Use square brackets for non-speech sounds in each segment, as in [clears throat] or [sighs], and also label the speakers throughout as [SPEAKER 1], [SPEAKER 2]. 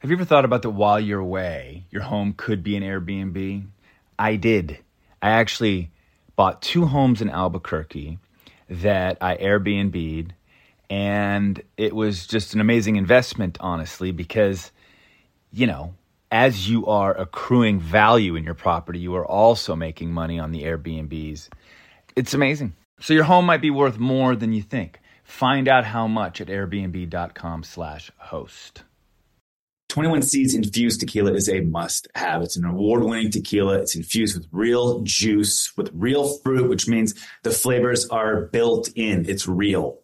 [SPEAKER 1] Have you ever thought about that while you're away, your home could be an Airbnb? I did. I actually bought two homes in Albuquerque that I Airbnb'd, and it was just an amazing investment, honestly, because, you know, as you are accruing value in your property, you are also making money on the Airbnbs. It's amazing. So your home might be worth more than you think. Find out how much at airbnb.com slash host.
[SPEAKER 2] 21 Seeds infused tequila is a must have. It's an award winning tequila. It's infused with real juice, with real fruit, which means the flavors are built in. It's real.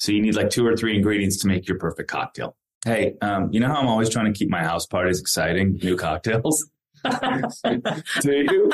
[SPEAKER 2] So you need like two or three ingredients to make your perfect cocktail. Hey, um, you know how I'm always trying to keep my house parties exciting? New
[SPEAKER 3] [laughs]
[SPEAKER 2] cocktails. [laughs] Do you?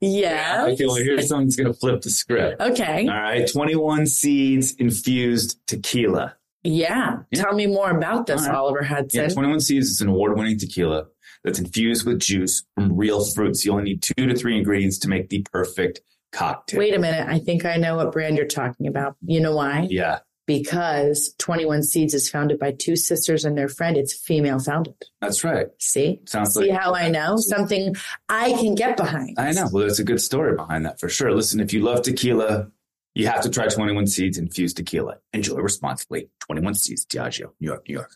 [SPEAKER 3] Yeah.
[SPEAKER 2] I feel like here's something's going to flip the script.
[SPEAKER 3] Okay.
[SPEAKER 2] All right. 21 Seeds infused tequila.
[SPEAKER 3] Yeah.
[SPEAKER 2] Yeah.
[SPEAKER 3] Tell me more about this,
[SPEAKER 2] All right.
[SPEAKER 3] Oliver Hudson.
[SPEAKER 2] Yeah, 21 Seeds is an award winning tequila that's infused with juice from real fruits. You only need two to three ingredients to make the perfect cocktail.
[SPEAKER 3] Wait a minute. I think I know what brand you're talking about. You know why?
[SPEAKER 2] Yeah,
[SPEAKER 3] Because 21 Seeds is founded by two sisters and their friend. It's female founded.
[SPEAKER 2] that's right.
[SPEAKER 3] See?
[SPEAKER 2] Sounds
[SPEAKER 3] See
[SPEAKER 2] like.
[SPEAKER 3] how I know? Something I can get behind.
[SPEAKER 2] I know. Well, there's a good story behind that for sure. Listen, if you love tequila, you have to try 21 Seeds infused tequila. Enjoy responsibly. 21 Seeds, Diageo, New York, New York.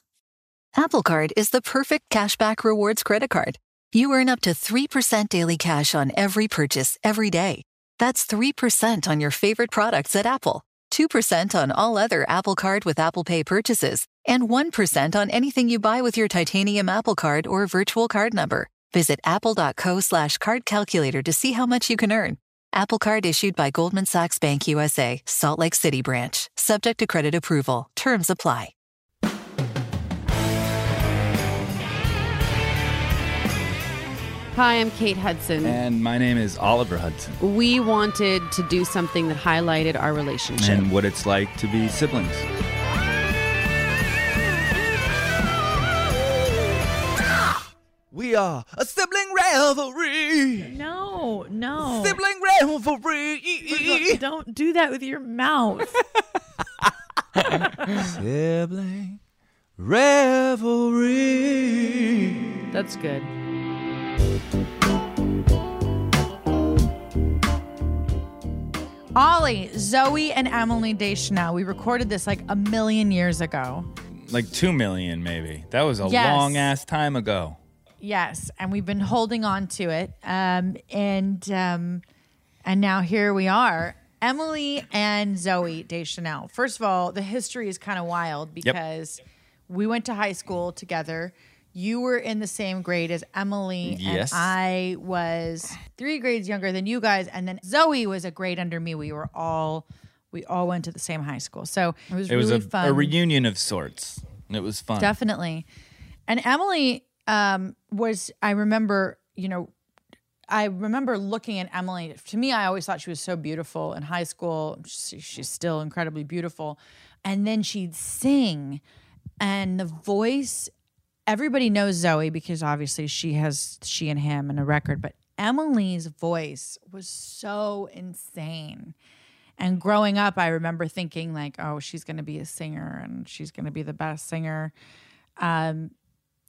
[SPEAKER 4] Apple Card is the perfect cashback rewards credit card. You earn up to 3% daily cash on every purchase every day. That's 3% on your favorite products at Apple, 2% on all other Apple Card with Apple Pay purchases, and 1% on anything you buy with your titanium Apple Card or virtual card number. Visit apple.co slash card calculator to see how much you can earn. Apple Card issued by Goldman Sachs Bank USA, Salt Lake City branch, subject to credit approval. Terms apply.
[SPEAKER 5] Hi, I'm Kate Hudson.
[SPEAKER 1] And my name is Oliver Hudson.
[SPEAKER 5] We wanted to do something that highlighted our relationship.
[SPEAKER 1] and what it's like to be siblings. [gasps] We are a sibling revelry.
[SPEAKER 6] No, no.
[SPEAKER 1] Sibling
[SPEAKER 6] Don't-
[SPEAKER 1] revelry.
[SPEAKER 6] Don't do that with your mouth.
[SPEAKER 1] [laughs] sibling revelry.
[SPEAKER 5] That's good.
[SPEAKER 6] Ollie, Zoe, and Emily Deschanel. We recorded this like a million years ago.
[SPEAKER 1] Like two million, maybe. That was a
[SPEAKER 6] Yes.
[SPEAKER 1] long ass time ago.
[SPEAKER 6] Yes, and we've been holding on to it, um, and um, and now here we are, Emily and Zoe Deschanel. First of all, the history is kind of wild because we went to high school together. You were in the same grade as Emily,
[SPEAKER 1] Yes.
[SPEAKER 6] and I was three grades younger than you guys, and then Zoe was a grade under me. We were all we all went to the same high school, so it was
[SPEAKER 1] It was
[SPEAKER 6] really
[SPEAKER 1] a,
[SPEAKER 6] fun.
[SPEAKER 1] a reunion of sorts. It was fun.
[SPEAKER 6] Definitely. And Emily um, was, I remember, you know, I remember looking at Emily. To me, I always thought she was so beautiful in high school. She, she's still incredibly beautiful. And then she'd sing, and the voice, everybody knows Zoe because obviously she has she and him and a record, but Emily's voice was so insane. And growing up, I remember thinking like, "Oh, she's going to be a singer, and she's going to be the best singer." Um,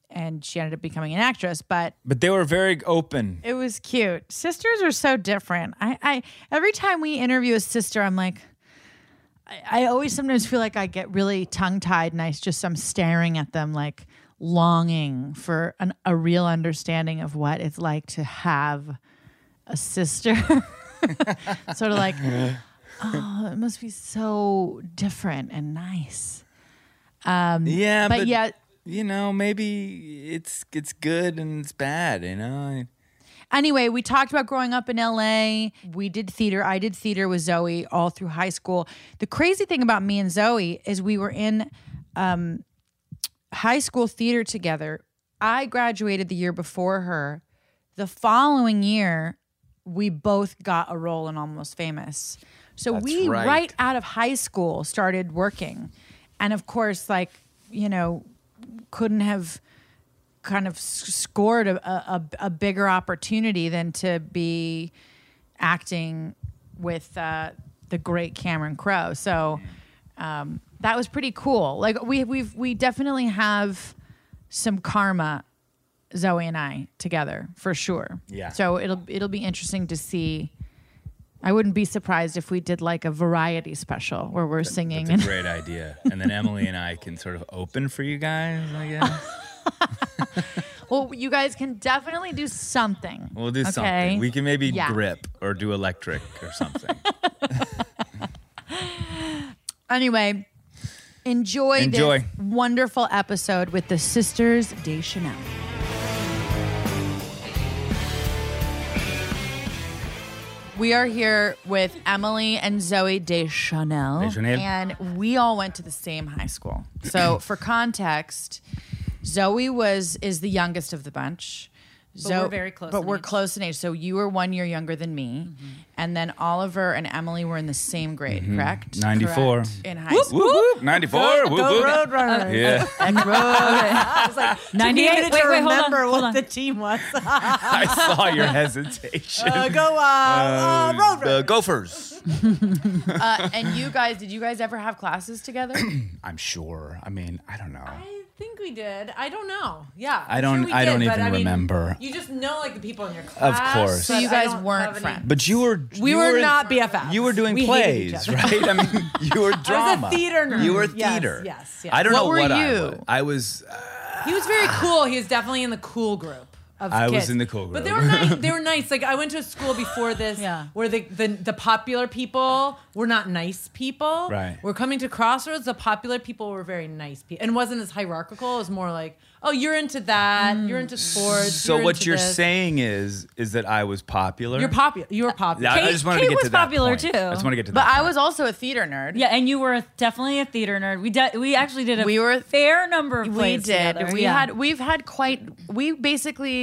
[SPEAKER 6] and she ended up becoming an actress. But
[SPEAKER 1] but they were very open.
[SPEAKER 6] it was cute. Sisters are so different. I, I every time we interview a sister, I'm like, I, I always sometimes feel like I get really tongue tied, and I just I'm staring at them like longing for an, a real understanding of what it's like to have a sister. [laughs] sort of like, oh, it must be so different and nice. Um,
[SPEAKER 1] Yeah,
[SPEAKER 6] but,
[SPEAKER 1] but
[SPEAKER 6] yet.
[SPEAKER 1] you know, maybe it's it's good and it's bad. You know,
[SPEAKER 6] Anyway, we talked about growing up in LA. We did theater. I did theater with Zoe all through high school. The crazy thing about me and Zoe is we were in um, high school theater together. I graduated the year before her. The following year, we both got a role in Almost Famous. So
[SPEAKER 1] That's
[SPEAKER 6] we
[SPEAKER 1] right.
[SPEAKER 6] right out of high school started working. And of course, like, you know, couldn't have kind of s- scored a, a, a a bigger opportunity than to be acting with uh, the great Cameron Crowe. So um, that was pretty cool. Like we we've we definitely have some karma, Zoe and I together for sure.
[SPEAKER 7] Yeah.
[SPEAKER 6] So it'll it'll be interesting to see. I wouldn't be surprised if we did like a variety special where we're singing.
[SPEAKER 1] That's a great idea. And then Emily and I can sort of open for you guys, I [laughs] guess.
[SPEAKER 6] well, [laughs] you guys can definitely do something.
[SPEAKER 1] We'll do
[SPEAKER 6] okay?
[SPEAKER 1] something. We can maybe
[SPEAKER 6] Yeah.
[SPEAKER 1] grip or do electric or something.
[SPEAKER 6] Anyway, enjoy,
[SPEAKER 1] Enjoy.
[SPEAKER 6] this wonderful episode with the Sisters Deschanel. We are here with Emily and Zoe Deschanel,
[SPEAKER 1] Deschanel.
[SPEAKER 6] and we all went to the same high school. So, for context, Zoe was is the youngest of the bunch. But
[SPEAKER 5] we're very close
[SPEAKER 6] But
[SPEAKER 5] in
[SPEAKER 6] we're
[SPEAKER 5] age.
[SPEAKER 6] close in age. So you were one year younger than me, and then Oliver and Emily were in the same grade, correct?
[SPEAKER 1] 94.
[SPEAKER 6] Correct. in high
[SPEAKER 1] [laughs] Whoop,
[SPEAKER 6] school.
[SPEAKER 1] whoop. 94. Whoop, whoop.
[SPEAKER 3] Roadrunner.
[SPEAKER 1] [laughs] Yeah.
[SPEAKER 3] Ninety-eight.
[SPEAKER 5] Wait, wait, hold on,
[SPEAKER 3] remember
[SPEAKER 5] hold
[SPEAKER 3] what
[SPEAKER 5] on.
[SPEAKER 3] the team was. [laughs]
[SPEAKER 1] I saw your hesitation.
[SPEAKER 3] Uh, go uh, uh, Roadrunner.
[SPEAKER 1] the Gophers.
[SPEAKER 6] Uh, and you guys, did you guys ever have classes together?
[SPEAKER 1] I'm sure. I mean, I don't know.
[SPEAKER 3] I think we did. I don't know. Yeah.
[SPEAKER 1] I
[SPEAKER 3] I'm
[SPEAKER 1] don't-
[SPEAKER 3] we
[SPEAKER 1] I don't
[SPEAKER 3] but
[SPEAKER 1] even
[SPEAKER 3] mean,
[SPEAKER 1] remember.
[SPEAKER 3] you just know like the people in your class.
[SPEAKER 1] course.
[SPEAKER 6] So
[SPEAKER 3] but
[SPEAKER 6] you
[SPEAKER 3] I
[SPEAKER 6] guys
[SPEAKER 3] don't
[SPEAKER 6] weren't
[SPEAKER 3] have any-
[SPEAKER 6] friends.
[SPEAKER 1] But you were
[SPEAKER 3] We
[SPEAKER 1] you
[SPEAKER 3] were,
[SPEAKER 1] in-
[SPEAKER 3] not BFFs.
[SPEAKER 1] You were doing
[SPEAKER 3] We hated each
[SPEAKER 1] plays,
[SPEAKER 3] other.
[SPEAKER 1] right? I mean, you were drama.
[SPEAKER 3] theater nerd.
[SPEAKER 1] You were
[SPEAKER 3] Yes,
[SPEAKER 1] theater.
[SPEAKER 3] yes, yes.
[SPEAKER 1] I don't
[SPEAKER 6] What
[SPEAKER 1] know
[SPEAKER 6] were
[SPEAKER 1] what I
[SPEAKER 6] you?
[SPEAKER 1] was. I was. Uh,
[SPEAKER 3] He was very cool. He was definitely in the cool group. Of
[SPEAKER 1] I was
[SPEAKER 3] kids.
[SPEAKER 1] in the cool
[SPEAKER 3] but they
[SPEAKER 1] group.
[SPEAKER 3] were
[SPEAKER 1] [laughs]
[SPEAKER 3] nice. They were nice. Like I went to a school before this,
[SPEAKER 6] Yeah.
[SPEAKER 3] where the, the the popular people were not nice people.
[SPEAKER 1] Right.
[SPEAKER 3] We're coming to crossroads. The popular people were very nice people, and wasn't as hierarchical. It was more like, oh, you're into that. You're into sports.
[SPEAKER 1] so
[SPEAKER 3] you're
[SPEAKER 1] what
[SPEAKER 3] into
[SPEAKER 1] you're
[SPEAKER 3] this.
[SPEAKER 1] saying is, is that I was popular.
[SPEAKER 3] You're popular. You were popular.
[SPEAKER 1] I, I
[SPEAKER 2] Kate-
[SPEAKER 1] just wanted
[SPEAKER 2] Kate
[SPEAKER 1] to get
[SPEAKER 2] was
[SPEAKER 1] to that
[SPEAKER 2] popular,
[SPEAKER 1] point.
[SPEAKER 2] too.
[SPEAKER 1] I just want to get to
[SPEAKER 6] but
[SPEAKER 1] that.
[SPEAKER 6] I was also a theater nerd.
[SPEAKER 2] Yeah, and you were a- definitely a theater nerd. We de- we actually did a
[SPEAKER 6] We were-
[SPEAKER 2] fair number of
[SPEAKER 6] we
[SPEAKER 2] plays
[SPEAKER 6] did.
[SPEAKER 2] together.
[SPEAKER 6] We
[SPEAKER 2] yeah.
[SPEAKER 6] had. We've had quite. We basically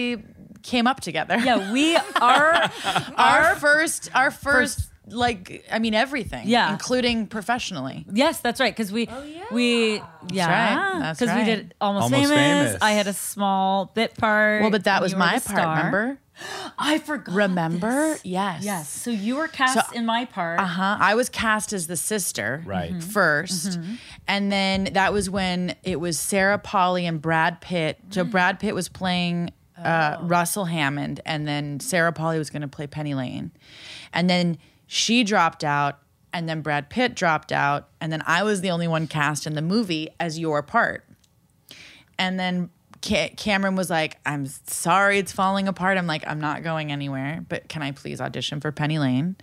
[SPEAKER 6] came up together.
[SPEAKER 2] yeah, we are
[SPEAKER 6] [laughs] our first. Our first. like I mean everything,
[SPEAKER 2] Yeah.
[SPEAKER 6] including professionally.
[SPEAKER 2] yes, that's right because we we
[SPEAKER 6] right,
[SPEAKER 2] yeah
[SPEAKER 6] Oh, that's
[SPEAKER 2] because
[SPEAKER 6] right.
[SPEAKER 2] we did almost,
[SPEAKER 1] Almost Famous.
[SPEAKER 2] I had a small bit part.
[SPEAKER 6] Well, but that
[SPEAKER 2] and
[SPEAKER 6] was
[SPEAKER 2] you were
[SPEAKER 6] my
[SPEAKER 2] the
[SPEAKER 6] part.
[SPEAKER 2] star.
[SPEAKER 6] Remember?
[SPEAKER 2] [gasps] I forgot.
[SPEAKER 6] Remember?
[SPEAKER 2] this.
[SPEAKER 6] Yes.
[SPEAKER 2] Yes. So you were cast in my part.
[SPEAKER 6] Uh huh. I was cast as the sister,
[SPEAKER 1] Right. Mhm.
[SPEAKER 6] 1st and then that was when it was Sarah Polly and Brad Pitt. So Brad Pitt was playing uh, Russell Hammond, and then Sarah Polly was going to play Penny Lane, and then she dropped out, and then Brad Pitt dropped out, and then I was the only one cast in the movie as your part. And then Ca- Cameron was like, I'm sorry it's falling apart. I'm like, I'm not going anywhere, but can I please audition for Penny Lane?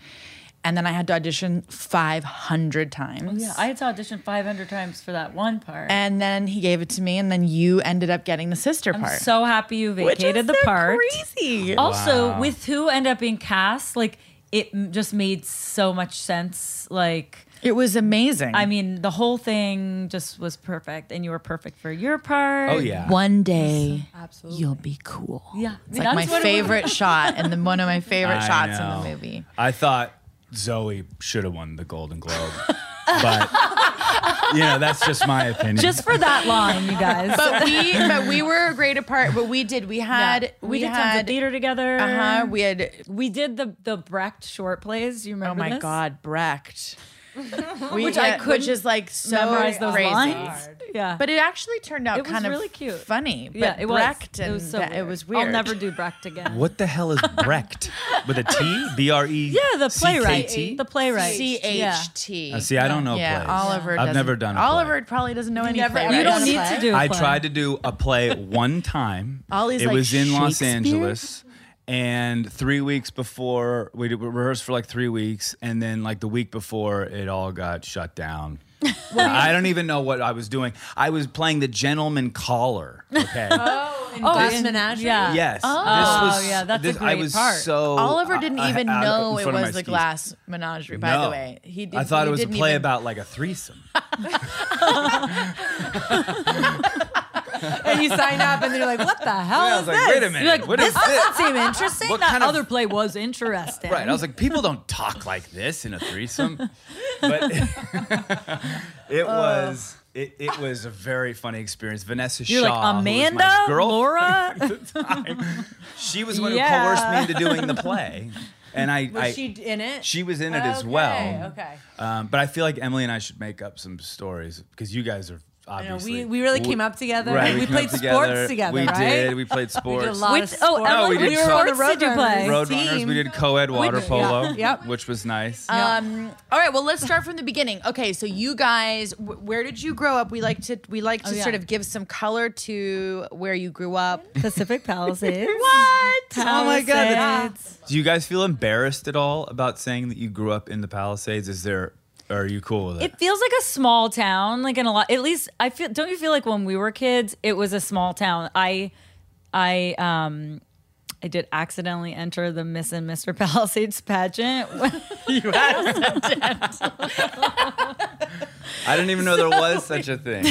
[SPEAKER 6] And then I had to audition 500 times.
[SPEAKER 2] yeah, I had to audition 500 times for that one part.
[SPEAKER 6] and then he gave it to me, and then you ended up getting the sister
[SPEAKER 2] I'm
[SPEAKER 6] part.
[SPEAKER 2] so happy you
[SPEAKER 6] Which
[SPEAKER 2] vacated
[SPEAKER 6] is
[SPEAKER 2] the
[SPEAKER 6] so
[SPEAKER 2] part.
[SPEAKER 6] Crazy.
[SPEAKER 2] Also, with who ended up being cast, like it m- just made so much sense. Like
[SPEAKER 6] It was amazing.
[SPEAKER 2] I mean, the whole thing just was perfect, and you were perfect for your part.
[SPEAKER 1] oh yeah.
[SPEAKER 6] one day
[SPEAKER 3] Absolutely.
[SPEAKER 6] you'll be cool.
[SPEAKER 2] yeah.
[SPEAKER 6] It's like my [laughs] favorite shot, and then one of my favorite
[SPEAKER 1] I
[SPEAKER 6] shots
[SPEAKER 1] know.
[SPEAKER 6] in the movie.
[SPEAKER 1] I thought Zoe should have won the Golden Globe, but you know that's just my opinion.
[SPEAKER 2] Just for that line, you guys.
[SPEAKER 6] [laughs] But we, but we were a great apart. But we did. We had.
[SPEAKER 2] we,
[SPEAKER 6] We,
[SPEAKER 2] did tons of
[SPEAKER 6] had.
[SPEAKER 2] theater together.
[SPEAKER 6] Uh huh. We had.
[SPEAKER 2] we did the the Brecht short plays. You
[SPEAKER 6] Oh
[SPEAKER 2] remember?
[SPEAKER 6] my
[SPEAKER 2] this?
[SPEAKER 6] God, Brecht.
[SPEAKER 2] [laughs]
[SPEAKER 6] We-
[SPEAKER 2] Which I
[SPEAKER 6] which
[SPEAKER 2] couldn't
[SPEAKER 6] is like so
[SPEAKER 2] memorize those
[SPEAKER 6] crazy.
[SPEAKER 2] lines. Yeah,
[SPEAKER 6] But it actually turned out
[SPEAKER 2] It was
[SPEAKER 6] kind of
[SPEAKER 2] really cute.
[SPEAKER 6] funny. But
[SPEAKER 2] yeah, it was.
[SPEAKER 6] Brecht and
[SPEAKER 2] it was so
[SPEAKER 6] that-
[SPEAKER 2] weird.
[SPEAKER 6] it was weird.
[SPEAKER 2] I'll never do Brecht
[SPEAKER 6] [laughs]
[SPEAKER 2] again.
[SPEAKER 1] what the hell is Brecht with a T? B R E.
[SPEAKER 2] Yeah, the playwright.
[SPEAKER 1] C-K-T?
[SPEAKER 2] The playwright.
[SPEAKER 6] C
[SPEAKER 2] Yeah.
[SPEAKER 6] H T.
[SPEAKER 1] Uh, see, I don't know
[SPEAKER 6] Yeah,
[SPEAKER 1] plays.
[SPEAKER 6] Oliver.
[SPEAKER 1] I've
[SPEAKER 6] doesn't-
[SPEAKER 1] never done a play.
[SPEAKER 6] Oliver probably doesn't know any.
[SPEAKER 3] never-
[SPEAKER 6] playwrights.
[SPEAKER 2] You don't
[SPEAKER 3] Right.
[SPEAKER 2] need to do.
[SPEAKER 1] I
[SPEAKER 2] a play.
[SPEAKER 1] tried to do a
[SPEAKER 6] [laughs]
[SPEAKER 1] play one time.
[SPEAKER 6] Ollie's
[SPEAKER 1] it
[SPEAKER 6] like,
[SPEAKER 1] was in Los
[SPEAKER 6] "Shakespeare?"
[SPEAKER 1] Angeles. And three weeks before, we, did, we rehearsed for like three weeks. And then, like, the week before, it all got
[SPEAKER 6] [laughs]
[SPEAKER 1] shut down. I don't even know what I was doing. I was playing the gentleman caller.
[SPEAKER 6] [laughs]
[SPEAKER 1] Okay.
[SPEAKER 3] Oh, and Gus
[SPEAKER 2] in-
[SPEAKER 3] Menagerie.
[SPEAKER 2] yeah.
[SPEAKER 1] Yes.
[SPEAKER 2] Oh,
[SPEAKER 1] this was,
[SPEAKER 2] yeah, that's a
[SPEAKER 1] this, I
[SPEAKER 2] great
[SPEAKER 1] was
[SPEAKER 2] part.
[SPEAKER 1] so.
[SPEAKER 6] Oliver
[SPEAKER 1] I-
[SPEAKER 6] didn't
[SPEAKER 1] I-
[SPEAKER 6] even
[SPEAKER 1] out of-
[SPEAKER 6] know
[SPEAKER 1] in
[SPEAKER 6] it
[SPEAKER 1] front of my
[SPEAKER 6] was the
[SPEAKER 1] skis.
[SPEAKER 6] glass menagerie. By the
[SPEAKER 1] No.
[SPEAKER 6] way, he did.
[SPEAKER 1] I thought
[SPEAKER 6] he
[SPEAKER 1] it was a
[SPEAKER 6] didn't
[SPEAKER 1] play
[SPEAKER 6] even-
[SPEAKER 1] about like a
[SPEAKER 6] [laughs]
[SPEAKER 1] threesome.
[SPEAKER 3] And you sign up, and they're like, "What the hell?"
[SPEAKER 1] [laughs]
[SPEAKER 3] is
[SPEAKER 1] I was like, wait a minute. what is this?
[SPEAKER 2] Seem interesting.
[SPEAKER 1] What
[SPEAKER 2] that
[SPEAKER 1] kind of-
[SPEAKER 2] other play was interesting.
[SPEAKER 1] Right. I was like, people don't talk like this in a threesome. But [laughs] it
[SPEAKER 3] Uh.
[SPEAKER 1] was it, it was a very funny experience. Vanessa
[SPEAKER 2] You're
[SPEAKER 1] Shaw,
[SPEAKER 2] like
[SPEAKER 1] who was my
[SPEAKER 2] Amanda,
[SPEAKER 1] girlfriend
[SPEAKER 2] Laura.
[SPEAKER 1] [laughs] at the time, she was the one
[SPEAKER 2] Yeah.
[SPEAKER 1] who coerced me into doing the play. And I,
[SPEAKER 3] Was
[SPEAKER 1] I-
[SPEAKER 3] she in it?
[SPEAKER 1] she was in it as
[SPEAKER 3] Okay,
[SPEAKER 1] well.
[SPEAKER 3] okay.
[SPEAKER 1] Um, but I feel like Emily and I should make up some stories because you guys are
[SPEAKER 3] You know,
[SPEAKER 1] obviously.
[SPEAKER 3] we, we really came up together.
[SPEAKER 1] Right,
[SPEAKER 3] we
[SPEAKER 1] came
[SPEAKER 3] played
[SPEAKER 1] up together.
[SPEAKER 3] sports together,
[SPEAKER 1] We
[SPEAKER 3] right?
[SPEAKER 1] did. We played
[SPEAKER 3] We
[SPEAKER 1] sports.
[SPEAKER 3] did a lot of
[SPEAKER 2] With- oh,
[SPEAKER 3] sports.
[SPEAKER 2] Emily,
[SPEAKER 1] No, we did
[SPEAKER 3] were on the
[SPEAKER 2] sports
[SPEAKER 3] road
[SPEAKER 2] did you play?
[SPEAKER 1] Road runners. We did co-ed water
[SPEAKER 8] yeah,
[SPEAKER 1] polo,
[SPEAKER 8] yep.
[SPEAKER 1] which was nice.
[SPEAKER 8] Um, all right, well, let's start from the beginning. Okay, so you guys, wh- where did you grow up? We like to we like
[SPEAKER 6] Oh,
[SPEAKER 8] to
[SPEAKER 2] yeah.
[SPEAKER 8] sort of give some color to where you grew up.
[SPEAKER 2] Pacific Palisades. [laughs] what?
[SPEAKER 1] Oh my God, that's- Do you guys feel embarrassed at all about saying that you grew up in the Palisades? Is there? Are you cool with it?
[SPEAKER 2] It feels like a small town, like in a lot. At least I feel. Don't you feel like when we were kids, it was a small town? I, I, um, I did accidentally enter the Miss and Mr. [laughs] Palisades pageant. [laughs] you
[SPEAKER 1] I didn't even know there was such a thing.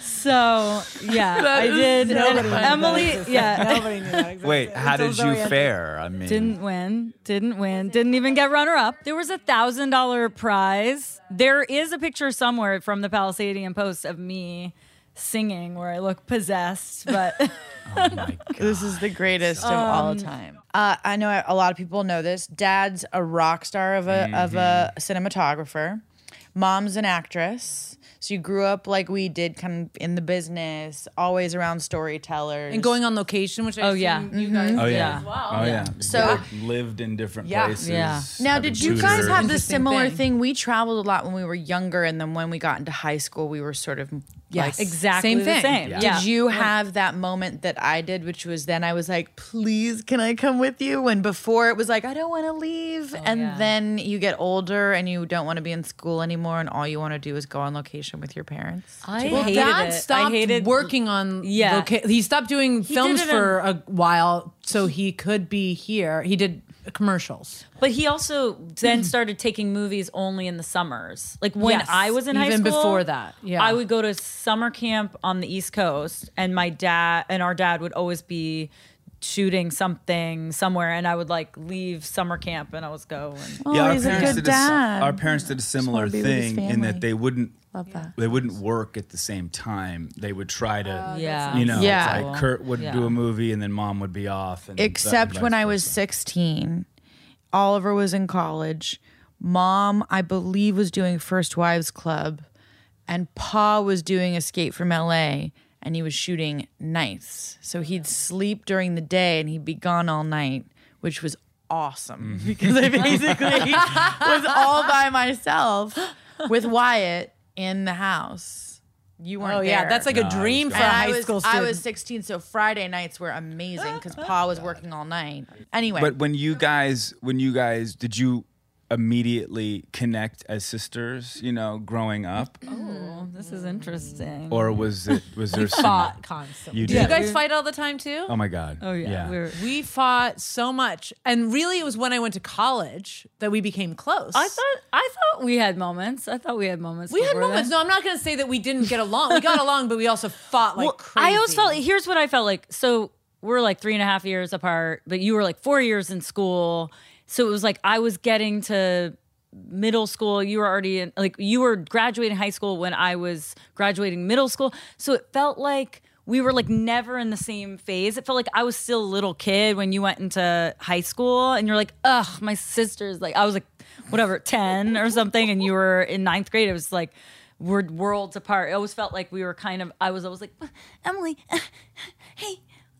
[SPEAKER 2] So yeah, I did. And Emily, yeah,
[SPEAKER 3] [laughs] Nobody knew that existed.
[SPEAKER 1] Wait, how did you fare? I
[SPEAKER 2] [laughs]
[SPEAKER 1] mean,
[SPEAKER 2] didn't win. Didn't win. Didn't even get runner up. There was a thousand dollar prize. There is a picture somewhere from the Palisadian Post of me singing where I look possessed, but.
[SPEAKER 1] oh
[SPEAKER 8] This is the greatest of all time.
[SPEAKER 6] Uh, I know a lot of people know this. Dad's a rock star of a of a
[SPEAKER 8] Mm-hmm.
[SPEAKER 6] cinematographer. Mom's an actress. So you grew up like we did, kind of in the business, always around storytellers.
[SPEAKER 3] And [laughs] going on location, which I oh
[SPEAKER 2] yeah. Mm-hmm.
[SPEAKER 3] you guys
[SPEAKER 1] Oh
[SPEAKER 3] did
[SPEAKER 1] yeah.
[SPEAKER 3] as well.
[SPEAKER 1] Oh yeah.
[SPEAKER 6] So-
[SPEAKER 1] Lived- lived in different
[SPEAKER 3] Yeah.
[SPEAKER 1] places.
[SPEAKER 2] Yeah.
[SPEAKER 6] now,
[SPEAKER 1] having
[SPEAKER 6] did you guys
[SPEAKER 1] tutors.
[SPEAKER 6] have this
[SPEAKER 3] Interesting
[SPEAKER 6] similar
[SPEAKER 3] thing.
[SPEAKER 6] thing. We traveled a lot when we were younger, and then when we got into high school, we were sort of
[SPEAKER 2] Yes,
[SPEAKER 6] like.
[SPEAKER 2] exactly
[SPEAKER 3] Same
[SPEAKER 2] the
[SPEAKER 3] thing.
[SPEAKER 2] same.
[SPEAKER 1] Yeah.
[SPEAKER 2] Yeah.
[SPEAKER 6] Did you have that moment that I did, which was then I was like, please, can I come with you? When before it was like, I don't want to leave. and
[SPEAKER 2] Oh, yeah.
[SPEAKER 6] then you get older and you don't want to be in school anymore, and all you want to do is go on location with your parents.
[SPEAKER 2] I
[SPEAKER 3] Well,
[SPEAKER 2] hated
[SPEAKER 3] Dad
[SPEAKER 2] it.
[SPEAKER 3] stopped
[SPEAKER 2] I hated
[SPEAKER 3] working on.
[SPEAKER 2] Yeah.
[SPEAKER 3] loca- he stopped doing films
[SPEAKER 2] did it
[SPEAKER 3] for a while, so he could be here. He did commercials.
[SPEAKER 2] But he also [clears throat] then started taking movies only in the summers. Like when
[SPEAKER 3] Yes,
[SPEAKER 2] I was in high
[SPEAKER 3] even
[SPEAKER 2] school,
[SPEAKER 3] before that, yeah.
[SPEAKER 2] I would go to summer camp on the East Coast, and my dad and our dad would always be shooting something somewhere, and I would like leave summer camp and I was go. And,
[SPEAKER 1] yeah,
[SPEAKER 6] he's a good
[SPEAKER 1] did a si-
[SPEAKER 6] dad.
[SPEAKER 1] our parents did a similar
[SPEAKER 6] be with his
[SPEAKER 1] thing in that
[SPEAKER 6] family.
[SPEAKER 1] they wouldn't
[SPEAKER 6] Love that.
[SPEAKER 1] they wouldn't work at the same time. They would try
[SPEAKER 6] Oh,
[SPEAKER 1] to
[SPEAKER 2] yeah,
[SPEAKER 1] you know, it's
[SPEAKER 6] Yeah.
[SPEAKER 1] like Kurt would do a movie and then mom would be off. And
[SPEAKER 6] Except
[SPEAKER 1] vice
[SPEAKER 6] when I was
[SPEAKER 1] versa.
[SPEAKER 6] 16, Oliver was in college. Mom, I believe, was doing First Wives Club, and Pa was doing Escape from LA, and he was shooting nights. So he'd sleep during the day and he'd be gone all night, which was awesome [laughs]
[SPEAKER 1] Mm.
[SPEAKER 6] because I basically
[SPEAKER 1] [laughs]
[SPEAKER 6] was all by myself with Wyatt in the house. You weren't
[SPEAKER 3] Oh yeah,
[SPEAKER 6] there.
[SPEAKER 3] that's like a dream for a
[SPEAKER 6] And
[SPEAKER 3] high
[SPEAKER 6] I was,
[SPEAKER 3] school
[SPEAKER 6] I
[SPEAKER 3] student.
[SPEAKER 6] was 16, so Friday nights were amazing because Pa was working all night. Anyway,
[SPEAKER 1] But when you guys, when you guys, did you immediately connect as sisters? You know, growing up,
[SPEAKER 2] Oh, this is interesting.
[SPEAKER 1] or was it was there some,
[SPEAKER 3] fought constantly.
[SPEAKER 1] You
[SPEAKER 3] Did
[SPEAKER 1] did.
[SPEAKER 3] you guys fight all the time too?
[SPEAKER 1] Oh my god!
[SPEAKER 2] oh yeah, We were,
[SPEAKER 3] We fought so much, and really, it was when I went to college that we became close.
[SPEAKER 2] I thought I thought we had moments. I thought we had moments.
[SPEAKER 3] we had
[SPEAKER 2] before then.
[SPEAKER 3] moments. No, I'm not going to say that we didn't get along. We got along, but we also fought like crazy.
[SPEAKER 2] I always felt here's what I felt like. So we're like three and a half years apart, but you were like four years in school. So it was like I was getting to middle school. You were already in like you were graduating high school when I was graduating middle school. So it felt like we were like never in the same phase. It felt like I was still a little kid when you went into high school and you're like, ugh, my sister's like I was like whatever, 10 or something, and you were in ninth grade. It was like we're worlds apart. It always felt like we were kind of. I was always like, Emily, [laughs] uh, hey,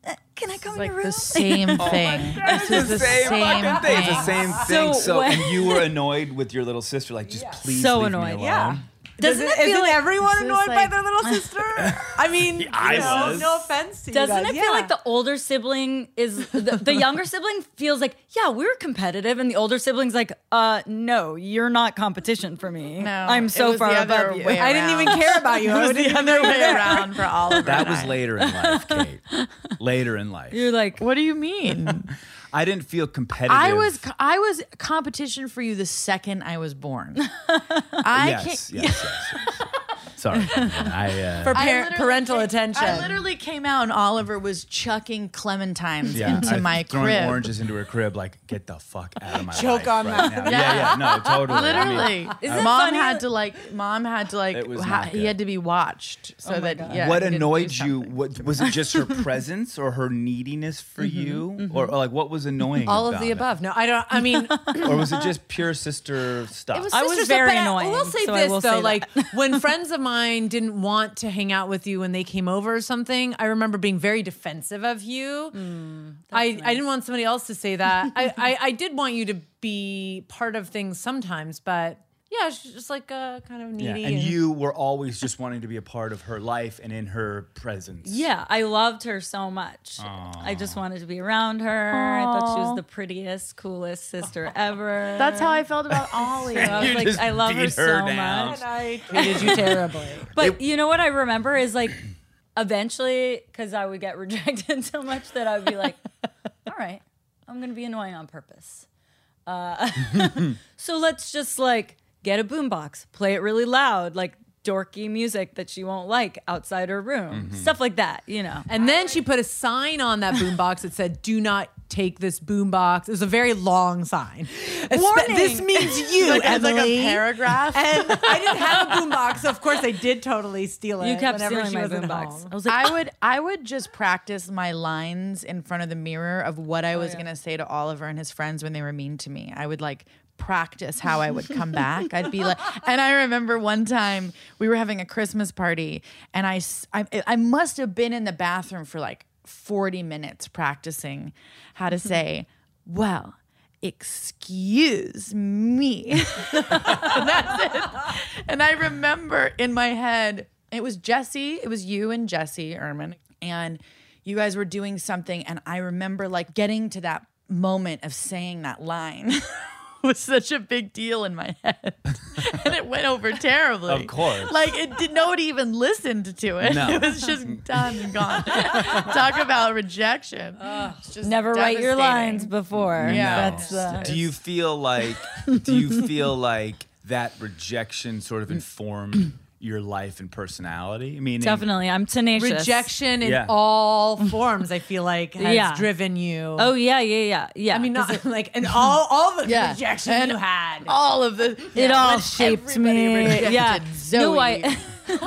[SPEAKER 2] uh, can I come in
[SPEAKER 6] like
[SPEAKER 2] your room?
[SPEAKER 6] the
[SPEAKER 1] [laughs] Oh
[SPEAKER 6] same thing. this is the same,
[SPEAKER 1] fucking thing. It's the same thing. So,
[SPEAKER 2] So
[SPEAKER 1] and
[SPEAKER 2] when-
[SPEAKER 1] you were annoyed with your little sister, like just please
[SPEAKER 2] So
[SPEAKER 1] leave
[SPEAKER 2] annoyed.
[SPEAKER 1] Me alone.
[SPEAKER 2] Yeah. Doesn't it, feel
[SPEAKER 3] Isn't
[SPEAKER 2] like
[SPEAKER 3] everyone annoyed by
[SPEAKER 6] like-
[SPEAKER 3] their little sister? [laughs] I mean,
[SPEAKER 1] I
[SPEAKER 3] you know,
[SPEAKER 1] was.
[SPEAKER 3] no offense to you
[SPEAKER 2] Doesn't
[SPEAKER 3] guys.
[SPEAKER 2] it feel like the older sibling is the, the younger sibling feels like, yeah, we're competitive, and the older sibling's like, uh, no, you're not competition for me.
[SPEAKER 6] No,
[SPEAKER 2] I'm
[SPEAKER 6] it
[SPEAKER 2] so
[SPEAKER 6] was
[SPEAKER 2] far
[SPEAKER 6] the other
[SPEAKER 2] above you.
[SPEAKER 6] way
[SPEAKER 3] I didn't even care about
[SPEAKER 6] [laughs]
[SPEAKER 3] you. I didn't even know you were
[SPEAKER 6] way
[SPEAKER 3] there.
[SPEAKER 6] around for Oliver.
[SPEAKER 1] That
[SPEAKER 6] and
[SPEAKER 1] was
[SPEAKER 6] I.
[SPEAKER 1] later in life, Kate. later in life,
[SPEAKER 2] You're like,
[SPEAKER 6] What do you
[SPEAKER 1] [laughs]
[SPEAKER 6] mean?
[SPEAKER 1] I didn't feel competitive.
[SPEAKER 6] I was I was
[SPEAKER 9] [laughs]
[SPEAKER 6] competition for you the second I was born. I
[SPEAKER 1] yes, yes, yes, yes. Sorry. I, uh,
[SPEAKER 3] For
[SPEAKER 9] I
[SPEAKER 3] par-
[SPEAKER 9] literally
[SPEAKER 3] parental
[SPEAKER 9] came-
[SPEAKER 3] attention.
[SPEAKER 9] I literally came out and Oliver was chucking clementines [laughs]
[SPEAKER 1] yeah,
[SPEAKER 9] into
[SPEAKER 1] I-
[SPEAKER 9] my
[SPEAKER 1] throwing
[SPEAKER 9] crib.
[SPEAKER 1] oranges into her crib, like get the fuck out of my
[SPEAKER 3] Choke
[SPEAKER 1] life
[SPEAKER 3] on
[SPEAKER 1] right
[SPEAKER 3] that.
[SPEAKER 1] now. Yeah, yeah, no, totally. I mean,
[SPEAKER 6] [laughs]
[SPEAKER 9] Literally,
[SPEAKER 2] Isn't it
[SPEAKER 9] mom
[SPEAKER 2] funny
[SPEAKER 9] had
[SPEAKER 2] that-
[SPEAKER 9] to like, mom had to like,
[SPEAKER 1] It was
[SPEAKER 9] ha-
[SPEAKER 1] not
[SPEAKER 9] he
[SPEAKER 1] good.
[SPEAKER 9] had to be watched
[SPEAKER 6] Oh
[SPEAKER 9] so that. Yeah,
[SPEAKER 1] what
[SPEAKER 9] he didn't do
[SPEAKER 1] annoyed you?
[SPEAKER 9] something.
[SPEAKER 1] What was it?
[SPEAKER 9] [laughs]
[SPEAKER 1] Just her presence or her neediness for you, or, or, like what was annoying?
[SPEAKER 3] all of
[SPEAKER 1] about
[SPEAKER 3] the
[SPEAKER 1] it?
[SPEAKER 3] above. No, I don't. I [laughs] mean,
[SPEAKER 1] or was it just pure sister stuff?
[SPEAKER 3] It was
[SPEAKER 2] I was
[SPEAKER 3] sister stuff,
[SPEAKER 2] very
[SPEAKER 3] but I
[SPEAKER 2] annoying,
[SPEAKER 3] will say
[SPEAKER 2] so I
[SPEAKER 3] this
[SPEAKER 2] will say
[SPEAKER 3] though,
[SPEAKER 2] that.
[SPEAKER 3] like when friends of mine didn't want to hang out with you when they came over or something, I remember being very defensive of you. I, I didn't want somebody else to say that. I, I I did want you to be part of things sometimes, but yeah, she's just like uh, kind of [laughs] needy.
[SPEAKER 1] yeah. and you were always just wanting to be a part of her life and in her presence. [laughs]
[SPEAKER 2] Yeah, I loved her so much. I just wanted to be around her. I thought she was the prettiest, coolest sister ever.
[SPEAKER 6] That's how I felt about Ollie.
[SPEAKER 2] I was
[SPEAKER 1] You
[SPEAKER 2] like,
[SPEAKER 1] just
[SPEAKER 2] I love her,
[SPEAKER 1] beat her
[SPEAKER 2] so
[SPEAKER 1] down.
[SPEAKER 2] much.
[SPEAKER 3] And I treated you terribly.
[SPEAKER 2] But you know what I remember is like eventually, because I would get [laughs] rejected so much that I would be
[SPEAKER 3] [laughs]
[SPEAKER 2] like, all right, I'm going to be annoying on purpose. Uh, [laughs] so let's just like get a boombox, play it really loud, like dorky music that she won't like outside her room, stuff like that, you know.
[SPEAKER 3] Mm-hmm.
[SPEAKER 2] [laughs]
[SPEAKER 3] And then she put a sign on that boombox that said, "Do not take this boombox." It was a very long sign. Espe-
[SPEAKER 9] Warning.
[SPEAKER 3] This [laughs] means you,
[SPEAKER 9] Like, it's like
[SPEAKER 3] Emily.
[SPEAKER 9] a
[SPEAKER 2] [laughs]
[SPEAKER 9] paragraph.
[SPEAKER 3] And I didn't have a boombox, so of course I did totally steal it.
[SPEAKER 2] You kept
[SPEAKER 3] whenever
[SPEAKER 2] stealing
[SPEAKER 3] she
[SPEAKER 2] my
[SPEAKER 3] wasn't
[SPEAKER 2] boombox.
[SPEAKER 3] home.
[SPEAKER 2] I was like,
[SPEAKER 6] I
[SPEAKER 9] "Ah."
[SPEAKER 6] would I would just practice my lines in front of the mirror of what
[SPEAKER 9] Oh,
[SPEAKER 6] I was gonna say to Oliver and his friends when they were mean to me. I would like practice how I would come back. I'd be
[SPEAKER 9] [laughs]
[SPEAKER 6] like, and I remember one time we were having a Christmas party, and I s- I, I must have been in the bathroom for like forty minutes practicing how
[SPEAKER 9] Mm-hmm.
[SPEAKER 6] to say, well. Excuse me. And I remember in my head, it was Jesse, it was you and Jesse Ehrman, and you guys were doing something. And I remember like getting to that moment of saying that line [laughs] was such a big deal in my head. [laughs] and it went over terribly.
[SPEAKER 1] Of course.
[SPEAKER 6] Like it did nobody even listened to it.
[SPEAKER 1] No.
[SPEAKER 6] It was just done and gone. [laughs] Talk about rejection. It's just
[SPEAKER 2] never write your
[SPEAKER 6] devastating.
[SPEAKER 2] lines before.
[SPEAKER 6] Yeah.
[SPEAKER 2] That's uh,
[SPEAKER 1] Do you feel like? do you feel like that rejection sort of informed your life and personality? I mean,
[SPEAKER 2] definitely. I'm tenacious.
[SPEAKER 3] rejection in
[SPEAKER 1] Yeah.
[SPEAKER 3] all forms. I feel like has
[SPEAKER 2] Yeah.
[SPEAKER 3] driven you.
[SPEAKER 2] Oh yeah, yeah, yeah, yeah.
[SPEAKER 3] I mean, not [laughs] like and all all the
[SPEAKER 6] [laughs] Yeah.
[SPEAKER 3] rejection
[SPEAKER 6] And
[SPEAKER 3] you had.
[SPEAKER 6] All of the
[SPEAKER 2] it all shaped me. Yeah,
[SPEAKER 6] Zoe.
[SPEAKER 3] [laughs]
[SPEAKER 2] No, I,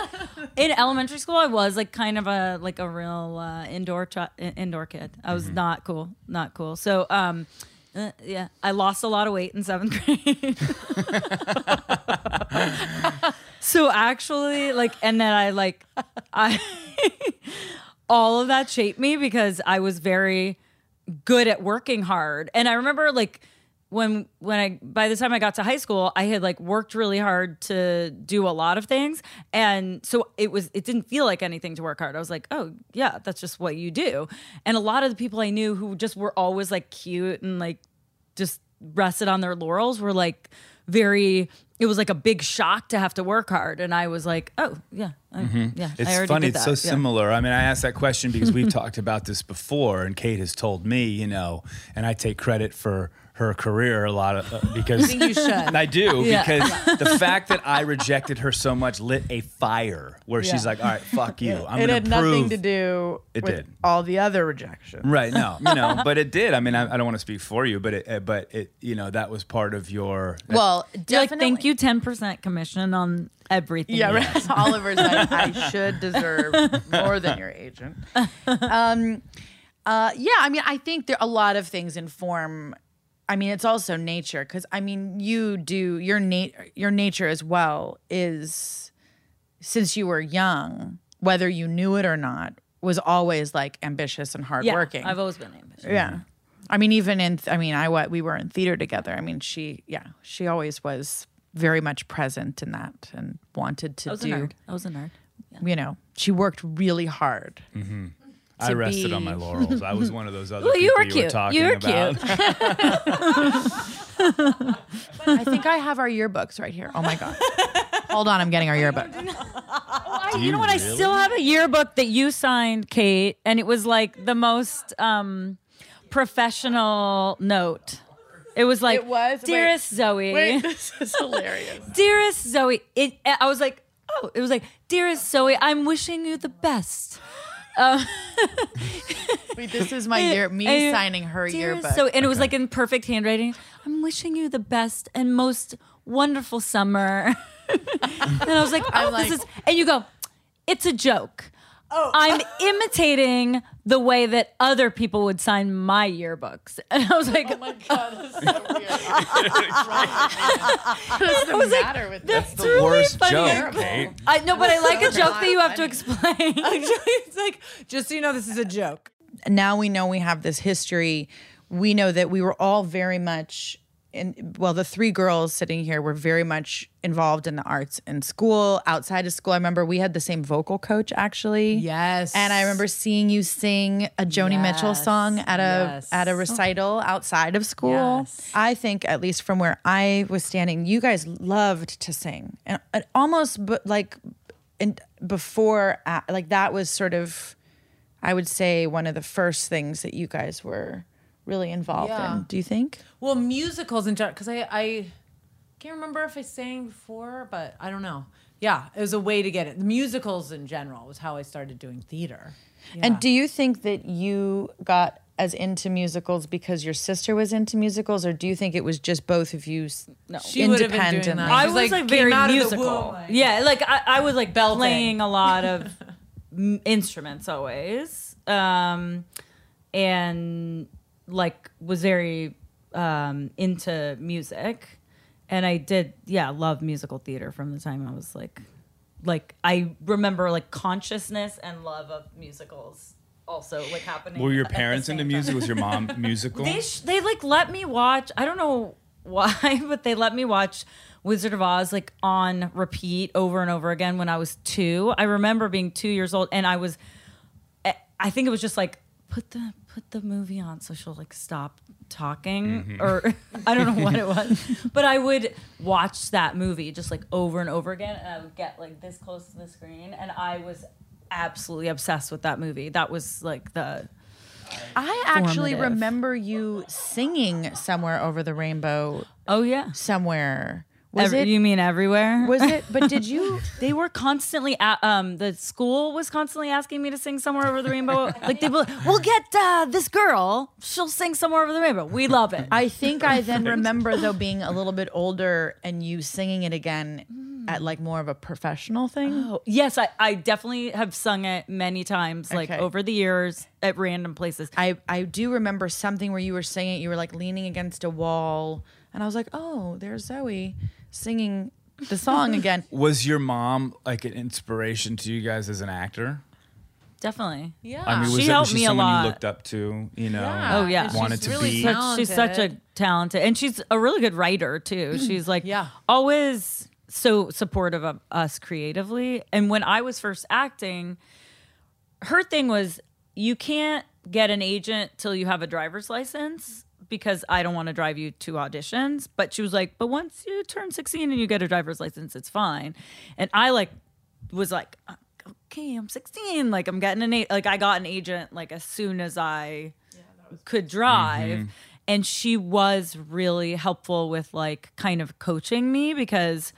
[SPEAKER 2] [laughs] in elementary school, I was like kind of a like a real uh, indoor chi- in- indoor kid. I
[SPEAKER 3] Mm-hmm.
[SPEAKER 2] was not cool, not cool. So, um, uh, yeah, I lost a lot of weight in seventh [laughs]
[SPEAKER 3] [laughs]
[SPEAKER 2] grade. so actually, like, and then I like, I [laughs] all of that shaped me because I was very good at working hard. And I remember like when when I by the time I got to high school, I had like worked really hard to do a lot of things. And so it was it didn't feel like anything to work hard. I was like, "Oh, yeah, that's just what you do." And a lot of the people I knew who just were always like cute and like just rested on their laurels were like very it was like a big shock to have to work hard and i was like oh yeah I, yeah I
[SPEAKER 1] Mm-hmm. It's
[SPEAKER 2] already
[SPEAKER 1] funny.
[SPEAKER 2] did
[SPEAKER 1] It's so
[SPEAKER 2] that. Yeah.
[SPEAKER 1] similar. I mean, I asked that question because we've talked about this before, and Kate has told me, you know, and I take credit for her career a lot of, uh,
[SPEAKER 2] [laughs]
[SPEAKER 1] because
[SPEAKER 3] You should.
[SPEAKER 1] And [laughs] I do
[SPEAKER 2] Yeah.
[SPEAKER 1] because the fact that I rejected her so much lit a fire where she's like, "All right, fuck you. I'm
[SPEAKER 6] it
[SPEAKER 1] gonna
[SPEAKER 6] had
[SPEAKER 1] prove."
[SPEAKER 6] nothing to do
[SPEAKER 1] It
[SPEAKER 6] with
[SPEAKER 1] did.
[SPEAKER 6] all the other rejection.
[SPEAKER 1] Right? No,
[SPEAKER 2] [laughs]
[SPEAKER 1] you know, but it did. I mean, I, I don't want to speak for you, but it, uh, but it, you know, that was part of your.
[SPEAKER 6] Well,
[SPEAKER 2] You're like, thank you, ten percent commission on everything.
[SPEAKER 6] Yeah, [laughs] right.
[SPEAKER 2] [laughs]
[SPEAKER 6] Oliver's like, I should deserve more than your agent. Um, uh, yeah, I mean, I think there a lot of things inform. I mean, it's also nature because I mean, you do your nat- your nature as well is since you were young, whether you knew it or not, was always like ambitious and
[SPEAKER 2] Yeah,
[SPEAKER 6] hardworking.
[SPEAKER 2] I've always been ambitious.
[SPEAKER 6] Yeah. I mean, even in, th- I mean, I, wa- we were in theater together. I mean, she, yeah, she always was very much present in that and wanted
[SPEAKER 2] I
[SPEAKER 6] to
[SPEAKER 2] was a
[SPEAKER 6] do,
[SPEAKER 2] nerd. I was a nerd.
[SPEAKER 6] you know, she worked really hard.
[SPEAKER 1] I
[SPEAKER 6] to
[SPEAKER 1] rested on
[SPEAKER 2] [laughs]
[SPEAKER 6] be-
[SPEAKER 1] my laurels. I was one of those other
[SPEAKER 2] Well, you
[SPEAKER 1] people
[SPEAKER 2] were
[SPEAKER 1] you were
[SPEAKER 2] cute.
[SPEAKER 1] talking
[SPEAKER 2] You were
[SPEAKER 1] [laughs] about.
[SPEAKER 2] cute.
[SPEAKER 6] [laughs] I think I have our yearbooks right here. Oh my God. [laughs] Hold on, I'm getting our [laughs] yearbook.
[SPEAKER 2] you, know what? Oh, I still have a yearbook that you signed, Kate, and it was like the most um, professional note. It was like,
[SPEAKER 6] It was?
[SPEAKER 2] [laughs]
[SPEAKER 6] Wait.
[SPEAKER 2] dearest Zoe, [laughs]
[SPEAKER 6] this is hilarious.
[SPEAKER 2] dearest Zoe. It. I was like, out. It was like, dearest Zoe, I'm wishing you the [laughs] best. Um,
[SPEAKER 10] Wait, this is my year, me
[SPEAKER 2] and-
[SPEAKER 10] signing her
[SPEAKER 2] dearest
[SPEAKER 10] yearbook.
[SPEAKER 6] [laughs]
[SPEAKER 2] Zoe- and it was like in perfect handwriting. I'm wishing you the best and most wonderful summer. [laughs] and I was like, oh, this is, and you go, it's a joke. Oh. I'm imitating the way that other people would sign my yearbooks. [laughs] And I was
[SPEAKER 3] Oh
[SPEAKER 6] Oh
[SPEAKER 2] like,
[SPEAKER 6] [laughs]
[SPEAKER 11] What's the matter with
[SPEAKER 2] that's,
[SPEAKER 1] The
[SPEAKER 2] really
[SPEAKER 1] worst
[SPEAKER 2] funny.
[SPEAKER 1] joke, Kate.
[SPEAKER 2] I know, but I like a joke that you have to
[SPEAKER 11] funny.
[SPEAKER 3] [laughs]
[SPEAKER 2] explain.
[SPEAKER 3] it's like, just so you know, this is a joke.
[SPEAKER 6] now we know we have this history. We know that we were all very much in well, the three girls sitting here were very much involved in the arts in school, outside of school. I remember we had the same vocal coach actually.
[SPEAKER 3] Yes.
[SPEAKER 6] And I remember seeing you sing a Joni Mitchell
[SPEAKER 3] Yes,
[SPEAKER 6] song at a
[SPEAKER 3] yes.
[SPEAKER 6] at a recital outside of school.
[SPEAKER 2] Yes.
[SPEAKER 6] I think at least from where I was standing, you guys loved to sing. And and almost but like and before uh, like that was sort of I would say one of the first things that you guys were really involved in. Do you think?
[SPEAKER 3] Well, musicals in general, because I, I can't remember if I sang before, but I don't know. Yeah, it was a way to get it. The musicals in general was how I started doing theater.
[SPEAKER 6] And do you think that you got as into musicals because your sister was into musicals, or do you think it was just both of you? No,
[SPEAKER 3] She would have been doing that.
[SPEAKER 2] I
[SPEAKER 3] She's
[SPEAKER 2] was
[SPEAKER 3] like,
[SPEAKER 2] like,
[SPEAKER 3] came
[SPEAKER 2] very
[SPEAKER 3] out of the
[SPEAKER 2] musical.
[SPEAKER 3] womb, like-
[SPEAKER 2] yeah, like I, I was like
[SPEAKER 3] Belting.
[SPEAKER 2] playing a lot of
[SPEAKER 3] [laughs]
[SPEAKER 2] m- instruments always, um, and like was very um, into music, and I did yeah love musical theater from the time I was like, like I remember like consciousness and love of musicals also like happening.
[SPEAKER 1] Were your
[SPEAKER 2] at the
[SPEAKER 1] parents
[SPEAKER 2] same
[SPEAKER 1] into
[SPEAKER 2] time.
[SPEAKER 1] music? Was your mom musical?
[SPEAKER 2] They sh- they like let me watch. I don't know why, [laughs] but they let me watch Wizard of Oz like on repeat over and over again when I was two. I remember being two years old, and I was. I- I think it was just like put the put the movie on so she'll like stop talking or [laughs] I don't know what it was, but I would watch that movie just like over and over again, and I would get like this close to the screen, and I was absolutely obsessed with that movie. That was like the
[SPEAKER 6] I actually
[SPEAKER 2] Formative.
[SPEAKER 6] remember you singing somewhere over the rainbow.
[SPEAKER 2] oh yeah.
[SPEAKER 6] Somewhere was
[SPEAKER 2] Every-
[SPEAKER 6] it?
[SPEAKER 2] you mean everywhere?
[SPEAKER 6] [laughs]
[SPEAKER 2] [laughs]
[SPEAKER 6] was it? But did you?
[SPEAKER 2] They were constantly a um the school was constantly asking me to sing somewhere over the [laughs] rainbow. like they were like, we'll get uh, this girl, she'll sing somewhere over the rainbow. We love it.
[SPEAKER 6] I think I then remember though being a little bit older and you singing it again
[SPEAKER 2] Hmm.
[SPEAKER 6] at like more of a professional thing.
[SPEAKER 2] Uh-huh. yes, I, I definitely have sung it many times like
[SPEAKER 6] Okay.
[SPEAKER 2] over the years at random places.
[SPEAKER 6] I, I do remember something where you were singing, you were like leaning against a wall, and I was like, oh, there's Zoe singing the song
[SPEAKER 2] [laughs]
[SPEAKER 6] again.
[SPEAKER 1] Was your mom like an inspiration to you guys as an actor?
[SPEAKER 2] definitely. Yeah.
[SPEAKER 1] I mean, was,
[SPEAKER 2] Ah, She
[SPEAKER 1] it, was
[SPEAKER 2] helped
[SPEAKER 1] she
[SPEAKER 2] me a
[SPEAKER 1] someone
[SPEAKER 2] lot.
[SPEAKER 1] you looked up to? You know,
[SPEAKER 2] Oh, yeah. and she's
[SPEAKER 1] wanted to
[SPEAKER 3] really
[SPEAKER 1] be.
[SPEAKER 2] Such-
[SPEAKER 3] talented.
[SPEAKER 2] she's such a talented Mm-hmm. and she's a really good writer too. She's like
[SPEAKER 3] Yeah.
[SPEAKER 2] always so supportive of us creatively. And when I was first acting, her thing was you can't get an agent till you have a driver's license because I don't want to drive you to auditions. But she was like, but once you turn 16 and you get a driver's license, it's fine. And I like was like, okay, I'm 16. Like I'm getting an a- like I got an agent like as soon as I could drive.
[SPEAKER 1] Mm-hmm.
[SPEAKER 2] And she was really helpful with like kind of coaching me because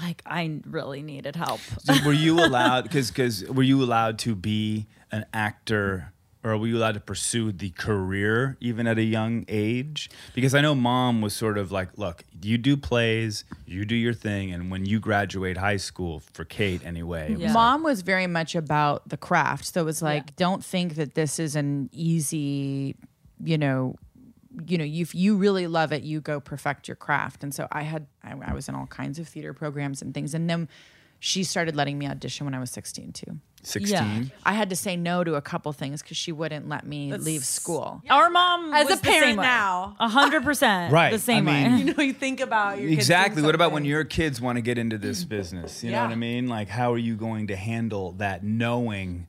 [SPEAKER 2] like I really needed help.
[SPEAKER 1] So were you allowed? Because because were you allowed to be an actor, or were you allowed to pursue the career even at a young age? Because I know mom was sort of like, look, you do plays, you do your thing, and when you graduate high school, for Kate anyway, it was like,
[SPEAKER 6] Mom was very much about the craft. So it was like, don't think that this is an easy, you know, you know, if you really love it, you go perfect your craft. And so I had, I, I was in all kinds of theater programs and things. And then she started letting me audition when I was 16 too.
[SPEAKER 1] sixteen.
[SPEAKER 6] I had to say no to a couple things because she wouldn't let me leave school.
[SPEAKER 2] Our mom
[SPEAKER 3] As
[SPEAKER 2] was
[SPEAKER 3] a
[SPEAKER 2] the same
[SPEAKER 3] parent
[SPEAKER 2] way.
[SPEAKER 3] now.
[SPEAKER 2] a hundred percent,
[SPEAKER 1] Right.
[SPEAKER 2] The same
[SPEAKER 1] I
[SPEAKER 2] way.
[SPEAKER 3] [laughs]
[SPEAKER 1] mean-
[SPEAKER 3] You know, you think about your kids
[SPEAKER 1] Exactly.
[SPEAKER 3] doing
[SPEAKER 1] What about when
[SPEAKER 3] something.
[SPEAKER 1] your kids want to get into this
[SPEAKER 2] Mm.
[SPEAKER 1] business? You know what I
[SPEAKER 3] Yeah.
[SPEAKER 1] mean? Like, how are you going to handle that knowing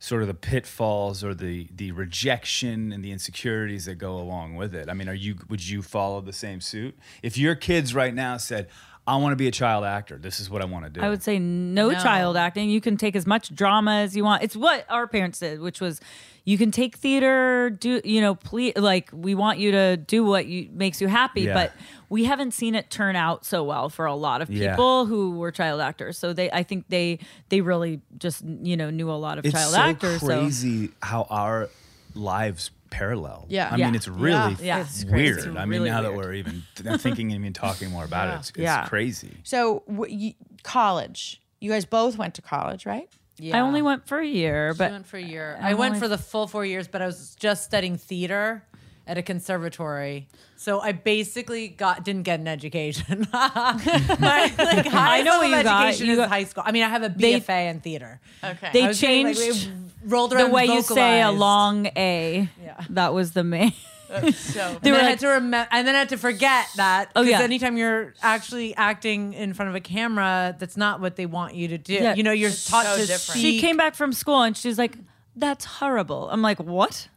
[SPEAKER 1] sort of the pitfalls or the the rejection and the insecurities that go along with it? I mean, are you would you follow the same suit if your kids right now said? I want to be a child actor. This is what I want to do.
[SPEAKER 2] I would say no, child acting. You can take as much drama as you want. It's what our parents did, which was you can take theater, do you know, please like we want you to do what you makes you happy,
[SPEAKER 1] Yeah.
[SPEAKER 2] but we haven't seen it turn out so well for a lot of
[SPEAKER 1] Yeah.
[SPEAKER 2] people who were child actors. So they I think they they really just, you know, knew a lot of
[SPEAKER 1] it's
[SPEAKER 2] child
[SPEAKER 1] so
[SPEAKER 2] actors. So
[SPEAKER 1] crazy how our lives parallel.
[SPEAKER 2] Yeah.
[SPEAKER 1] I
[SPEAKER 2] Yeah.
[SPEAKER 1] mean, it's really
[SPEAKER 2] Yeah. Yeah. It's crazy.
[SPEAKER 1] weird.
[SPEAKER 2] It's
[SPEAKER 1] I mean,
[SPEAKER 2] really
[SPEAKER 1] now that
[SPEAKER 2] weird.
[SPEAKER 1] we're
[SPEAKER 2] [laughs]
[SPEAKER 1] even th- thinking and even talking more about it, it's, it's
[SPEAKER 12] Yeah.
[SPEAKER 1] crazy.
[SPEAKER 12] So w- you, college. You guys both went to college, right?
[SPEAKER 2] I only went for a year,
[SPEAKER 3] I
[SPEAKER 2] but
[SPEAKER 3] went for a year.
[SPEAKER 2] I'm
[SPEAKER 3] I went
[SPEAKER 2] only-
[SPEAKER 3] for the full four years, but I was just studying theater at a conservatory. So I basically got didn't get an education. [laughs] My, [laughs] like,
[SPEAKER 2] [laughs]
[SPEAKER 3] high
[SPEAKER 2] I know
[SPEAKER 3] level
[SPEAKER 2] what you got.
[SPEAKER 3] education
[SPEAKER 2] You
[SPEAKER 3] is
[SPEAKER 2] got-
[SPEAKER 3] high school. I mean, I have a
[SPEAKER 2] They-
[SPEAKER 3] BFA in theater. Okay.
[SPEAKER 2] They changed
[SPEAKER 3] rolled
[SPEAKER 2] the
[SPEAKER 3] around
[SPEAKER 2] way you say a
[SPEAKER 3] vocalized.
[SPEAKER 2] long A. Yeah. That was the main [laughs]
[SPEAKER 3] So
[SPEAKER 2] They
[SPEAKER 3] and
[SPEAKER 2] were
[SPEAKER 3] then I
[SPEAKER 2] like-
[SPEAKER 3] had to remember, and then I had to forget that.
[SPEAKER 2] Oh,
[SPEAKER 3] 'cause
[SPEAKER 2] yeah.
[SPEAKER 3] Anytime you're actually acting in front of a camera, that's not what they want you to do.
[SPEAKER 2] Yeah.
[SPEAKER 3] You know, you're taught to
[SPEAKER 2] She
[SPEAKER 3] speak- [laughs]
[SPEAKER 2] came back from school and she's like, "That's horrible." I'm like, "What?"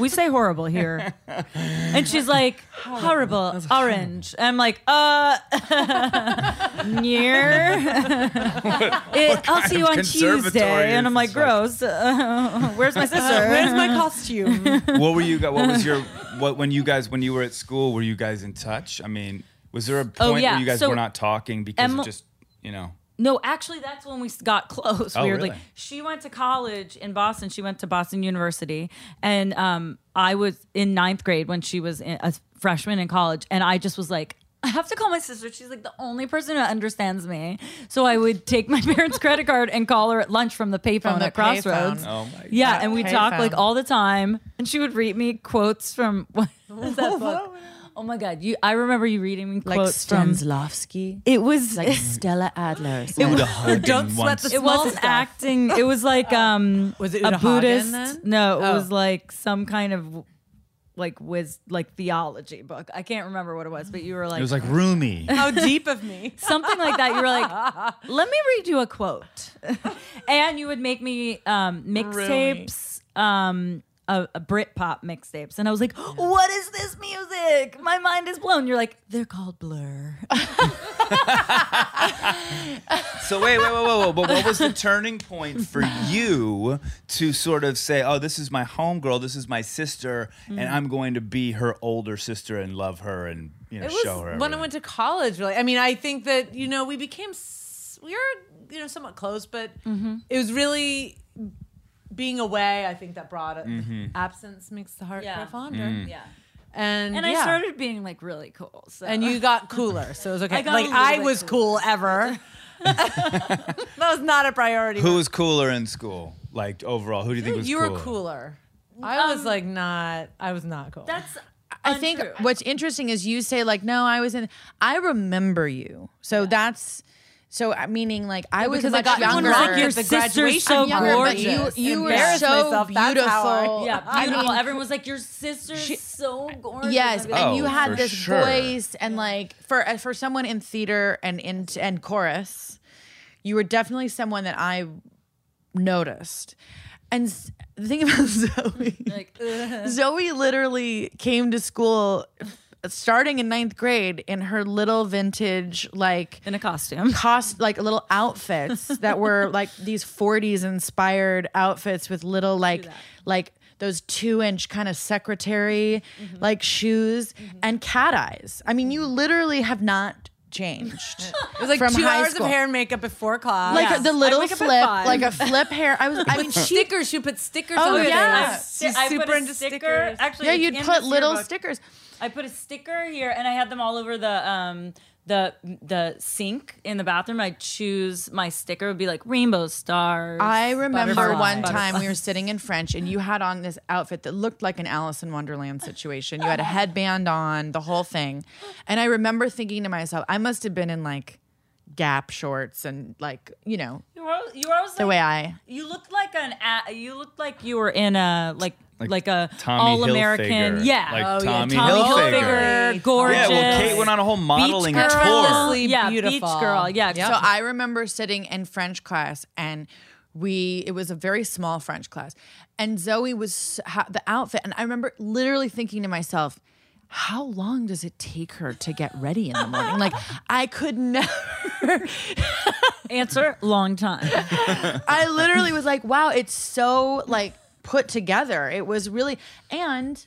[SPEAKER 2] we say horrible here,
[SPEAKER 3] [laughs]
[SPEAKER 2] and she's like, "Horrible, orange." I'm like, "Uh, [laughs]
[SPEAKER 3] [laughs]
[SPEAKER 2] near." it, I'll see you
[SPEAKER 1] of
[SPEAKER 2] on
[SPEAKER 1] conservatory
[SPEAKER 2] Tuesday, and I'm
[SPEAKER 1] is
[SPEAKER 2] like,
[SPEAKER 1] this, like-
[SPEAKER 2] "Gross." Uh, [laughs] where's my sister? [laughs]
[SPEAKER 3] Where's my costume?
[SPEAKER 1] what
[SPEAKER 3] [laughs]
[SPEAKER 1] were you guys? What was your? What when you guys when you were at school? Were you guys in touch? I mean, was there a point
[SPEAKER 2] Oh, yeah.
[SPEAKER 1] where you guys
[SPEAKER 2] So,
[SPEAKER 1] were not talking because
[SPEAKER 2] Emma-
[SPEAKER 1] of just you know?
[SPEAKER 2] No, actually, that's when we s- got close.
[SPEAKER 1] Oh,
[SPEAKER 2] weirdly,
[SPEAKER 1] really?
[SPEAKER 2] she went to college in Boston. She went to Boston University, and um, I was in ninth grade when she was in, a freshman in college, and I just was like. I have to call my sister. She's like the only person who understands me. So I would take my [laughs] parents' credit card and call her at lunch from the payphone
[SPEAKER 12] the
[SPEAKER 2] at Crossroads.
[SPEAKER 12] payphone.
[SPEAKER 1] Oh my!
[SPEAKER 2] Yeah, and we talked like
[SPEAKER 12] payphone.
[SPEAKER 2] all the time, and she would read me quotes from [laughs] what
[SPEAKER 12] [laughs]
[SPEAKER 2] is that book? Oh my god, you! I remember you reading me
[SPEAKER 6] Like
[SPEAKER 2] quotes from.
[SPEAKER 6] Stanislavski.
[SPEAKER 2] It was
[SPEAKER 6] Like Stella [gasps] Adler.
[SPEAKER 1] Uta Hagen
[SPEAKER 3] Don't sweat
[SPEAKER 1] once-
[SPEAKER 3] the
[SPEAKER 2] it
[SPEAKER 3] small
[SPEAKER 2] wasn't
[SPEAKER 3] stuff.
[SPEAKER 2] acting. It was like um
[SPEAKER 3] [laughs] Was it
[SPEAKER 2] a
[SPEAKER 3] Uta Hagen
[SPEAKER 2] Buddhist.
[SPEAKER 3] then?
[SPEAKER 2] No, it
[SPEAKER 3] Oh.
[SPEAKER 2] was like some kind of like whiz like theology book. I can't remember what it was, but you were
[SPEAKER 1] It
[SPEAKER 2] like,
[SPEAKER 1] was like Roomy.
[SPEAKER 3] How deep of me.
[SPEAKER 2] something like that. You were
[SPEAKER 3] [laughs]
[SPEAKER 2] like, let me read you a quote, [laughs] and you would make me um mixtapes. Um, a, a Britpop mixtapes, and I was like, "What is this music? My mind is blown." You're like, "They're called Blur."
[SPEAKER 1] [laughs] So wait, wait, wait, wait, wait. But what was the turning
[SPEAKER 3] [laughs]
[SPEAKER 1] point for you to sort of say, "Oh, this is my homegirl. This is my sister,
[SPEAKER 3] Mm.
[SPEAKER 1] and I'm going to be her older sister and love her and you know
[SPEAKER 3] It was
[SPEAKER 1] show her."
[SPEAKER 3] when I
[SPEAKER 1] everything.
[SPEAKER 3] went to college. Really, I mean, I think that you know we became s- we were you know somewhat close, but
[SPEAKER 2] Mm-hmm.
[SPEAKER 3] it was really being away. I think that brought it.
[SPEAKER 1] Mm-hmm.
[SPEAKER 3] Absence makes the heart
[SPEAKER 2] Yeah.
[SPEAKER 3] grow fonder.
[SPEAKER 1] Mm.
[SPEAKER 2] yeah,
[SPEAKER 3] Mm. And
[SPEAKER 2] and I
[SPEAKER 3] yeah.
[SPEAKER 2] started being like really cool. So
[SPEAKER 3] And
[SPEAKER 2] [laughs]
[SPEAKER 3] you got cooler, so it was okay.
[SPEAKER 2] I got a
[SPEAKER 3] like
[SPEAKER 2] little
[SPEAKER 3] I
[SPEAKER 2] bit
[SPEAKER 3] was cool [laughs] ever. that was not a priority.
[SPEAKER 1] Who was cooler in school? Like overall, who do you think was
[SPEAKER 3] you
[SPEAKER 1] cooler?
[SPEAKER 3] were cooler. I was like not. I was not cool.
[SPEAKER 2] That's
[SPEAKER 6] I think what's interesting is you say like, no, I was in. I remember you, so that's so uh, meaning like I was
[SPEAKER 3] because I
[SPEAKER 6] much
[SPEAKER 3] got
[SPEAKER 6] younger.
[SPEAKER 3] drunk at
[SPEAKER 2] your
[SPEAKER 3] the
[SPEAKER 2] sister's
[SPEAKER 3] graduation
[SPEAKER 2] so
[SPEAKER 3] party.
[SPEAKER 6] younger, but
[SPEAKER 2] gorgeous.
[SPEAKER 6] you you were
[SPEAKER 3] Embarrassed
[SPEAKER 6] so
[SPEAKER 3] myself,
[SPEAKER 6] beautiful.
[SPEAKER 3] that's how I-
[SPEAKER 2] Yeah,
[SPEAKER 6] I
[SPEAKER 2] beautiful.
[SPEAKER 6] mean,
[SPEAKER 2] Everyone was like, "Your sister's so gorgeous."
[SPEAKER 6] Yes,
[SPEAKER 2] I'd be
[SPEAKER 6] and
[SPEAKER 2] like,
[SPEAKER 6] you
[SPEAKER 1] Oh,
[SPEAKER 6] had
[SPEAKER 1] for
[SPEAKER 6] this
[SPEAKER 1] sure.
[SPEAKER 6] voice, and like for uh, for someone in theater and in and chorus, you were definitely someone that I noticed. And s- the thing [laughs]
[SPEAKER 3] [laughs]
[SPEAKER 6] about Zoe,
[SPEAKER 2] like, "Ugh."
[SPEAKER 6] Zoe literally came to school starting in ninth grade in her little vintage like
[SPEAKER 2] in a costume.
[SPEAKER 6] cost like little outfits that were like these 40s inspired outfits with little like like those two inch kind of secretary like shoes and cat eyes. I mean, you literally have not changed.
[SPEAKER 3] it was like
[SPEAKER 6] from
[SPEAKER 3] two
[SPEAKER 6] high
[SPEAKER 3] hours
[SPEAKER 6] school.
[SPEAKER 3] of hair and makeup before class.
[SPEAKER 6] Like
[SPEAKER 2] Yes.
[SPEAKER 6] the
[SPEAKER 2] I
[SPEAKER 6] little
[SPEAKER 2] wake up at
[SPEAKER 6] flip,
[SPEAKER 2] five.
[SPEAKER 6] like a flip hair. I was.
[SPEAKER 2] [laughs]
[SPEAKER 6] I mean,
[SPEAKER 3] with
[SPEAKER 6] she.
[SPEAKER 3] stickers. She put stickers
[SPEAKER 6] Oh,
[SPEAKER 3] on it.
[SPEAKER 6] yeah.
[SPEAKER 3] Like, She's
[SPEAKER 2] I put
[SPEAKER 3] super
[SPEAKER 2] a
[SPEAKER 3] into
[SPEAKER 2] sticker-
[SPEAKER 3] stickers.
[SPEAKER 2] Actually,
[SPEAKER 6] Yeah,
[SPEAKER 2] it's
[SPEAKER 6] you'd
[SPEAKER 2] in
[SPEAKER 6] put
[SPEAKER 2] the
[SPEAKER 6] little
[SPEAKER 2] yearbook.
[SPEAKER 6] stickers.
[SPEAKER 2] I put a sticker here, and I had them all over the um the the sink in the bathroom. I'd choose my sticker. It would be like rainbow stars.
[SPEAKER 6] I remember
[SPEAKER 2] butterflies.
[SPEAKER 6] one time we were sitting in French and you had on this outfit that looked like an Alice in Wonderland situation. You had a headband on, the whole thing. And I remember thinking to myself, I must have been in like gap shorts and like, you know,
[SPEAKER 2] You were, al- you were always
[SPEAKER 6] the
[SPEAKER 2] like-
[SPEAKER 6] way I.
[SPEAKER 2] You looked like an a- you looked like you were in a like like,
[SPEAKER 1] Like
[SPEAKER 2] a
[SPEAKER 1] Tommy
[SPEAKER 2] all American
[SPEAKER 1] Hilfiger.
[SPEAKER 2] yeah
[SPEAKER 1] Like Oh, yeah, Tommy
[SPEAKER 2] Tommy
[SPEAKER 1] Hilfiger.
[SPEAKER 2] gorgeous
[SPEAKER 1] Yeah, well, Kate went on a whole modeling
[SPEAKER 2] beach
[SPEAKER 1] tour.
[SPEAKER 2] girl. yeah
[SPEAKER 3] beautiful.
[SPEAKER 2] beach girl yeah
[SPEAKER 6] So I remember sitting in French class and we it was a very small French class and Zoe was ha- the outfit and I remember literally thinking to myself how long does it take her to get ready in the morning? Like, I could [laughs] never.
[SPEAKER 2] Answer: Long time.
[SPEAKER 6] I literally was like, wow, it's so like put together. It was really and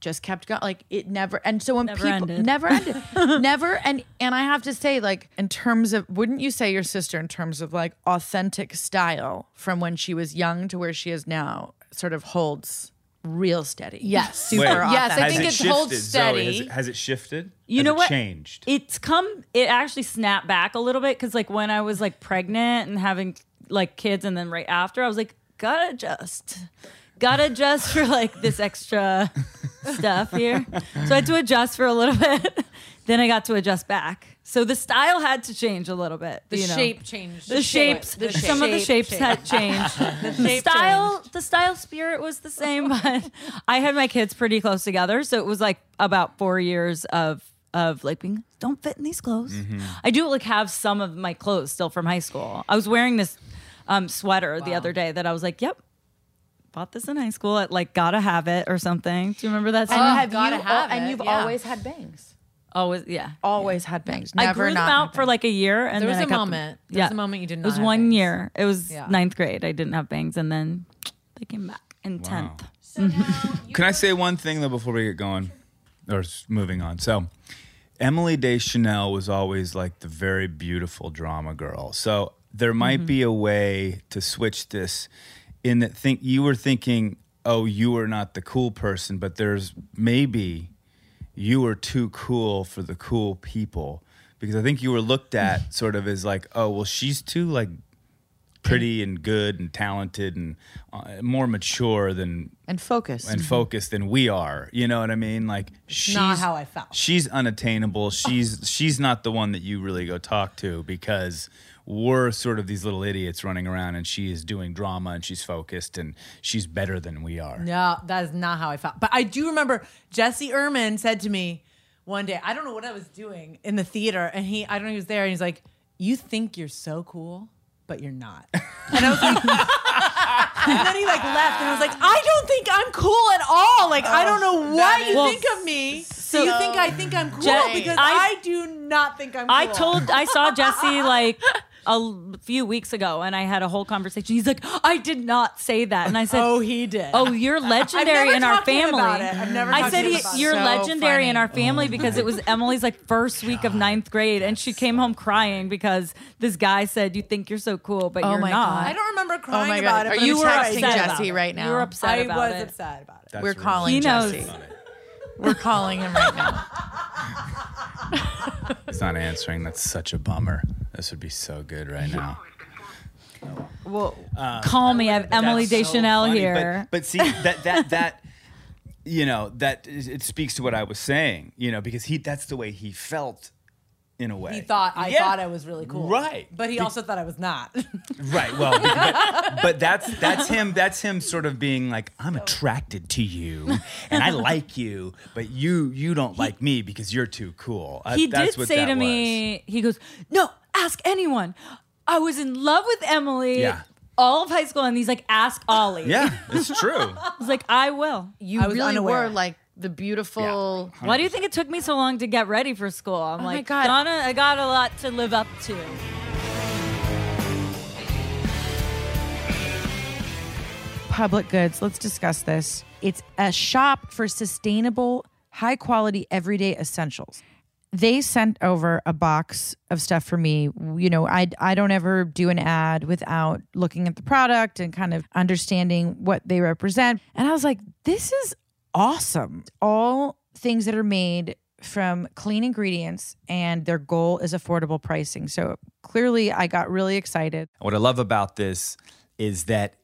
[SPEAKER 6] just kept going. Like it never and so when
[SPEAKER 2] Never
[SPEAKER 6] people
[SPEAKER 2] ended. [laughs]
[SPEAKER 6] never ended. never and and I have to say, like, in terms of wouldn't you say your sister in terms of like authentic style from when she was young to where she is now sort of holds real steady.
[SPEAKER 13] Yes.
[SPEAKER 6] Super
[SPEAKER 1] Wait.
[SPEAKER 3] Yes, I
[SPEAKER 6] authentic.
[SPEAKER 1] Has
[SPEAKER 3] think
[SPEAKER 1] it
[SPEAKER 3] it's
[SPEAKER 1] shifted?
[SPEAKER 3] hold
[SPEAKER 1] Zoe, has,
[SPEAKER 3] steady.
[SPEAKER 1] it, has it shifted?
[SPEAKER 2] You
[SPEAKER 1] Has
[SPEAKER 2] know
[SPEAKER 1] it
[SPEAKER 2] what?
[SPEAKER 1] Changed.
[SPEAKER 2] It's come. It actually snapped back a little bit because, like, when I was like pregnant and having like kids, and then right after, I was like, gotta adjust, gotta adjust for like this
[SPEAKER 1] [laughs]
[SPEAKER 2] extra stuff here. So I had to adjust for a little [laughs] bit. then I got to adjust back. So the style had to change a little bit.
[SPEAKER 3] The
[SPEAKER 2] you know.
[SPEAKER 3] shape changed.
[SPEAKER 2] The shapes, some of the shapes had changed. the,
[SPEAKER 3] shape
[SPEAKER 2] style, the style spirit was the same, but I had my kids pretty close together, so it was like about four years of of like being don't fit in these clothes. I do like have some of my clothes still from high school. I was wearing this um, sweater the other day that I was like, "Yep, bought this in high school at like gotta have it or something." Do you remember that?
[SPEAKER 6] and
[SPEAKER 2] song?
[SPEAKER 6] have
[SPEAKER 3] gotta
[SPEAKER 6] you
[SPEAKER 3] have
[SPEAKER 6] and
[SPEAKER 3] it,
[SPEAKER 6] you've
[SPEAKER 3] yeah.
[SPEAKER 6] always had bangs.
[SPEAKER 2] always, yeah.
[SPEAKER 6] Always had bangs.
[SPEAKER 2] I
[SPEAKER 6] Never
[SPEAKER 2] grew them
[SPEAKER 6] not
[SPEAKER 2] out for like a year, and
[SPEAKER 3] There was
[SPEAKER 2] then
[SPEAKER 3] a
[SPEAKER 2] I got
[SPEAKER 3] moment.
[SPEAKER 2] Them.
[SPEAKER 3] There was a moment you did
[SPEAKER 2] It was
[SPEAKER 3] not have
[SPEAKER 2] one
[SPEAKER 3] bangs.
[SPEAKER 2] year. It was
[SPEAKER 3] Yeah.
[SPEAKER 2] ninth grade. I didn't have bangs, and then they came back in tenth.
[SPEAKER 1] Can I say one thing though before we get going or s- moving on? So, Emily Deschanel was always like the very beautiful drama girl. So, there might be a way to switch this in that think you were thinking, oh, you are not the cool person, but there's maybe you were too cool for the cool people because I think you were looked at sort of as like, oh, well, she's too like pretty and good and talented and uh, more mature than
[SPEAKER 13] and focus.
[SPEAKER 1] and focused than we are. You know what I mean? Like she's
[SPEAKER 3] Mm-hmm. not how I felt.
[SPEAKER 1] She's unattainable.
[SPEAKER 3] [laughs]
[SPEAKER 1] She's she's not the one that you really go talk to because we're sort of these little idiots running around and she is doing drama and she's focused and she's better than we are.
[SPEAKER 3] No, that is not how I felt. But I do remember Jesse Ehrman said to me one day, I don't know what I was doing in the theater, and he, I don't know, he was there, and he's like, "You think you're so cool, but you're not." And I was like, and then he like left, and I was like, I don't think I'm cool at all. Like I don't know what you
[SPEAKER 2] is
[SPEAKER 3] think of me. So you think I think I'm cool
[SPEAKER 2] Jen,
[SPEAKER 3] because I,
[SPEAKER 2] I-
[SPEAKER 3] do not think I'm. cool.
[SPEAKER 2] I told I
[SPEAKER 3] [laughs]
[SPEAKER 2] saw Jesse like a l- few weeks ago, and I had a whole conversation. He's like, I did not say that, and I said,
[SPEAKER 3] Oh, he did.
[SPEAKER 2] Oh, you're legendary
[SPEAKER 3] never
[SPEAKER 2] in our
[SPEAKER 3] talked to him
[SPEAKER 2] family.
[SPEAKER 3] about it. I've never
[SPEAKER 2] I
[SPEAKER 3] talked
[SPEAKER 2] said
[SPEAKER 3] to him
[SPEAKER 2] he-
[SPEAKER 3] about it.
[SPEAKER 2] you're
[SPEAKER 3] So
[SPEAKER 2] legendary in
[SPEAKER 6] funny.
[SPEAKER 2] our
[SPEAKER 3] [laughs]
[SPEAKER 2] family because it was Emily's like first week of ninth grade, and she came home crying because this guy said, "You think you're so cool, but you're
[SPEAKER 13] my
[SPEAKER 2] not."
[SPEAKER 3] Oh I don't remember
[SPEAKER 13] Oh
[SPEAKER 3] crying
[SPEAKER 13] my god!
[SPEAKER 3] about it.
[SPEAKER 13] Are
[SPEAKER 3] but
[SPEAKER 13] you
[SPEAKER 3] I'm
[SPEAKER 13] were
[SPEAKER 3] sorry.
[SPEAKER 13] texting
[SPEAKER 2] upset about
[SPEAKER 13] Jesse
[SPEAKER 2] it.
[SPEAKER 13] right now?
[SPEAKER 2] You were upset
[SPEAKER 3] I
[SPEAKER 2] about
[SPEAKER 3] was
[SPEAKER 2] it.
[SPEAKER 3] upset about it.
[SPEAKER 1] That's
[SPEAKER 13] We're
[SPEAKER 1] really
[SPEAKER 13] calling
[SPEAKER 2] He knows.
[SPEAKER 13] Jesse. We're calling him right now.
[SPEAKER 1] He's not answering. That's such a bummer. This would be so good right now.
[SPEAKER 2] Call me. I have Emily
[SPEAKER 1] That's so
[SPEAKER 2] Deschanel
[SPEAKER 1] funny, but-
[SPEAKER 2] here.
[SPEAKER 3] [laughs]
[SPEAKER 1] But, see that that that you know that is- it speaks to what I was saying. You know because he that's the way he felt in a way.
[SPEAKER 3] He thought I
[SPEAKER 1] Yeah.
[SPEAKER 3] thought I was really cool,
[SPEAKER 1] Right.
[SPEAKER 3] But he also thought I was not.
[SPEAKER 1] Right. Well, but,
[SPEAKER 2] [laughs]
[SPEAKER 1] but that's that's him. That's him sort of being like, I'm
[SPEAKER 2] Oh.
[SPEAKER 1] attracted
[SPEAKER 2] [laughs]
[SPEAKER 1] to you, and I like you, but you you don't like me because you're too cool. Uh,
[SPEAKER 2] he
[SPEAKER 1] that's
[SPEAKER 2] did
[SPEAKER 1] what
[SPEAKER 2] say
[SPEAKER 1] that
[SPEAKER 2] to me, he goes, No, ask anyone. I was in love with Emily
[SPEAKER 1] Yeah.
[SPEAKER 2] all of high school. And he's like, Ask Ollie.
[SPEAKER 1] was. Yeah, it's true.
[SPEAKER 2] [laughs] I was like, I will.
[SPEAKER 13] You
[SPEAKER 3] I was
[SPEAKER 13] really
[SPEAKER 3] unaware.
[SPEAKER 13] were like the beautiful.
[SPEAKER 2] Why do you think it took me so long to get ready for school?
[SPEAKER 1] Oh
[SPEAKER 2] I'm like, Donna, I got a lot to live up to.
[SPEAKER 13] public goods. Let's discuss this. It's a shop for sustainable, high quality, everyday essentials. They sent over a box of stuff for me. You know, I I don't ever do an ad without looking at the product and kind of understanding what they represent. And I was like, this is awesome. All things that are made from clean ingredients and their goal is affordable pricing. So clearly I got really excited.
[SPEAKER 1] What I love about this is that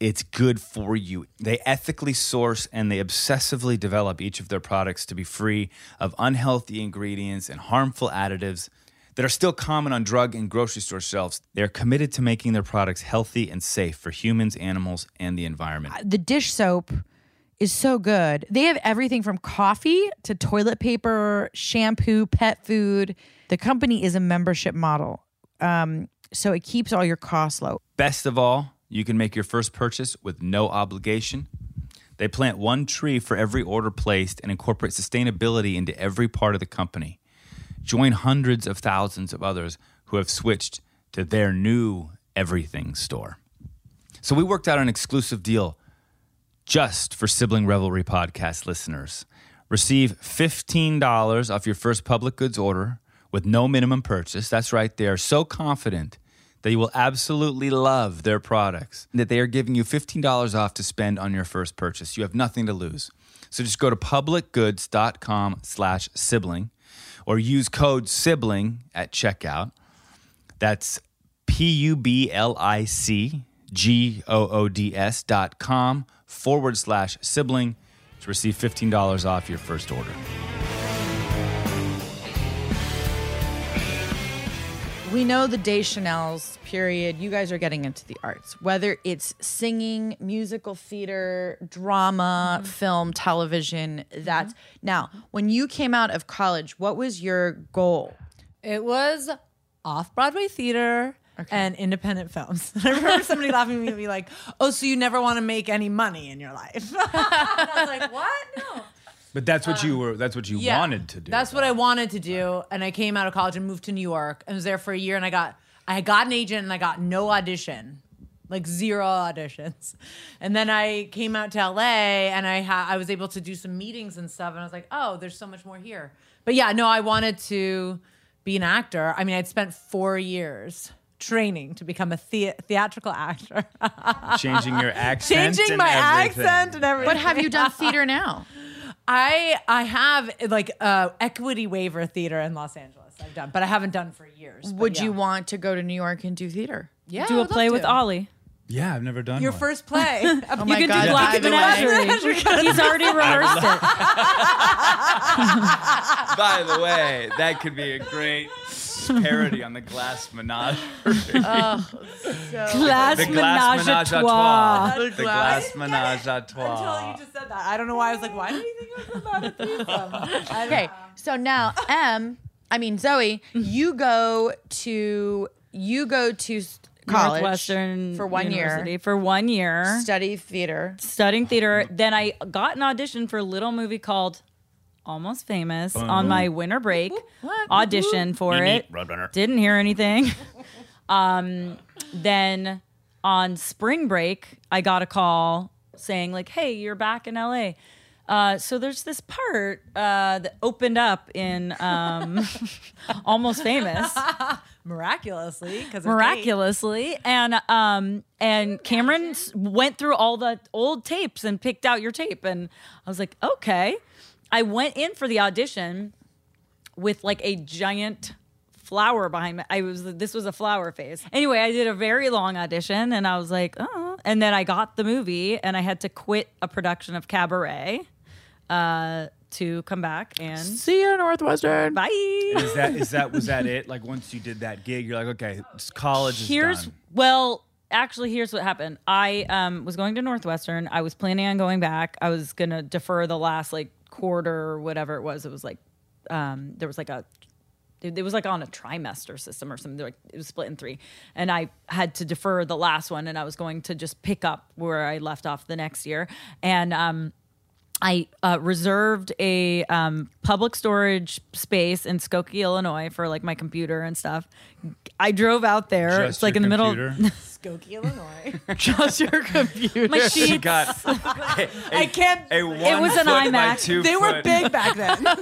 [SPEAKER 1] it's good for you. They ethically source and they obsessively develop each of their products to be free of unhealthy ingredients and harmful additives that are still common on drug and grocery store shelves. They are committed to making their products healthy and safe for humans, animals, and the environment.
[SPEAKER 13] the dish soap is so good. They have everything from coffee to toilet paper, shampoo, pet food. The company is a membership model. Um, so it keeps all your costs low.
[SPEAKER 1] Best of all, you can make your first purchase with no obligation. They plant one tree for every order placed and incorporate sustainability into every part of the company. Join hundreds of thousands of others who have switched to their new everything store. So we worked out an exclusive deal just for Sibling Revelry podcast listeners. Receive $15 off your first public goods order with no minimum purchase. That's right, they are so confident that you will absolutely love their products that they are giving you $15 off to spend on your first purchase. You have nothing to lose. So just go to publicgoods.com slash sibling or use code sibling at checkout. That's P U B L I C G O O D S dot com forward slash sibling to receive $15 off your first order.
[SPEAKER 13] We know the Deschanel's period. You guys are getting into the arts, whether it's singing, musical theater, drama, film, television. That's now, when you came out of college, what was your goal?
[SPEAKER 3] It was off Broadway theater and
[SPEAKER 2] [laughs]
[SPEAKER 3] independent films. I remember somebody laughing at me and be like, "Oh, so you never want to make any money in
[SPEAKER 2] [laughs]
[SPEAKER 3] your life?" and I was like, "What? No."
[SPEAKER 1] But that's what you were, that's what you
[SPEAKER 3] Yeah.
[SPEAKER 1] wanted to do.
[SPEAKER 3] That's what I wanted to do. And I came out of college and moved to New York and was there for a year and I got I got an agent and I got no audition. Like zero auditions. And then I came out to LA and I ha- I was able to do some meetings and stuff and I was like, "Oh, there's so much more here." But yeah, no, I wanted to be an actor. I mean, I'd spent 4 years training to become a thea- theatrical actor. [laughs]
[SPEAKER 1] [laughs] Changing your accent.
[SPEAKER 3] Changing
[SPEAKER 1] and
[SPEAKER 3] my
[SPEAKER 1] everything.
[SPEAKER 3] accent and everything.
[SPEAKER 13] But have you done theater now?
[SPEAKER 3] I I have like uh, equity waiver theater in Los Angeles. I've done, but I haven't done for years. But
[SPEAKER 13] Would
[SPEAKER 3] yeah.
[SPEAKER 13] you want to go to New York and do theater?
[SPEAKER 3] yeah, I
[SPEAKER 2] Do a
[SPEAKER 3] would love
[SPEAKER 2] play with
[SPEAKER 3] to.
[SPEAKER 2] Ollie.
[SPEAKER 1] Yeah, I've never done
[SPEAKER 3] your
[SPEAKER 1] one.
[SPEAKER 3] first [laughs] play?
[SPEAKER 2] [laughs]
[SPEAKER 3] oh
[SPEAKER 13] my God,
[SPEAKER 2] do Black
[SPEAKER 13] by the way.
[SPEAKER 2] Menagerie. He's already rehearsed it.
[SPEAKER 1] By the way, that could be a great parody on the [laughs] glass menagerie.
[SPEAKER 2] Glass,
[SPEAKER 1] the glass menage a trois. The glass menage a
[SPEAKER 3] Until
[SPEAKER 1] trois.
[SPEAKER 3] you just said that, I don't know why I was like, why do you think I was about a threesome? I don't
[SPEAKER 13] Okay, so now M, I mean Zoe, you go to you go to s- college
[SPEAKER 2] Northwestern
[SPEAKER 13] for one
[SPEAKER 2] University
[SPEAKER 13] year,
[SPEAKER 2] for one year
[SPEAKER 13] study theater.
[SPEAKER 2] studying theater. Then I got an audition for a little movie called Almost Famous on my winter break. Audition for it.
[SPEAKER 1] Roadrunner.
[SPEAKER 2] Didn't hear anything. [laughs] um, then on spring break, I got a call saying like, "Hey, you're back in LA." Uh, so there's this part uh, that opened up in um, [laughs] Almost Famous
[SPEAKER 3] miraculously, because
[SPEAKER 2] miraculously and um and cameron s- went through all the old tapes and picked out your tape and i was like okay i went in for the audition with like a giant flower behind me i was this was a flower face anyway i did a very long audition and i was like oh and then i got the movie and i had to quit a production of cabaret uh to come back and
[SPEAKER 13] See you Northwestern.
[SPEAKER 2] bye
[SPEAKER 1] Is that is that was that it? Like once you did that gig, you're like, okay, s- college is
[SPEAKER 2] here's
[SPEAKER 1] done.
[SPEAKER 2] well actually here's what happened i um, was going to northwestern i was planning on going back i was going to defer the last like quarter or whatever it was it was like um, there was like a it it was like on a trimester system or something like it was split in three and i had to defer the last one and i was going to just pick up where i left off the next year and um, I uh, reserved a um, public storage space in Skokie, Illinois, for like my computer and stuff. I drove out there.
[SPEAKER 1] Just
[SPEAKER 2] it's like in
[SPEAKER 1] your
[SPEAKER 2] the middle. [laughs]
[SPEAKER 1] computer?
[SPEAKER 3] Skokie, [laughs] Illinois.
[SPEAKER 13] Just your computer.
[SPEAKER 2] My
[SPEAKER 1] [laughs] She
[SPEAKER 2] sheets. [laughs]
[SPEAKER 1] got a,
[SPEAKER 3] I can't.
[SPEAKER 1] a one
[SPEAKER 2] was an
[SPEAKER 1] foot by
[SPEAKER 2] iMac.
[SPEAKER 1] two
[SPEAKER 3] They were
[SPEAKER 1] foot-
[SPEAKER 3] big back then. they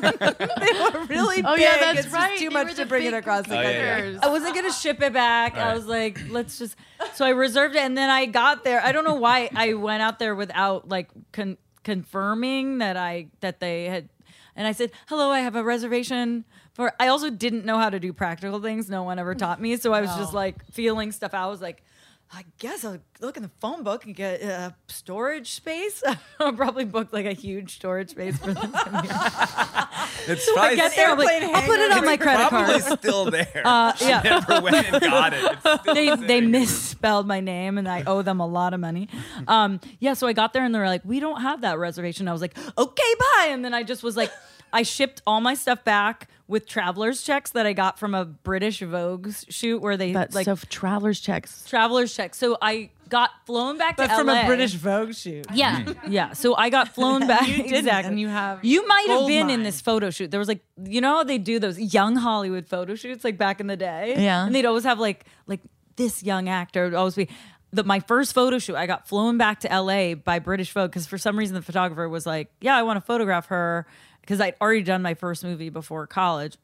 [SPEAKER 3] were really
[SPEAKER 13] Oh,
[SPEAKER 3] big.
[SPEAKER 13] yeah, that's
[SPEAKER 3] it's just
[SPEAKER 13] right.
[SPEAKER 3] too
[SPEAKER 13] They were
[SPEAKER 3] much
[SPEAKER 13] the
[SPEAKER 3] to bring it
[SPEAKER 13] big
[SPEAKER 3] across the
[SPEAKER 1] Oh, yeah,
[SPEAKER 3] country.
[SPEAKER 1] yeah.
[SPEAKER 2] I wasn't gonna ship it back. I
[SPEAKER 1] right.
[SPEAKER 2] was like, let's just. So I reserved it, and then I got there. I don't know why I went out there without like con- confirming that I that they had. And I said, "Hello, I have a reservation for." I also didn't know how to do practical things. No one ever taught me, so I was just like feeling stuff. out. I was like. I guess I'll look in the phone book and get uh, storage space. [laughs] I'll probably book like a huge storage space for them.
[SPEAKER 1] It's probably,
[SPEAKER 2] I get there, I'm like,
[SPEAKER 3] airplane
[SPEAKER 2] I'll put it on my credit card.
[SPEAKER 1] [laughs]
[SPEAKER 2] Uh,
[SPEAKER 1] probably still
[SPEAKER 2] [laughs]
[SPEAKER 1] there. she
[SPEAKER 2] yeah.
[SPEAKER 1] never went and got it.
[SPEAKER 2] [laughs]
[SPEAKER 1] It's still
[SPEAKER 2] they they
[SPEAKER 1] sitting.
[SPEAKER 2] misspelled my name and I owe them a lot of money. Um, yeah, so I got there and they were like, "We don't have that reservation." I was like, "Okay, bye." And then I just was like, I shipped all my stuff back with traveler's checks that I got from a British Vogue shoot where they
[SPEAKER 6] But
[SPEAKER 2] like
[SPEAKER 6] so travelers checks.
[SPEAKER 2] traveler's checks. So I got flown back
[SPEAKER 3] But
[SPEAKER 2] to
[SPEAKER 3] from
[SPEAKER 2] LA.
[SPEAKER 3] a British Vogue shoot.
[SPEAKER 2] Yeah, [laughs] yeah. So I got flown back.
[SPEAKER 3] [laughs] You did that,
[SPEAKER 2] exactly.
[SPEAKER 3] and you have
[SPEAKER 2] You might have
[SPEAKER 3] gold
[SPEAKER 2] been in
[SPEAKER 3] mine.
[SPEAKER 2] this photo shoot. There was like, you know, how they do those young Hollywood photo shoots like back in the day.
[SPEAKER 6] Yeah.
[SPEAKER 2] and they'd always have like like this young actor would always be. The, my first photo shoot, I got flown back to LA by British Vogue because for some reason the photographer was like, "Yeah, I want to photograph her," because I'd already done my first movie before college,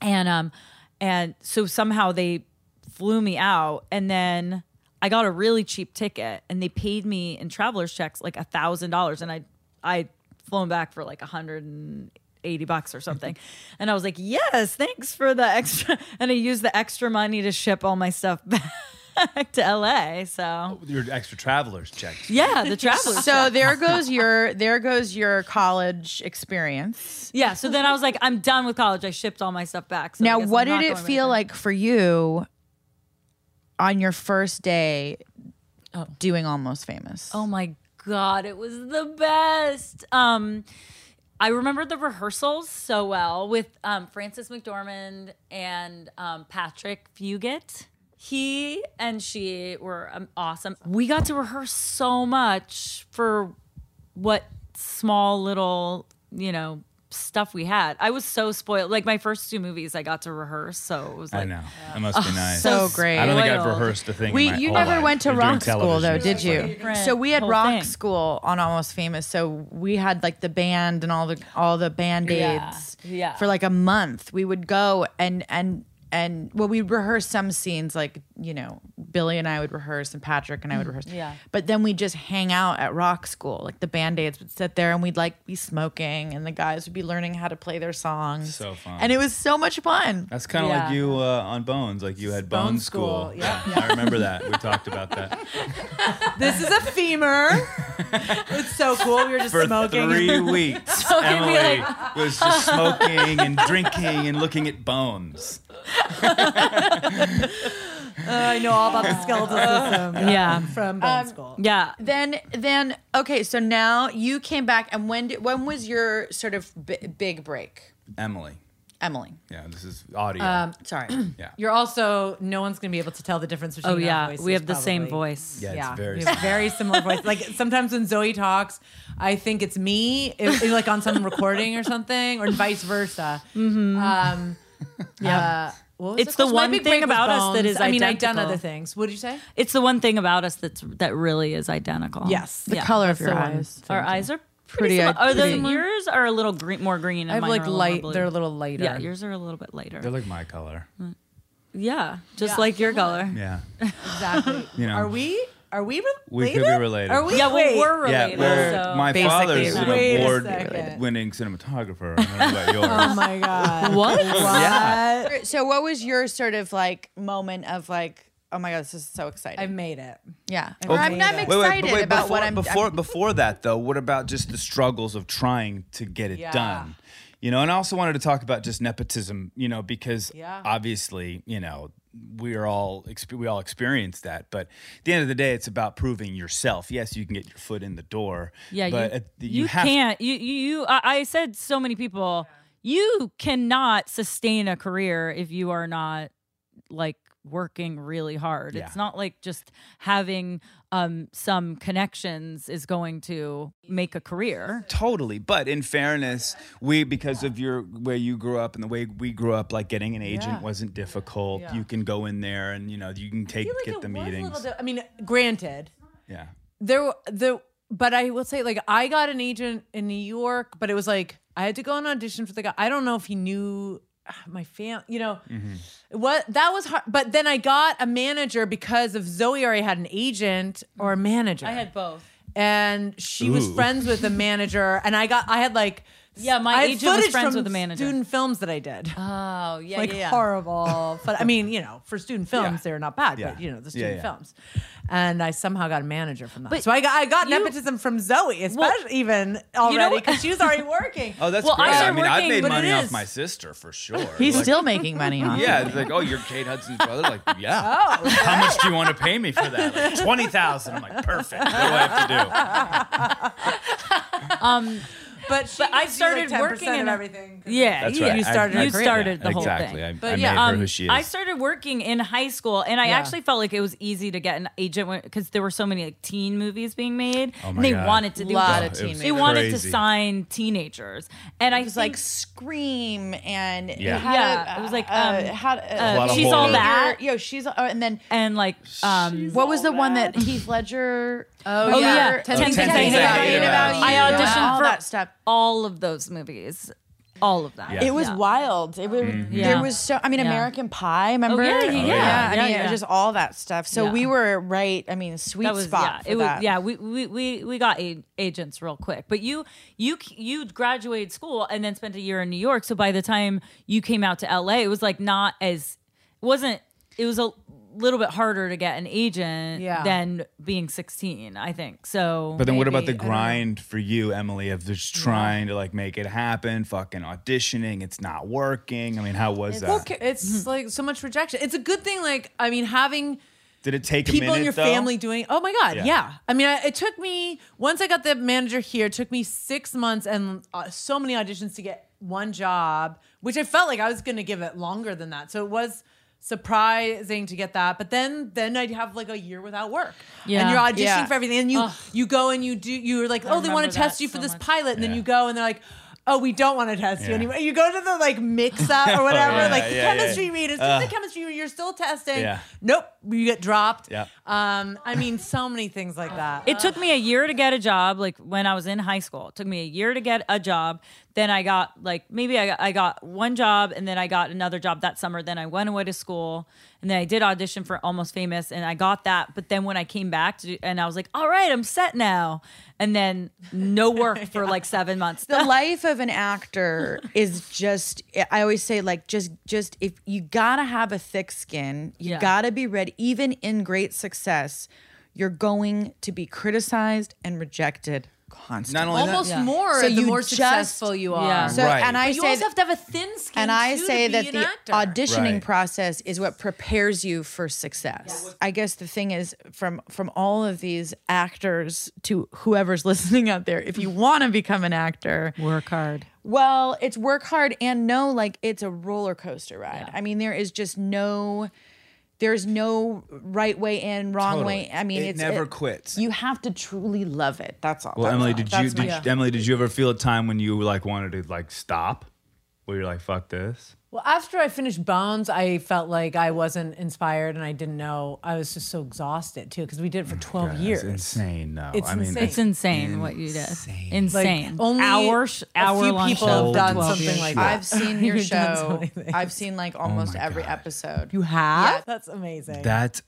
[SPEAKER 2] and um, and so somehow they flew me out, and then I got a really cheap ticket, and they paid me in traveler's checks like a thousand dollars, and I I flown back for like a hundred and eighty bucks or
[SPEAKER 6] [laughs]
[SPEAKER 2] something, and I was like, yes, thanks for the extra, [laughs] and I used the extra money to ship all my stuff [laughs] back to LA. So
[SPEAKER 1] Your extra traveler's checks.
[SPEAKER 2] yeah, [laughs] the traveler's
[SPEAKER 6] So
[SPEAKER 2] check.
[SPEAKER 6] there goes your there goes your college experience.
[SPEAKER 2] yeah. So then I was like, I'm done with college. I shipped all my stuff back. So I
[SPEAKER 6] now,
[SPEAKER 2] guess I'm
[SPEAKER 6] what
[SPEAKER 2] not
[SPEAKER 6] did it
[SPEAKER 2] going
[SPEAKER 6] feel
[SPEAKER 2] back.
[SPEAKER 6] like for you on your first day doing Almost Famous?
[SPEAKER 2] Oh my god, it was the best. Um I remember the rehearsals so well with um, Francis McDormand and um, Patrick Fugit. He and she were um, awesome. We got to rehearse so much for what small little, you know, stuff we had. I was so spoiled. Like my first two movies, I got to rehearse, so it was like
[SPEAKER 1] I know. It must be nice.
[SPEAKER 6] so great.
[SPEAKER 1] I don't think I've
[SPEAKER 2] spoiled.
[SPEAKER 1] rehearsed a thing. in
[SPEAKER 6] We
[SPEAKER 1] my
[SPEAKER 6] you
[SPEAKER 1] whole
[SPEAKER 6] never
[SPEAKER 1] life.
[SPEAKER 6] went to
[SPEAKER 1] You're doing
[SPEAKER 6] rock school
[SPEAKER 1] television,
[SPEAKER 6] though,
[SPEAKER 1] it's
[SPEAKER 6] did
[SPEAKER 1] like-
[SPEAKER 6] you?
[SPEAKER 2] different
[SPEAKER 6] So we had
[SPEAKER 2] whole
[SPEAKER 6] rock
[SPEAKER 2] thing.
[SPEAKER 6] school on Almost Famous. So we had like the band and all the all the band aids
[SPEAKER 2] yeah.
[SPEAKER 6] for like a month. We would go and and and well, we rehearse some scenes like you know Billy and I would rehearse and Patrick and I would rehearse.
[SPEAKER 2] Mm-hmm. yeah.
[SPEAKER 6] But then we just hang out at rock school. Like the band aids would sit there and we'd like be smoking and the guys would be learning how to play their songs.
[SPEAKER 1] So fun.
[SPEAKER 6] And it was so much fun.
[SPEAKER 1] That's kind of like
[SPEAKER 2] Yeah.
[SPEAKER 1] you uh, on Bones. Like you had Bones,
[SPEAKER 3] Bones
[SPEAKER 1] school.
[SPEAKER 3] school, yeah.
[SPEAKER 1] I remember that. We talked
[SPEAKER 2] [laughs]
[SPEAKER 1] about that
[SPEAKER 3] This is a
[SPEAKER 1] [laughs]
[SPEAKER 3] femur. it's so cool. We were just
[SPEAKER 1] for
[SPEAKER 3] smoking. [laughs]
[SPEAKER 1] three weeks. Emily
[SPEAKER 2] like-
[SPEAKER 1] was just smoking and drinking and looking at Bones.
[SPEAKER 3] Uh, I know all about the skeletal system. uh,
[SPEAKER 2] Yeah.
[SPEAKER 3] From bone school.
[SPEAKER 2] yeah.
[SPEAKER 6] then then okay so now you came back and when did, when was your sort of b- big break
[SPEAKER 1] Emily.
[SPEAKER 6] emily
[SPEAKER 1] Yeah, this is audio.
[SPEAKER 3] Uh,
[SPEAKER 6] sorry
[SPEAKER 3] um, You're also no one's gonna be able to tell the difference between.
[SPEAKER 2] Oh
[SPEAKER 3] our
[SPEAKER 2] yeah,
[SPEAKER 3] voices,
[SPEAKER 2] we have the same
[SPEAKER 3] probably.
[SPEAKER 2] voice.
[SPEAKER 1] yeah, it's very.
[SPEAKER 3] we have very similar voice. Like sometimes when Zoe talks, I think it's me, if, if, like on some recording or something, or vice versa. Um, uh, yeah.
[SPEAKER 2] It's the one thing about us that is
[SPEAKER 3] I mean, I've done
[SPEAKER 2] identical.
[SPEAKER 3] other things. What did you say?
[SPEAKER 2] It's the one thing about us that's that really is identical.
[SPEAKER 3] Yes.
[SPEAKER 6] the color of
[SPEAKER 2] that's
[SPEAKER 6] your
[SPEAKER 2] the one.
[SPEAKER 6] eyes
[SPEAKER 2] Our eyes are
[SPEAKER 6] Pretty
[SPEAKER 2] pretty. similar.
[SPEAKER 6] eye-
[SPEAKER 2] Are the
[SPEAKER 6] pretty-
[SPEAKER 2] yours are a little green, more green. And
[SPEAKER 3] I have
[SPEAKER 2] mine
[SPEAKER 3] like
[SPEAKER 2] are a little
[SPEAKER 3] light.
[SPEAKER 2] more blue.
[SPEAKER 3] They're a little lighter.
[SPEAKER 2] Yeah, yours are a little bit lighter.
[SPEAKER 1] They're like my color.
[SPEAKER 3] Mm.
[SPEAKER 2] yeah, just like your color.
[SPEAKER 1] Yeah.
[SPEAKER 3] [laughs] exactly.
[SPEAKER 1] You know.
[SPEAKER 3] Are we? Are we related?
[SPEAKER 1] We could be related.
[SPEAKER 3] Are we?
[SPEAKER 2] Yeah, well,
[SPEAKER 3] Wait.
[SPEAKER 2] we're
[SPEAKER 1] Yeah,
[SPEAKER 2] related.
[SPEAKER 1] well,
[SPEAKER 2] so.
[SPEAKER 1] my
[SPEAKER 6] Basically
[SPEAKER 1] father's an
[SPEAKER 3] related. Wait a second.
[SPEAKER 1] award-winning cinematographer. I don't
[SPEAKER 3] [laughs]
[SPEAKER 1] know about yours.
[SPEAKER 3] Oh my god.
[SPEAKER 2] what?
[SPEAKER 1] Yeah.
[SPEAKER 6] so what was your sort of like moment of like oh my god this is so exciting
[SPEAKER 3] I made it.
[SPEAKER 6] yeah
[SPEAKER 3] Oh,
[SPEAKER 6] i'm,
[SPEAKER 3] wait,
[SPEAKER 6] I'm
[SPEAKER 3] wait,
[SPEAKER 6] excited
[SPEAKER 1] Wait, wait, but wait,
[SPEAKER 6] about
[SPEAKER 1] before,
[SPEAKER 6] what i'm
[SPEAKER 1] before
[SPEAKER 6] I'm-
[SPEAKER 1] before that though. What about just the struggles of trying to get it
[SPEAKER 3] Yeah.
[SPEAKER 1] done? You know, and I also wanted to talk about just nepotism. You know, because
[SPEAKER 3] Yeah.
[SPEAKER 1] obviously, you know, we are all exp- we all experience that. But at the end of the day, it's about proving yourself. Yes, you can get your foot in the door.
[SPEAKER 2] Yeah,
[SPEAKER 1] but
[SPEAKER 2] you,
[SPEAKER 1] at the-
[SPEAKER 2] you,
[SPEAKER 1] have
[SPEAKER 2] can't. You you. you I, I said so many people. You cannot sustain a career if you are not like working really hard.
[SPEAKER 1] Yeah.
[SPEAKER 2] It's not like just having um some connections is going to make a career.
[SPEAKER 1] Totally, but in fairness, we because of your where you grew up and the way we grew up, like getting an agent wasn't difficult. You can go in there and you know you can take
[SPEAKER 3] I feel
[SPEAKER 1] get
[SPEAKER 3] like
[SPEAKER 1] the
[SPEAKER 3] it was a
[SPEAKER 1] meetings.
[SPEAKER 3] little bit- I mean, granted,
[SPEAKER 1] yeah,
[SPEAKER 3] there w- the but I will say like I got an agent in New York, but it was like I had to go and audition for the guy. I don't know if he knew ah, my fam, you know. What that was hard, but then I got a manager because of Zoe already had an agent or a manager. I had
[SPEAKER 2] both.
[SPEAKER 3] and she was
[SPEAKER 1] Ooh.
[SPEAKER 3] friends with a manager, and I got I had like
[SPEAKER 2] Yeah, my
[SPEAKER 3] I had
[SPEAKER 2] agent was
[SPEAKER 3] footage
[SPEAKER 2] friends
[SPEAKER 3] from
[SPEAKER 2] with a manager.
[SPEAKER 3] Student films that I did,
[SPEAKER 2] Oh yeah,
[SPEAKER 3] like
[SPEAKER 2] yeah, yeah.
[SPEAKER 3] horrible.
[SPEAKER 2] [laughs]
[SPEAKER 3] But I mean, you know, for student films,
[SPEAKER 1] Yeah.
[SPEAKER 3] they're not bad,
[SPEAKER 1] Yeah.
[SPEAKER 3] but you know, the
[SPEAKER 1] Yeah,
[SPEAKER 3] student
[SPEAKER 1] yeah.
[SPEAKER 3] films, and I somehow got a manager from that.
[SPEAKER 2] But
[SPEAKER 3] so I got I got
[SPEAKER 2] you-
[SPEAKER 3] nepotism from Zoe, especially even
[SPEAKER 2] know
[SPEAKER 3] already
[SPEAKER 2] what-
[SPEAKER 3] because she
[SPEAKER 2] [laughs]
[SPEAKER 3] was already working.
[SPEAKER 1] Oh, that's
[SPEAKER 2] Well, I
[SPEAKER 1] great. I,
[SPEAKER 2] started
[SPEAKER 1] mean, I've
[SPEAKER 2] working,
[SPEAKER 1] made
[SPEAKER 2] but it
[SPEAKER 1] money off
[SPEAKER 2] is-
[SPEAKER 1] my sister for sure.
[SPEAKER 6] he's
[SPEAKER 1] Like,
[SPEAKER 6] still making
[SPEAKER 2] [laughs]
[SPEAKER 6] money on it
[SPEAKER 1] Yeah, it's like, oh, you're Kate Hudson's brother.
[SPEAKER 6] [laughs]
[SPEAKER 1] Like, yeah.
[SPEAKER 6] Oh.
[SPEAKER 1] How much do you want to pay me for that?
[SPEAKER 6] [laughs]
[SPEAKER 1] Like, Twenty thousand. I'm like, perfect. What do I have to do?
[SPEAKER 2] Um,
[SPEAKER 3] but she
[SPEAKER 2] But I
[SPEAKER 3] gives you, like,
[SPEAKER 2] started
[SPEAKER 3] 10%
[SPEAKER 2] working
[SPEAKER 3] of
[SPEAKER 2] in a-
[SPEAKER 3] everything.
[SPEAKER 2] Yeah,
[SPEAKER 1] That's
[SPEAKER 2] you,
[SPEAKER 1] right.
[SPEAKER 2] you
[SPEAKER 1] I-
[SPEAKER 2] started.
[SPEAKER 1] I
[SPEAKER 2] you
[SPEAKER 1] agree.
[SPEAKER 2] started
[SPEAKER 1] Yeah,
[SPEAKER 2] the whole
[SPEAKER 1] exactly.
[SPEAKER 2] thing.
[SPEAKER 1] I- I made her who she
[SPEAKER 2] I
[SPEAKER 1] is.
[SPEAKER 2] started working in high school, and I
[SPEAKER 3] Yeah.
[SPEAKER 2] actually felt like it was easy to get an agent because there were so many like teen movies being made,
[SPEAKER 1] Oh my
[SPEAKER 2] and they
[SPEAKER 1] God.
[SPEAKER 2] wanted to. They,
[SPEAKER 6] Lot
[SPEAKER 2] wa-
[SPEAKER 6] of teen
[SPEAKER 2] they
[SPEAKER 6] movies.
[SPEAKER 2] wanted to
[SPEAKER 1] Crazy.
[SPEAKER 2] sign teenagers, and I
[SPEAKER 6] It was
[SPEAKER 2] think,
[SPEAKER 6] like Scream and
[SPEAKER 1] Yeah.
[SPEAKER 6] had
[SPEAKER 2] Yeah,
[SPEAKER 6] a-
[SPEAKER 2] it was like,
[SPEAKER 6] uh,
[SPEAKER 2] um,
[SPEAKER 6] had
[SPEAKER 2] uh,
[SPEAKER 1] A lot of
[SPEAKER 2] she's all
[SPEAKER 1] horror.
[SPEAKER 2] that,
[SPEAKER 6] Yo, she's oh, and then
[SPEAKER 2] and like um,
[SPEAKER 6] what was the one that Heath Ledger?
[SPEAKER 2] Oh, yeah.
[SPEAKER 6] Ten
[SPEAKER 2] Oh, 10
[SPEAKER 1] Things I Hate About You.
[SPEAKER 2] I
[SPEAKER 6] Yeah.
[SPEAKER 2] auditioned
[SPEAKER 6] all
[SPEAKER 2] for-
[SPEAKER 6] that stuff.
[SPEAKER 2] all of those movies, all of them.
[SPEAKER 1] Yeah.
[SPEAKER 6] It was
[SPEAKER 2] Yeah.
[SPEAKER 6] wild. It was,
[SPEAKER 2] Yeah.
[SPEAKER 6] There was so. I mean,
[SPEAKER 2] Yeah.
[SPEAKER 6] American Pie. Remember?
[SPEAKER 2] yeah, yeah, Oh, yeah.
[SPEAKER 6] I
[SPEAKER 2] yeah,
[SPEAKER 6] mean, it
[SPEAKER 2] yeah.
[SPEAKER 6] was just all that stuff. So
[SPEAKER 2] Yeah.
[SPEAKER 6] we were right. I mean, sweet spot.
[SPEAKER 2] yeah,
[SPEAKER 6] for
[SPEAKER 2] it
[SPEAKER 6] that.
[SPEAKER 2] was yeah we we we, we got a- agents real quick but you you you graduated school and then spent a year in new york so by the time you came out to la it was like not as it wasn't it was a little bit harder to get an agent
[SPEAKER 3] Yeah.
[SPEAKER 2] than being 16 i think so
[SPEAKER 1] But then what about the
[SPEAKER 6] Maybe, I don't know.
[SPEAKER 1] grind for you, Emily, of just trying to like make it happen, fucking auditioning, it's not working. I mean, how was that?
[SPEAKER 3] Okay, it's like so much rejection. It's a good thing. Like I mean, having
[SPEAKER 1] Did it take
[SPEAKER 3] people
[SPEAKER 1] a minute
[SPEAKER 3] in your
[SPEAKER 1] though?
[SPEAKER 3] family doing. Oh my god,
[SPEAKER 1] Yeah.
[SPEAKER 3] yeah. I mean, I, it took me once I got the manager here. It took me six months and uh, so many auditions to get one job, which I felt like I was going to give it longer than that. So it was surprising to get that. But then then I'd have like a year without work.
[SPEAKER 2] Yeah.
[SPEAKER 3] and you're auditioning
[SPEAKER 6] Yeah.
[SPEAKER 3] for everything, and you you go and you do. You're like, oh, they want
[SPEAKER 2] remember
[SPEAKER 3] to test
[SPEAKER 2] that
[SPEAKER 3] you for
[SPEAKER 2] so
[SPEAKER 3] this
[SPEAKER 2] much.
[SPEAKER 3] pilot, and then
[SPEAKER 1] Yeah.
[SPEAKER 3] you go, and they're like. Oh, we don't want to test you
[SPEAKER 1] Yeah. Oh,
[SPEAKER 3] anymore. You go to the like mix up
[SPEAKER 1] [laughs]
[SPEAKER 3] or whatever,
[SPEAKER 1] yeah,
[SPEAKER 3] like the
[SPEAKER 1] yeah, yeah.
[SPEAKER 3] chemistry read. It's just the chemistry read. You're still testing.
[SPEAKER 1] Yeah.
[SPEAKER 3] Nope, you get dropped.
[SPEAKER 1] Yeah.
[SPEAKER 3] Um, I mean, so many things like that.
[SPEAKER 2] It took me a year to get a job. Like when I was in high school, it took me a year to get a job. Then I got like maybe I got, I got one job and then I got another job that summer. Then I went away to school and then I did audition for Almost Famous and I got that. But then when I came back to, and I was like, all right, I'm set now. And then
[SPEAKER 3] [laughs]
[SPEAKER 2] no work for like seven months.
[SPEAKER 6] the [laughs] life of an actor is just i always say like just just if you gotta have a thick skin you
[SPEAKER 2] Yeah.
[SPEAKER 6] gotta be ready even in great success you're going to be criticized and rejected constantly
[SPEAKER 1] Not only that,
[SPEAKER 3] almost
[SPEAKER 2] Yeah.
[SPEAKER 3] more
[SPEAKER 6] So
[SPEAKER 3] the
[SPEAKER 6] you
[SPEAKER 3] more
[SPEAKER 6] just-
[SPEAKER 3] successful you are.
[SPEAKER 2] Yeah.
[SPEAKER 6] so
[SPEAKER 1] Right.
[SPEAKER 6] and i
[SPEAKER 3] But you
[SPEAKER 6] say
[SPEAKER 3] also
[SPEAKER 6] that-
[SPEAKER 3] have to have a thin skin.
[SPEAKER 6] and I
[SPEAKER 3] too,
[SPEAKER 6] say
[SPEAKER 3] to
[SPEAKER 6] that
[SPEAKER 3] be
[SPEAKER 6] the
[SPEAKER 3] an actor.
[SPEAKER 6] auditioning
[SPEAKER 1] Right.
[SPEAKER 6] process is what prepares you for success. I guess the thing is from from all of these actors to whoever's [laughs] listening out there, if you want to become an actor,
[SPEAKER 2] Work hard.
[SPEAKER 6] Well, it's work hard and no, like it's a roller coaster ride. I mean, there is just no, there's no right way in, wrong way.
[SPEAKER 1] Totally.
[SPEAKER 6] I mean,
[SPEAKER 1] It
[SPEAKER 6] it's
[SPEAKER 1] never quits.
[SPEAKER 6] You have to truly love it. That's all.
[SPEAKER 1] Well,
[SPEAKER 6] That's
[SPEAKER 1] Emily,
[SPEAKER 6] all.
[SPEAKER 1] did you,
[SPEAKER 6] That's
[SPEAKER 1] did,
[SPEAKER 6] my-
[SPEAKER 1] Emily, did you ever feel a time when you like wanted to like stop? Where you're like, fuck this?
[SPEAKER 3] Well, after I finished Bones, I felt like I wasn't inspired, and I didn't know. I was just so exhausted too because we did it for twelve
[SPEAKER 1] Oh God,
[SPEAKER 3] years.
[SPEAKER 1] It's insane though.
[SPEAKER 3] It's
[SPEAKER 1] I mean,
[SPEAKER 3] insane.
[SPEAKER 2] It's insane what you did.
[SPEAKER 3] Like,
[SPEAKER 2] Insane.
[SPEAKER 3] only
[SPEAKER 2] hour, sh- hour
[SPEAKER 3] a few
[SPEAKER 2] long
[SPEAKER 3] people
[SPEAKER 2] show
[SPEAKER 3] have
[SPEAKER 2] for
[SPEAKER 3] done
[SPEAKER 2] 12
[SPEAKER 3] something
[SPEAKER 2] years.
[SPEAKER 3] like that.
[SPEAKER 6] I've
[SPEAKER 3] [laughs]
[SPEAKER 6] seen your
[SPEAKER 3] You've done so
[SPEAKER 6] show.
[SPEAKER 3] many things.
[SPEAKER 6] I've seen
[SPEAKER 1] Oh
[SPEAKER 6] like almost every episode.
[SPEAKER 3] You have? That's amazing.
[SPEAKER 1] [laughs] that's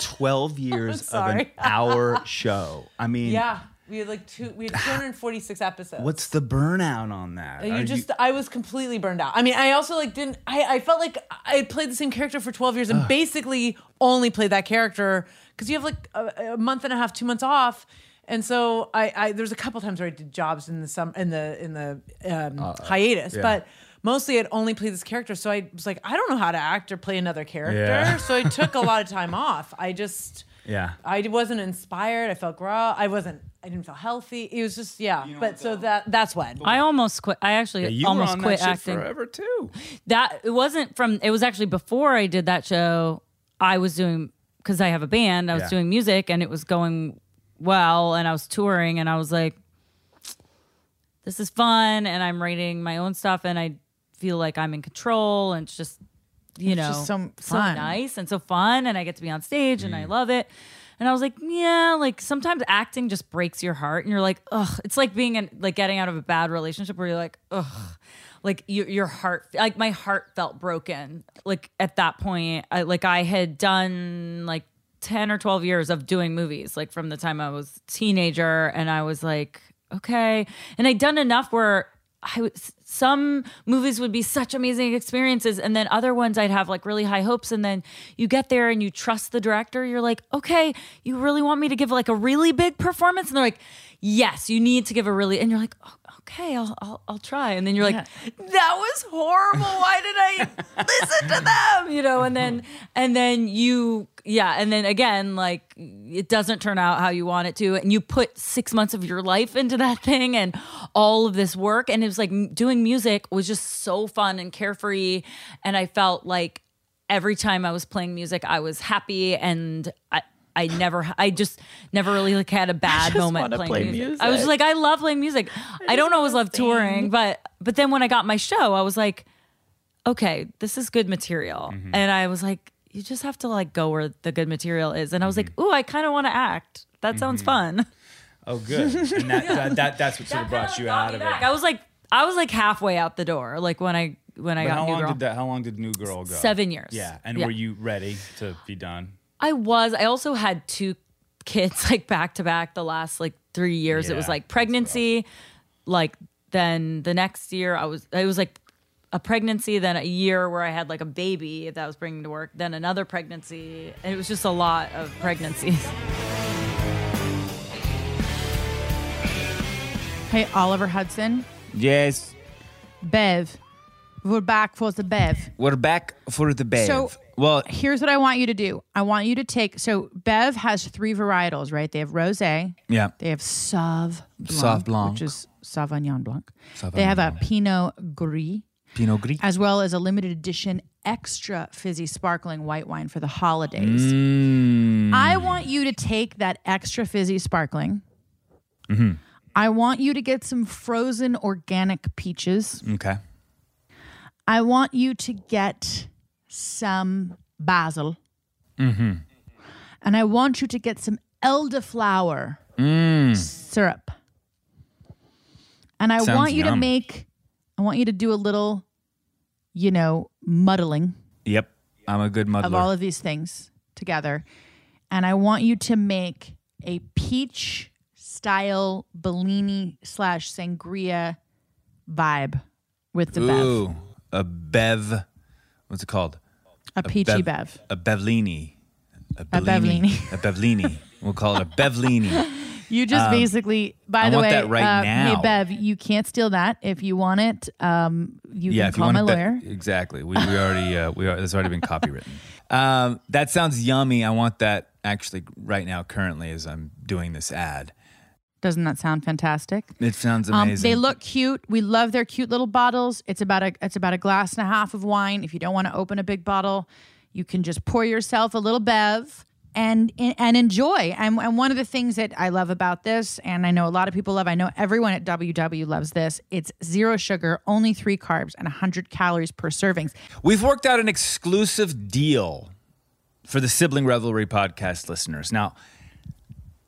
[SPEAKER 1] 12 years of an
[SPEAKER 3] sorry.
[SPEAKER 1] hour show. I mean,
[SPEAKER 3] yeah, we had like two. We
[SPEAKER 1] [sighs]
[SPEAKER 3] had two hundred forty-six episodes.
[SPEAKER 1] what's the burnout on that?
[SPEAKER 3] And
[SPEAKER 1] Are
[SPEAKER 3] you just i was completely burned out i mean i also like didn't i, I felt like i had played the same character for 12 years and basically only played that character because you have like a, a month and a half two months off and so i, I there's a couple times where i did jobs in the sum in the in the um, hiatus
[SPEAKER 1] Uh, yeah.
[SPEAKER 3] but mostly i'd only play this character so i was like i don't know how to act or play another character
[SPEAKER 1] Yeah.
[SPEAKER 3] so i took a
[SPEAKER 1] [laughs]
[SPEAKER 3] lot of time off i just
[SPEAKER 1] Yeah.
[SPEAKER 3] I wasn't inspired. I felt raw. I wasn't. I didn't feel healthy. It was just yeah. but so that that's when
[SPEAKER 2] I almost quit. I actually
[SPEAKER 1] Yeah, you
[SPEAKER 2] almost
[SPEAKER 1] were on
[SPEAKER 2] quit
[SPEAKER 1] that
[SPEAKER 2] acting.
[SPEAKER 1] shit forever too.
[SPEAKER 2] that it wasn't from it was actually before i did that show i was doing because i have a band i was
[SPEAKER 1] Yeah.
[SPEAKER 2] doing music and it was going well and i was touring and i was like this is fun and i'm writing my own stuff and i feel like i'm in control and it's just you know
[SPEAKER 6] just so
[SPEAKER 2] so
[SPEAKER 6] fun.
[SPEAKER 2] nice and so fun and i get to be on stage and i love it and i was like yeah like sometimes acting just breaks your heart and you're like ugh it's like being in like getting out of a bad relationship where you're like ugh like your, your heart like my heart felt broken like at that point I, like i had done like 10 or 12 years of doing movies like from the time i was a teenager and i was like okay and i'd done enough where I was, some movies would be such amazing experiences, and then other ones I'd have like really high hopes. And then you get there and you trust the director. You're like, okay, you really want me to give like a really big performance? And they're like, yes, you need to give a really. And you're like, oh, okay, I'll, I'll I'll try. And then you're like, that was horrible. Why did I listen to them? You know. And then and then you yeah, and then again, like it doesn't turn out how you want it to, and you put six months of your life into that [laughs] thing and all of this work, and it was like m- doing music was just so fun and carefree, and I felt like every time I was playing music, I was happy and I. I never, I just never really
[SPEAKER 14] [laughs]
[SPEAKER 2] like had a bad moment
[SPEAKER 14] wanna
[SPEAKER 2] playing
[SPEAKER 14] play
[SPEAKER 2] music.
[SPEAKER 14] music.
[SPEAKER 2] I was just like, I love playing music. I, don't always love touring, but but then when I got my show, I was like, okay, this is good material.
[SPEAKER 1] Mm-hmm.
[SPEAKER 2] And I was like, you just have to like go where the good material is. And I was
[SPEAKER 1] Mm-hmm.
[SPEAKER 2] like, ooh, I kind of want to act. That sounds fun.
[SPEAKER 1] Oh, good. And that, that, that, that's what sort of brought you out of it.
[SPEAKER 2] Like, I was like, I was like halfway out the door. Like when I when I
[SPEAKER 1] But
[SPEAKER 2] got
[SPEAKER 1] how
[SPEAKER 2] New
[SPEAKER 1] long
[SPEAKER 2] Girl.
[SPEAKER 1] did that? How long did New Girl go?
[SPEAKER 2] Seven years.
[SPEAKER 1] Yeah, and
[SPEAKER 2] Yeah.
[SPEAKER 1] were you ready to be done?
[SPEAKER 2] I was. I also had two kids [laughs] like back to back the last like three years. it was
[SPEAKER 1] Yeah,
[SPEAKER 2] like pregnancy, like then the next year I was. It was like a pregnancy, then a year where I had like a baby that I was bringing to work, then another pregnancy. And it was just a lot of pregnancies.
[SPEAKER 6] Hey, Oliver Hudson,
[SPEAKER 15] Yes,
[SPEAKER 6] Bev, we're back for the Bev.
[SPEAKER 15] we're back for the bed.
[SPEAKER 6] So-
[SPEAKER 15] well,
[SPEAKER 6] Here's what I want you to do. I want you to take so Bev has three varietals, right? They have rosé,
[SPEAKER 1] Yeah.
[SPEAKER 6] they have sauv blanc,
[SPEAKER 15] Sauv Blanc.
[SPEAKER 6] which is sauvignon blanc. they have a pinot gris,
[SPEAKER 15] Pinot Gris.
[SPEAKER 6] as well as a limited edition extra fizzy sparkling white wine for the holidays.
[SPEAKER 15] Mm.
[SPEAKER 6] I want you to take that extra fizzy sparkling.
[SPEAKER 15] Mm-hmm.
[SPEAKER 6] I want you to get some frozen organic peaches.
[SPEAKER 1] Okay.
[SPEAKER 6] I want you to get some basil.
[SPEAKER 1] Mm-hmm.
[SPEAKER 6] And I want you to get some elderflower syrup. And I
[SPEAKER 1] Mm. Sounds
[SPEAKER 6] want you to
[SPEAKER 1] yum.
[SPEAKER 6] make, I want you to do a little, you know, muddling
[SPEAKER 1] Yep. I'm a good muddler.
[SPEAKER 6] of all of these things together. And I want you to make a peach style Bellini slash sangria vibe with the
[SPEAKER 1] Ooh, a bev. What's it called?
[SPEAKER 6] bev, a peachy bev.
[SPEAKER 1] A bevlini.
[SPEAKER 6] A bevlini.
[SPEAKER 1] A bevlini. we'll call it a bevlini.
[SPEAKER 6] [laughs] You just basically, by
[SPEAKER 1] Um, I
[SPEAKER 6] the
[SPEAKER 1] want
[SPEAKER 6] way,
[SPEAKER 1] that right
[SPEAKER 6] uh,
[SPEAKER 1] now.
[SPEAKER 6] hey Bev, you can't steal that. If you want it, um, you
[SPEAKER 1] yeah.
[SPEAKER 6] can
[SPEAKER 1] If you
[SPEAKER 6] call
[SPEAKER 1] want
[SPEAKER 6] my
[SPEAKER 1] a be-
[SPEAKER 6] lawyer.
[SPEAKER 1] exactly. We, we already uh, we are, that's already
[SPEAKER 6] [laughs]
[SPEAKER 1] been copywritten. Um, that sounds yummy. I want that actually right now, currently, as I'm doing this ad.
[SPEAKER 6] Doesn't that sound fantastic?
[SPEAKER 1] It sounds
[SPEAKER 6] Um,
[SPEAKER 1] amazing.
[SPEAKER 6] they look cute. We love their cute little bottles. It's about a it's about a glass and a half of wine. If you don't want to open a big bottle, you can just pour yourself a little bev and and enjoy. And, and one of the things that I love about this, and I know a lot of people love, I know everyone at WW loves this. It's zero sugar, only three carbs, and 100 calories per servings.
[SPEAKER 1] We've worked out an exclusive deal for the Sibling Revelry podcast listeners. Now,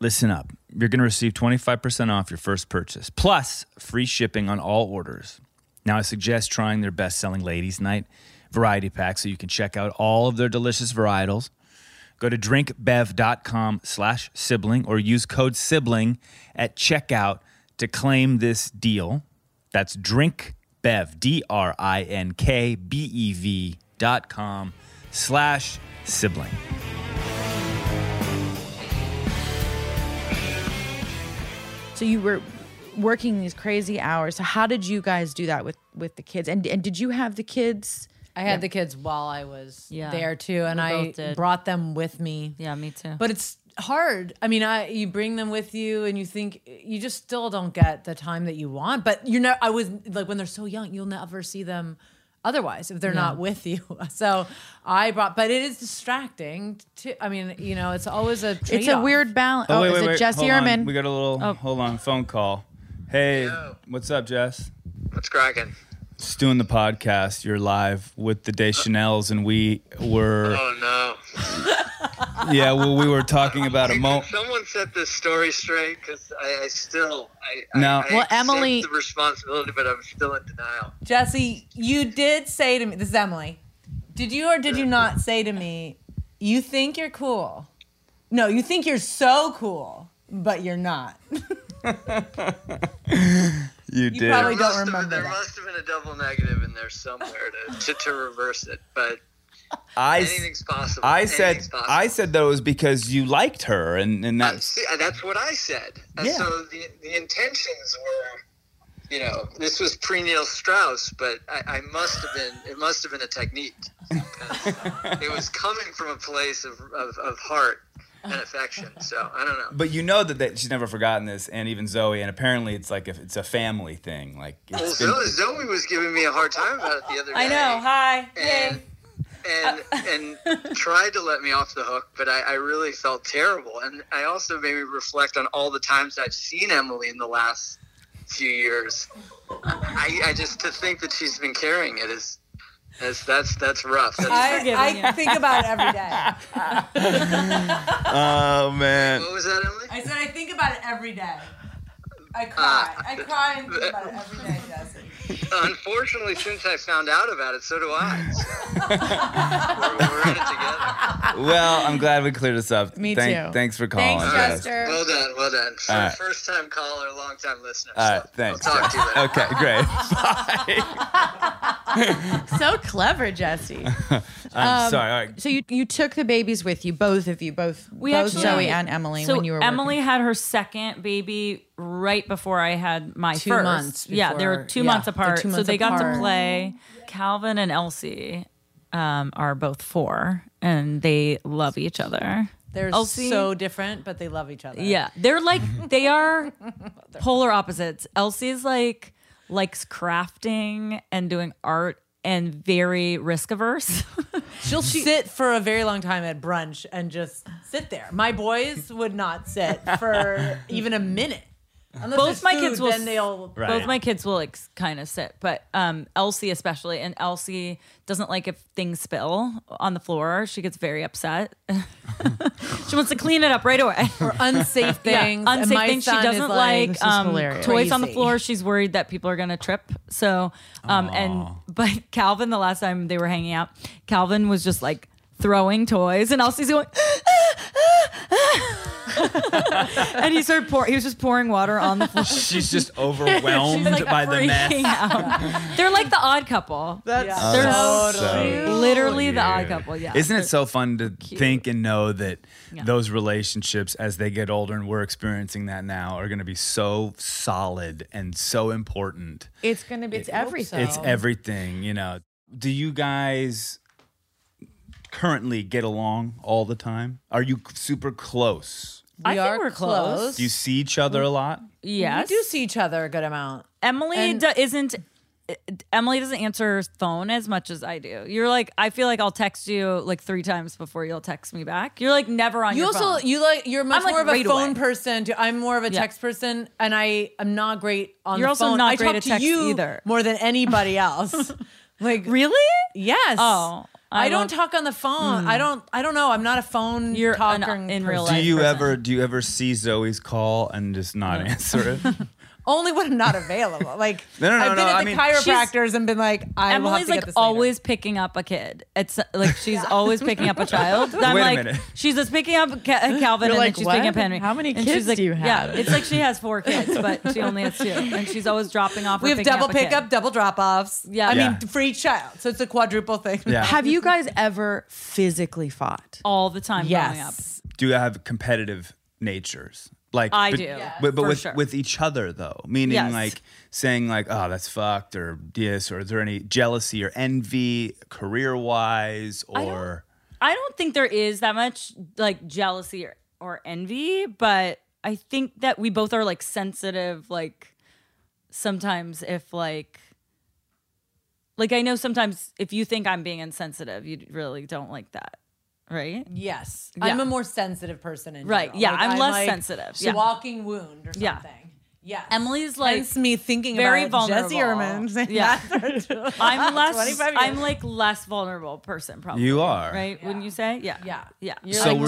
[SPEAKER 1] listen up. You're going to receive 25% off your first purchase, plus free shipping on all orders. Now, I suggest trying their best selling Ladies Night variety pack so you can check out all of their delicious varietals. Go to drinkbev.com slash sibling or use code sibling at checkout to claim this deal. That's drinkbev, D R I N K B E V dot com slash sibling.
[SPEAKER 13] So you were working these crazy hours. So how did you guys do that with with the kids? And and did you have the kids?
[SPEAKER 3] I had the kids while I was
[SPEAKER 2] Yeah.
[SPEAKER 3] there too, and
[SPEAKER 2] We
[SPEAKER 3] I
[SPEAKER 2] both did.
[SPEAKER 3] brought them with me.
[SPEAKER 2] Yeah, me too.
[SPEAKER 3] But it's hard. I mean, I you bring them with you, and you think you just still don't get the time that you want. But you know, I was like when they're so young, you'll never see them otherwise if they're not with you. [laughs] So I brought, but it is distracting too. I mean, you know, it's always a trade-off.
[SPEAKER 6] It's a weird balance. Oh, is it Jesse
[SPEAKER 1] Hold on.
[SPEAKER 6] Ehrman?
[SPEAKER 1] We got a little,
[SPEAKER 6] Oh.
[SPEAKER 1] hold on, phone call. Hey, what's up, Jess?
[SPEAKER 12] What's cracking?
[SPEAKER 1] Just doing the podcast. You're live with the Deschanels, and we were,
[SPEAKER 2] [laughs]
[SPEAKER 12] Oh no!
[SPEAKER 1] yeah, well, we were talking about a
[SPEAKER 12] Can-
[SPEAKER 1] mo.
[SPEAKER 12] can Someone set this story straight because I, I still I,
[SPEAKER 1] No.
[SPEAKER 12] I, I
[SPEAKER 1] Well,
[SPEAKER 12] accept
[SPEAKER 6] Emily-
[SPEAKER 12] the responsibility, but I'm still in denial.
[SPEAKER 3] Jesse, you did say to me, this is Emily. Did you or did you not say to me, you think you're cool? No, you think you're so cool, but you're not.
[SPEAKER 1] You did.
[SPEAKER 3] probably- I don't
[SPEAKER 12] Must have-
[SPEAKER 3] remember
[SPEAKER 12] There
[SPEAKER 3] that.
[SPEAKER 12] must have been a double negative in there somewhere to, to, to reverse it, but
[SPEAKER 1] I,
[SPEAKER 12] anything's possible.
[SPEAKER 1] I said,
[SPEAKER 12] Anything's possible.
[SPEAKER 1] I said that was because you liked her, and and
[SPEAKER 12] I'm
[SPEAKER 1] that's
[SPEAKER 12] se- that's what I said. And
[SPEAKER 1] Yeah.
[SPEAKER 12] So the the intentions were you know, this was pre Neil Strauss, but I, I must have been, it must have been a
[SPEAKER 1] [laughs]
[SPEAKER 12] technique. it was coming from a place of, of, of heart and affection. So I don't know.
[SPEAKER 1] But you know that, that she's never forgotten this, and even Zoe. And apparently, it's like if it's a family thing. Like it's
[SPEAKER 12] Well,
[SPEAKER 1] been-
[SPEAKER 12] Zoe, Zoe was giving me a hard time about it the other day.
[SPEAKER 2] I know. Hi.
[SPEAKER 12] And,
[SPEAKER 6] Uh,
[SPEAKER 12] and, and tried to let me off the hook, but I, I really felt terrible. And I also made me reflect on all the times I've seen Emily in the last few years. I, I just to think that she's been carrying it is, is that's that's rough. That's
[SPEAKER 6] I, I think about it every
[SPEAKER 2] [laughs]
[SPEAKER 6] day.
[SPEAKER 16] Oh man.
[SPEAKER 12] What was that, Emily?
[SPEAKER 6] I said I think about it every day. I cry. I cry and think about it every day, Jesse.
[SPEAKER 12] Unfortunately, since I found out about it, so do
[SPEAKER 6] [laughs]
[SPEAKER 12] I. So we're, we're in it together.
[SPEAKER 1] well, I'm glad we cleared this up.
[SPEAKER 12] Me
[SPEAKER 1] Thank-
[SPEAKER 12] too.
[SPEAKER 1] Thanks for calling.
[SPEAKER 12] All right.
[SPEAKER 1] Jess.
[SPEAKER 12] Well done, well done. For
[SPEAKER 1] All right.
[SPEAKER 12] First time caller, long time listener.
[SPEAKER 1] All right, thanks.
[SPEAKER 12] I'll talk to you later.
[SPEAKER 1] Okay, great.
[SPEAKER 6] so clever, Jesse.
[SPEAKER 1] I'm
[SPEAKER 6] Um,
[SPEAKER 1] sorry. All right.
[SPEAKER 6] So you you took the babies with you, both of you, both both Zoe and Emily
[SPEAKER 2] So
[SPEAKER 6] when you were
[SPEAKER 2] Emily had her second baby right before I had my
[SPEAKER 6] Two
[SPEAKER 2] first.
[SPEAKER 6] months
[SPEAKER 2] yeah, they were
[SPEAKER 6] before-
[SPEAKER 2] two
[SPEAKER 6] yeah,
[SPEAKER 2] months
[SPEAKER 6] they're two
[SPEAKER 2] apart. so
[SPEAKER 6] months
[SPEAKER 2] they got
[SPEAKER 6] apart.
[SPEAKER 2] to play. Calvin and Elsie um, are both four, and they love each other.
[SPEAKER 3] They're
[SPEAKER 2] Elsie-
[SPEAKER 3] so different, but they love each other.
[SPEAKER 2] Yeah, they're like they are [laughs] polar opposites. Elsie's like likes crafting and doing art and very risk [laughs] averse.
[SPEAKER 3] She'll sit for a very long time at brunch and just sit there. My boys would not sit [laughs] for even a minute. Unless
[SPEAKER 2] both
[SPEAKER 3] there's
[SPEAKER 2] my
[SPEAKER 3] food,
[SPEAKER 2] kids will
[SPEAKER 3] then they'll
[SPEAKER 2] both my kids will like kind of sit but um elsie especially and elsie doesn't like if things spill on the floor she gets very upset [laughs] she wants to clean it up right
[SPEAKER 3] [laughs]
[SPEAKER 2] away or
[SPEAKER 3] unsafe things. And
[SPEAKER 2] [laughs] unsafe
[SPEAKER 3] my
[SPEAKER 2] things she
[SPEAKER 3] son is
[SPEAKER 2] doesn't
[SPEAKER 3] like,
[SPEAKER 2] like,
[SPEAKER 3] This is
[SPEAKER 2] um,
[SPEAKER 3] hilarious.
[SPEAKER 2] toys on the
[SPEAKER 3] Crazy.
[SPEAKER 2] floor she's worried that people are gonna trip so um and but [laughs] calvin the last time they were hanging out calvin was just like throwing toys and elsie's going [laughs] and he started pour- he was just pouring water on the floor
[SPEAKER 1] She's just overwhelmed
[SPEAKER 2] She's, like,
[SPEAKER 1] by the
[SPEAKER 2] freaking
[SPEAKER 1] mess.
[SPEAKER 2] out.
[SPEAKER 3] [laughs]
[SPEAKER 2] They're like the odd couple. That's
[SPEAKER 1] Oh,
[SPEAKER 2] They're
[SPEAKER 1] that's so cute.
[SPEAKER 2] literally the odd couple. Yeah.
[SPEAKER 1] Isn't it so fun to think and know that
[SPEAKER 2] Yeah.
[SPEAKER 1] those relationships, as they get older, and we're experiencing that now, are going to be so solid and so important?
[SPEAKER 6] It's gonna be it's everything.
[SPEAKER 1] It's everything, you know. Do you guys currently get along all the time? Are you super close?
[SPEAKER 3] I think we're close.
[SPEAKER 1] Do you see each other a lot?
[SPEAKER 2] Yes.
[SPEAKER 3] We do see each other a good amount.
[SPEAKER 2] Emily
[SPEAKER 3] And-
[SPEAKER 2] do- isn't. eh, Emily doesn't answer her phone as much as I do. You're like, I feel like I'll text you like three times before you'll text me back. You're like never on
[SPEAKER 3] you
[SPEAKER 2] your
[SPEAKER 3] also
[SPEAKER 2] phone.
[SPEAKER 3] you like you're much
[SPEAKER 2] I'm, like,
[SPEAKER 3] more of a
[SPEAKER 2] right
[SPEAKER 3] phone
[SPEAKER 2] away.
[SPEAKER 3] person. Too. I'm more of a
[SPEAKER 2] Yeah.
[SPEAKER 3] text person, and I am not great on
[SPEAKER 2] You're
[SPEAKER 3] the
[SPEAKER 2] also
[SPEAKER 3] phone.
[SPEAKER 2] not
[SPEAKER 3] I
[SPEAKER 2] great
[SPEAKER 3] talk
[SPEAKER 2] at
[SPEAKER 3] to
[SPEAKER 2] text
[SPEAKER 3] you
[SPEAKER 2] either.
[SPEAKER 3] more than anybody [laughs] else. like
[SPEAKER 2] really?
[SPEAKER 3] Yes.
[SPEAKER 2] Oh,
[SPEAKER 3] I,
[SPEAKER 2] I
[SPEAKER 3] don't
[SPEAKER 2] love-
[SPEAKER 3] talk on the phone.
[SPEAKER 2] Mm.
[SPEAKER 3] I don't. I don't know. I'm not a phone
[SPEAKER 2] You're an-
[SPEAKER 3] talker
[SPEAKER 2] in real
[SPEAKER 1] Do you ever do you ever see Zoe's call and just not answer it?
[SPEAKER 3] Only when I'm
[SPEAKER 2] [laughs]
[SPEAKER 3] not available. Like
[SPEAKER 1] No, no, no,
[SPEAKER 3] I've been
[SPEAKER 1] no,
[SPEAKER 3] at the
[SPEAKER 1] I mean-
[SPEAKER 3] chiropractors and been like, I will have
[SPEAKER 2] Emily's
[SPEAKER 3] to
[SPEAKER 2] like
[SPEAKER 3] get this later.
[SPEAKER 2] always picking up a kid. It's like she's always picking
[SPEAKER 3] [laughs]
[SPEAKER 2] up a child. I'm
[SPEAKER 3] Wait a
[SPEAKER 2] like,
[SPEAKER 3] minute.
[SPEAKER 2] she's just picking up Ca- uh, Calvin
[SPEAKER 3] You're
[SPEAKER 2] and
[SPEAKER 3] like,
[SPEAKER 2] then she's
[SPEAKER 3] "What?
[SPEAKER 2] picking up Henry.
[SPEAKER 3] How many
[SPEAKER 2] And
[SPEAKER 3] kids
[SPEAKER 2] she's like,
[SPEAKER 3] do you have?
[SPEAKER 2] Yeah, it's like she has four kids, but she only has two, and she's always dropping off.
[SPEAKER 3] [laughs] We
[SPEAKER 2] or
[SPEAKER 3] have
[SPEAKER 2] picking
[SPEAKER 3] double
[SPEAKER 2] up a kid.
[SPEAKER 3] pickup, double drop offs. Yeah, I
[SPEAKER 2] Yeah.
[SPEAKER 3] mean, for each child, so it's a quadruple thing.
[SPEAKER 1] Yeah.
[SPEAKER 13] Have you guys ever physically fought?
[SPEAKER 2] All the time
[SPEAKER 13] Yes.
[SPEAKER 1] do I have competitive natures? Like
[SPEAKER 13] I
[SPEAKER 1] but-
[SPEAKER 13] do, Yeah,
[SPEAKER 1] but but
[SPEAKER 13] for
[SPEAKER 1] with
[SPEAKER 13] sure.
[SPEAKER 1] with each other though, meaning
[SPEAKER 2] Yes.
[SPEAKER 1] like saying like, oh, that's fucked, or this, or is there any jealousy or envy, career wise, or
[SPEAKER 2] I don't think there is that much like jealousy or, or envy, but I think that we both are like sensitive. Like sometimes, if like, like I know sometimes if you think I'm being insensitive, you really don't like that, right?
[SPEAKER 3] [laughs] Yes,
[SPEAKER 2] Yeah.
[SPEAKER 3] I'm a more sensitive person. In
[SPEAKER 2] Right,
[SPEAKER 3] general.
[SPEAKER 2] yeah, I'm less
[SPEAKER 3] like,
[SPEAKER 2] sensitive,
[SPEAKER 3] s-
[SPEAKER 2] yeah.
[SPEAKER 3] Walking wound or something.
[SPEAKER 2] Yeah.
[SPEAKER 3] Yeah.
[SPEAKER 2] Emily's like
[SPEAKER 3] Hence me thinking
[SPEAKER 2] very
[SPEAKER 3] about
[SPEAKER 2] vulnerable.
[SPEAKER 3] Jesse Ehrman saying [laughs]
[SPEAKER 2] Yeah. [laughs]
[SPEAKER 3] that for
[SPEAKER 2] I'm
[SPEAKER 3] 25
[SPEAKER 2] less.
[SPEAKER 3] years.
[SPEAKER 2] I'm like less vulnerable person. Probably
[SPEAKER 1] You are.
[SPEAKER 2] right. Wouldn't you say? Yeah.
[SPEAKER 3] Yeah.
[SPEAKER 2] Yeah.
[SPEAKER 1] were-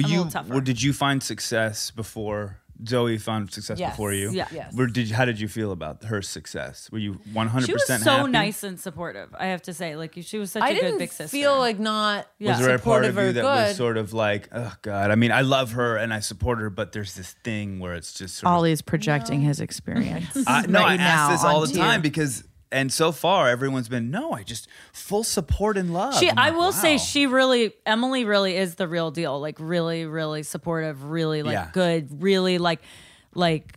[SPEAKER 2] I'm a
[SPEAKER 1] you?
[SPEAKER 2] little tougher.
[SPEAKER 1] Were, did you find success before? Zoe found success
[SPEAKER 2] Yes.
[SPEAKER 1] before you.
[SPEAKER 2] Yeah. Yes.
[SPEAKER 1] Where did you- how did you feel about her success? Were you one hundred
[SPEAKER 2] She was
[SPEAKER 1] percent?
[SPEAKER 2] so nice and supportive. I have to say, like she was such a
[SPEAKER 3] I
[SPEAKER 2] good
[SPEAKER 3] didn't
[SPEAKER 2] big sister.
[SPEAKER 3] feel like not
[SPEAKER 1] Was there a part
[SPEAKER 3] supportive
[SPEAKER 1] of
[SPEAKER 3] or
[SPEAKER 1] you
[SPEAKER 3] good.
[SPEAKER 1] that was sort of like, oh god? I mean, I love her and I support her, but there's this thing where it's just sort of
[SPEAKER 13] Ollie's projecting his experience.
[SPEAKER 2] [laughs]
[SPEAKER 1] I, no, I
[SPEAKER 13] right now
[SPEAKER 1] ask this all the
[SPEAKER 13] onto you.
[SPEAKER 1] time because, and so far everyone's been no. I just full support and love.
[SPEAKER 2] She,
[SPEAKER 6] Oh,
[SPEAKER 1] I'm
[SPEAKER 2] I
[SPEAKER 1] like,
[SPEAKER 2] will say,
[SPEAKER 1] wow.
[SPEAKER 2] she really, Emily really is the real deal. Like, really, really supportive, really like
[SPEAKER 1] Yeah.
[SPEAKER 2] good, really like, like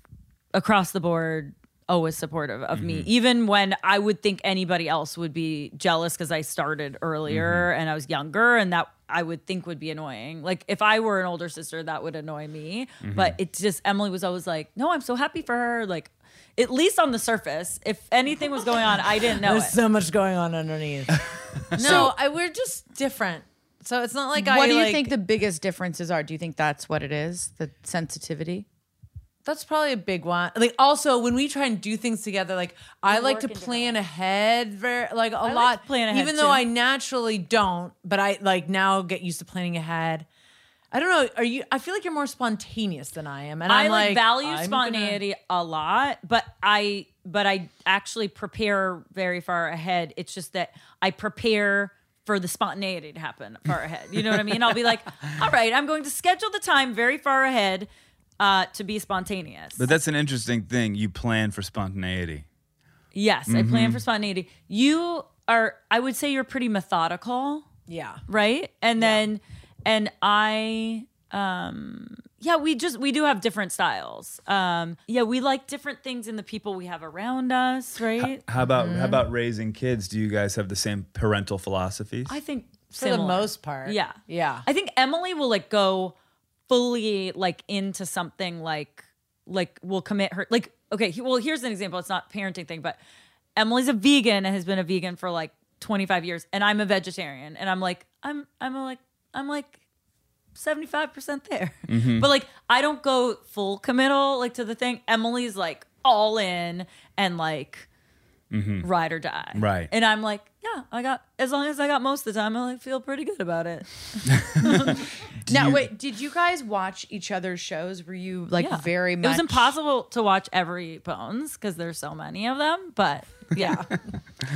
[SPEAKER 2] across the board always supportive of me,
[SPEAKER 6] Mm-hmm.
[SPEAKER 2] even when I would think anybody else would be jealous because I started earlier
[SPEAKER 6] Mm-hmm.
[SPEAKER 2] and I was younger, and that I would think would be annoying. Like if I were an older sister, that would annoy me.
[SPEAKER 6] Mm-hmm.
[SPEAKER 2] But
[SPEAKER 16] Mhm.
[SPEAKER 2] it's just Emily was always like, "No, I'm so happy for her." Like. At least on the surface, if anything was going on, I didn't know
[SPEAKER 3] There's
[SPEAKER 2] it.
[SPEAKER 3] so much going
[SPEAKER 2] [laughs]
[SPEAKER 3] on underneath.
[SPEAKER 6] No,
[SPEAKER 3] I, we're just different. So it's not like
[SPEAKER 6] what
[SPEAKER 3] I,
[SPEAKER 6] do you
[SPEAKER 3] like-
[SPEAKER 6] think the [laughs] biggest differences are? Do you think that's what it is? The sensitivity?
[SPEAKER 3] That's probably a big one. Like also when we try and do things together, like I like to plan ahead very like a lot.
[SPEAKER 2] plan ahead,
[SPEAKER 3] even though
[SPEAKER 2] too.
[SPEAKER 3] I naturally don't, but I like now get used to planning ahead. I don't know. Are you? I feel like you're more spontaneous than I am, and
[SPEAKER 2] I
[SPEAKER 3] I'm
[SPEAKER 2] like, value
[SPEAKER 3] I'm gonna-
[SPEAKER 2] spontaneity a lot, but I but I actually prepare very far ahead. It's just that I prepare for the spontaneity to happen
[SPEAKER 3] [laughs]
[SPEAKER 2] far ahead. You know what I mean? I'll be like, all right, I'm going to schedule the time very far ahead uh, to be spontaneous.
[SPEAKER 1] But that's an interesting thing. You plan for spontaneity.
[SPEAKER 2] Yes, I plan
[SPEAKER 1] Mhm.
[SPEAKER 2] for spontaneity. You are, I would say, you're pretty methodical.
[SPEAKER 3] Yeah.
[SPEAKER 2] Right. And then, and I, um, yeah, we just we do have different styles. Um, yeah, we like different things in the people we have around us. Right.
[SPEAKER 1] How about
[SPEAKER 2] Mhm.
[SPEAKER 1] how about raising kids? Do you guys have the same parental philosophies?
[SPEAKER 2] I think
[SPEAKER 3] For the
[SPEAKER 2] similar.
[SPEAKER 3] most part.
[SPEAKER 2] Yeah.
[SPEAKER 3] Yeah.
[SPEAKER 2] I think Emily will like go fully like into something like like will commit her like okay, he- well here's an example. It's not parenting thing, but Emily's a vegan and has been a vegan for like 25 years and I'm a vegetarian and I'm like I'm I'm like I'm like 75% there.
[SPEAKER 16] Mhm.
[SPEAKER 2] But like I don't go full committal like to the thing. Emily's like all in and like
[SPEAKER 16] Mm-hmm.
[SPEAKER 2] ride or die.
[SPEAKER 16] Right.
[SPEAKER 2] And I'm like, yeah, I got as long as I got most of the time, I like feel pretty good about it.
[SPEAKER 6] now, wait, did you guys watch each other's shows? Were you like
[SPEAKER 2] Yeah.
[SPEAKER 6] very
[SPEAKER 2] It
[SPEAKER 6] much?
[SPEAKER 2] was impossible to watch every Bones because there's so many of them,
[SPEAKER 6] [laughs]
[SPEAKER 2] but yeah.